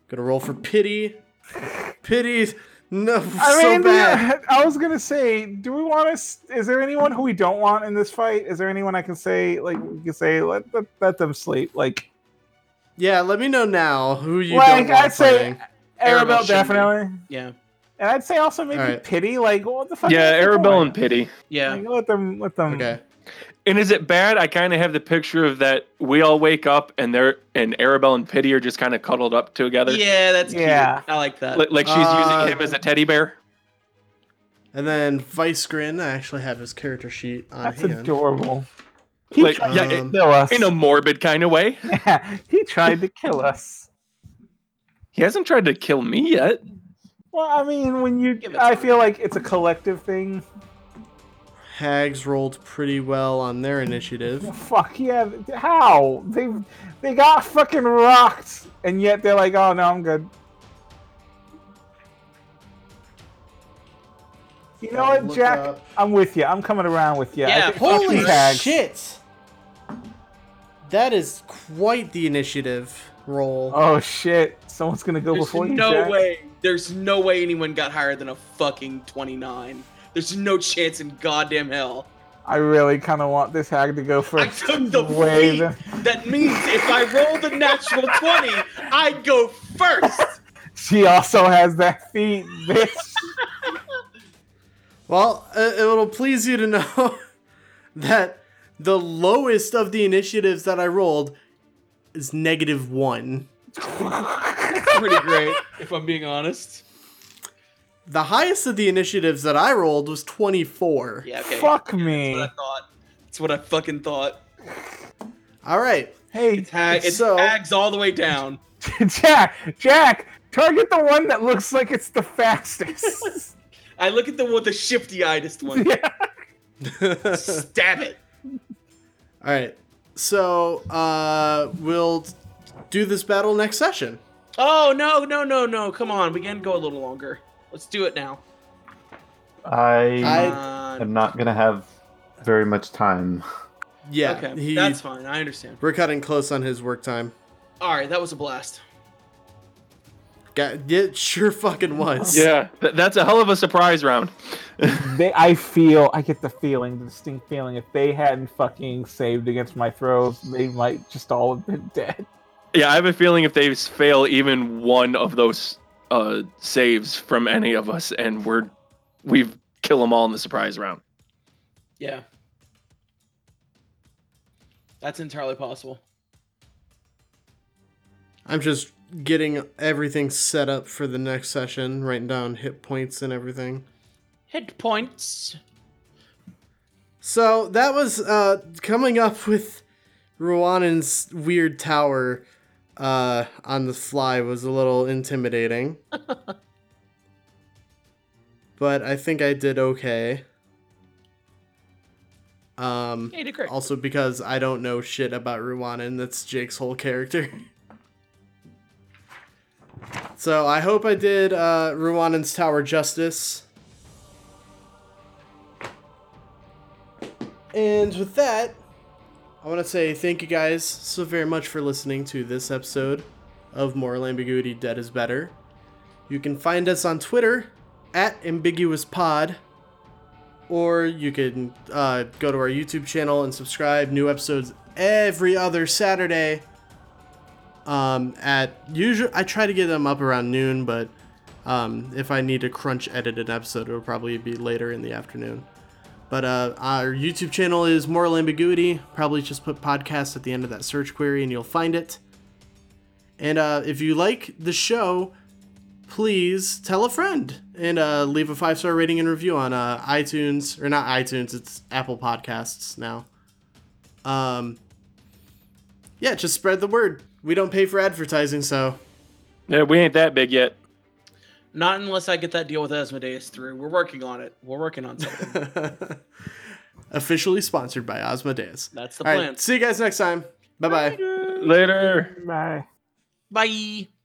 Speaker 1: gonna roll for pity. Pity. No,
Speaker 3: I
Speaker 1: so
Speaker 3: mean,
Speaker 1: bad.
Speaker 3: the- I was gonna say, do we want to? Is there anyone who we don't want in this fight? Is there anyone I can say like we can say let let, let them sleep? Like,
Speaker 1: Yeah, let me know now who you
Speaker 3: like
Speaker 1: don't want
Speaker 3: I'd say
Speaker 1: fighting.
Speaker 6: Arabelle
Speaker 3: Arabelle
Speaker 6: shouldn't be.
Speaker 3: definitely,
Speaker 6: Yeah,
Speaker 3: and I'd say also maybe
Speaker 1: Alright.
Speaker 3: pity. Like, what the fuck?
Speaker 4: Yeah,
Speaker 3: is going
Speaker 4: Arabelle
Speaker 3: on?
Speaker 4: and Pity.
Speaker 6: yeah.
Speaker 3: Like, let them let them.
Speaker 1: Okay.
Speaker 4: And is it bad? I kind of have the picture of that we all wake up and they're and Arabelle and Pity are just kind of cuddled up together.
Speaker 6: Yeah, that's cute.
Speaker 3: Yeah.
Speaker 6: I like that.
Speaker 4: Li- Like, she's
Speaker 1: Uh,
Speaker 4: using him as a teddy bear.
Speaker 1: And then Vice Grin. I actually have his character sheet on
Speaker 3: That's
Speaker 1: hand.
Speaker 3: adorable. He
Speaker 4: Like,
Speaker 3: tried
Speaker 4: yeah,
Speaker 3: to
Speaker 1: um,
Speaker 3: kill us.
Speaker 4: in a morbid kind of way.
Speaker 3: he tried to kill us.
Speaker 4: He hasn't tried to kill me yet.
Speaker 3: Well, I mean, when you,
Speaker 6: Give it
Speaker 3: I
Speaker 6: time.
Speaker 3: feel like it's a collective thing.
Speaker 1: Hags rolled pretty well on their initiative.
Speaker 3: Fuck yeah! th- How they they got fucking rocked, and yet they're like, oh no, I'm good. You know
Speaker 1: Gotta
Speaker 3: what,
Speaker 1: look
Speaker 3: Jack?
Speaker 1: up.
Speaker 3: I'm with you. I'm coming around with you. I
Speaker 6: Yeah,
Speaker 3: think fuck
Speaker 1: Holy
Speaker 3: these hags.
Speaker 1: shit! That is quite the initiative roll.
Speaker 3: Oh shit! Someone's gonna go
Speaker 6: There's
Speaker 3: before you,
Speaker 6: no
Speaker 3: Jack.
Speaker 6: way. There's no way anyone got higher than a fucking 29. There's no chance in goddamn hell.
Speaker 3: I really kind of want this hag to go
Speaker 6: I
Speaker 3: first.
Speaker 6: took the
Speaker 3: Way
Speaker 6: lead.
Speaker 3: the-
Speaker 6: That means if I roll the natural 20, I go first.
Speaker 3: She also has that feet, bitch.
Speaker 1: Well, uh, it'll please you to know that the lowest of the initiatives that I rolled is negative one.
Speaker 6: Pretty great, if I'm being honest.
Speaker 1: The highest of the initiatives that I rolled was 24.
Speaker 6: Yeah, okay.
Speaker 3: Fuck
Speaker 6: That's
Speaker 3: me.
Speaker 6: what I thought. That's what I fucking thought.
Speaker 1: All right.
Speaker 3: Hey,
Speaker 6: Tag, it's
Speaker 1: So-
Speaker 6: tags all the way down.
Speaker 3: Jack, Jack, target the one that looks like it's the fastest.
Speaker 6: I look at the one, the shifty-eyedest one.
Speaker 3: yeah.
Speaker 1: All
Speaker 6: Stab it.
Speaker 1: right. So, uh, we'll do this battle next session.
Speaker 6: Oh no, no, no, no! Come on, we can go a little longer. Let's do it now.
Speaker 5: I
Speaker 1: I-
Speaker 6: Uh,
Speaker 5: am not gonna have very much time.
Speaker 1: Yeah.
Speaker 6: okay,
Speaker 1: he-
Speaker 6: that's fine. I understand.
Speaker 1: We're cutting close on his work time.
Speaker 6: All right, that was a blast.
Speaker 1: God, it sure fucking was.
Speaker 4: Yeah, Th- that's a hell of a surprise round.
Speaker 3: They, I feel, I get the feeling, the distinct feeling, if they hadn't fucking saved against my throws, they might just all have been dead.
Speaker 4: Yeah, I have a feeling if they fail even one of those uh, saves from any of us, and we're we've kill them all in the surprise round.
Speaker 6: Yeah, that's entirely possible.
Speaker 1: I'm just getting everything set up for the next session, writing down hit points and everything.
Speaker 6: Hit points.
Speaker 1: So that was uh, coming up with Ruanan's weird tower. uh, on the fly was a little intimidating. but I think I did okay. Um,
Speaker 8: Hey, Decrit.
Speaker 1: also because I don't know shit about Ruwanan, that's Jake's whole character. so I hope I did uh, Ruwanan's Tower justice. And with that, I want to say thank you guys so very much for listening to this episode of Moral Ambiguity Dead is Better. You can find us on Twitter at ambiguouspod, or you can uh, go to our YouTube channel and subscribe. New episodes every other Saturday. Um, at usually, I try to get them up around noon, but um, if I need to crunch edit an episode, it'll probably be later in the afternoon. But uh, our YouTube channel is Moral Ambiguity. Probably just put podcast at the end of that search query and you'll find it. And uh, if you like the show, please tell a friend and uh, leave a five star rating and review on uh, iTunes, or not iTunes, it's Apple Podcasts now. Um, yeah, just spread the word. We don't pay for advertising, so
Speaker 4: Yeah, we ain't that big yet.
Speaker 2: Not unless I get that deal with Asmodeus through. We're working on it. We're working on something.
Speaker 1: officially sponsored by Osmodeus.
Speaker 2: That's the
Speaker 1: All
Speaker 2: plan.
Speaker 1: right, see you guys next time. Bye bye.
Speaker 4: Later.
Speaker 9: Bye.
Speaker 2: Bye.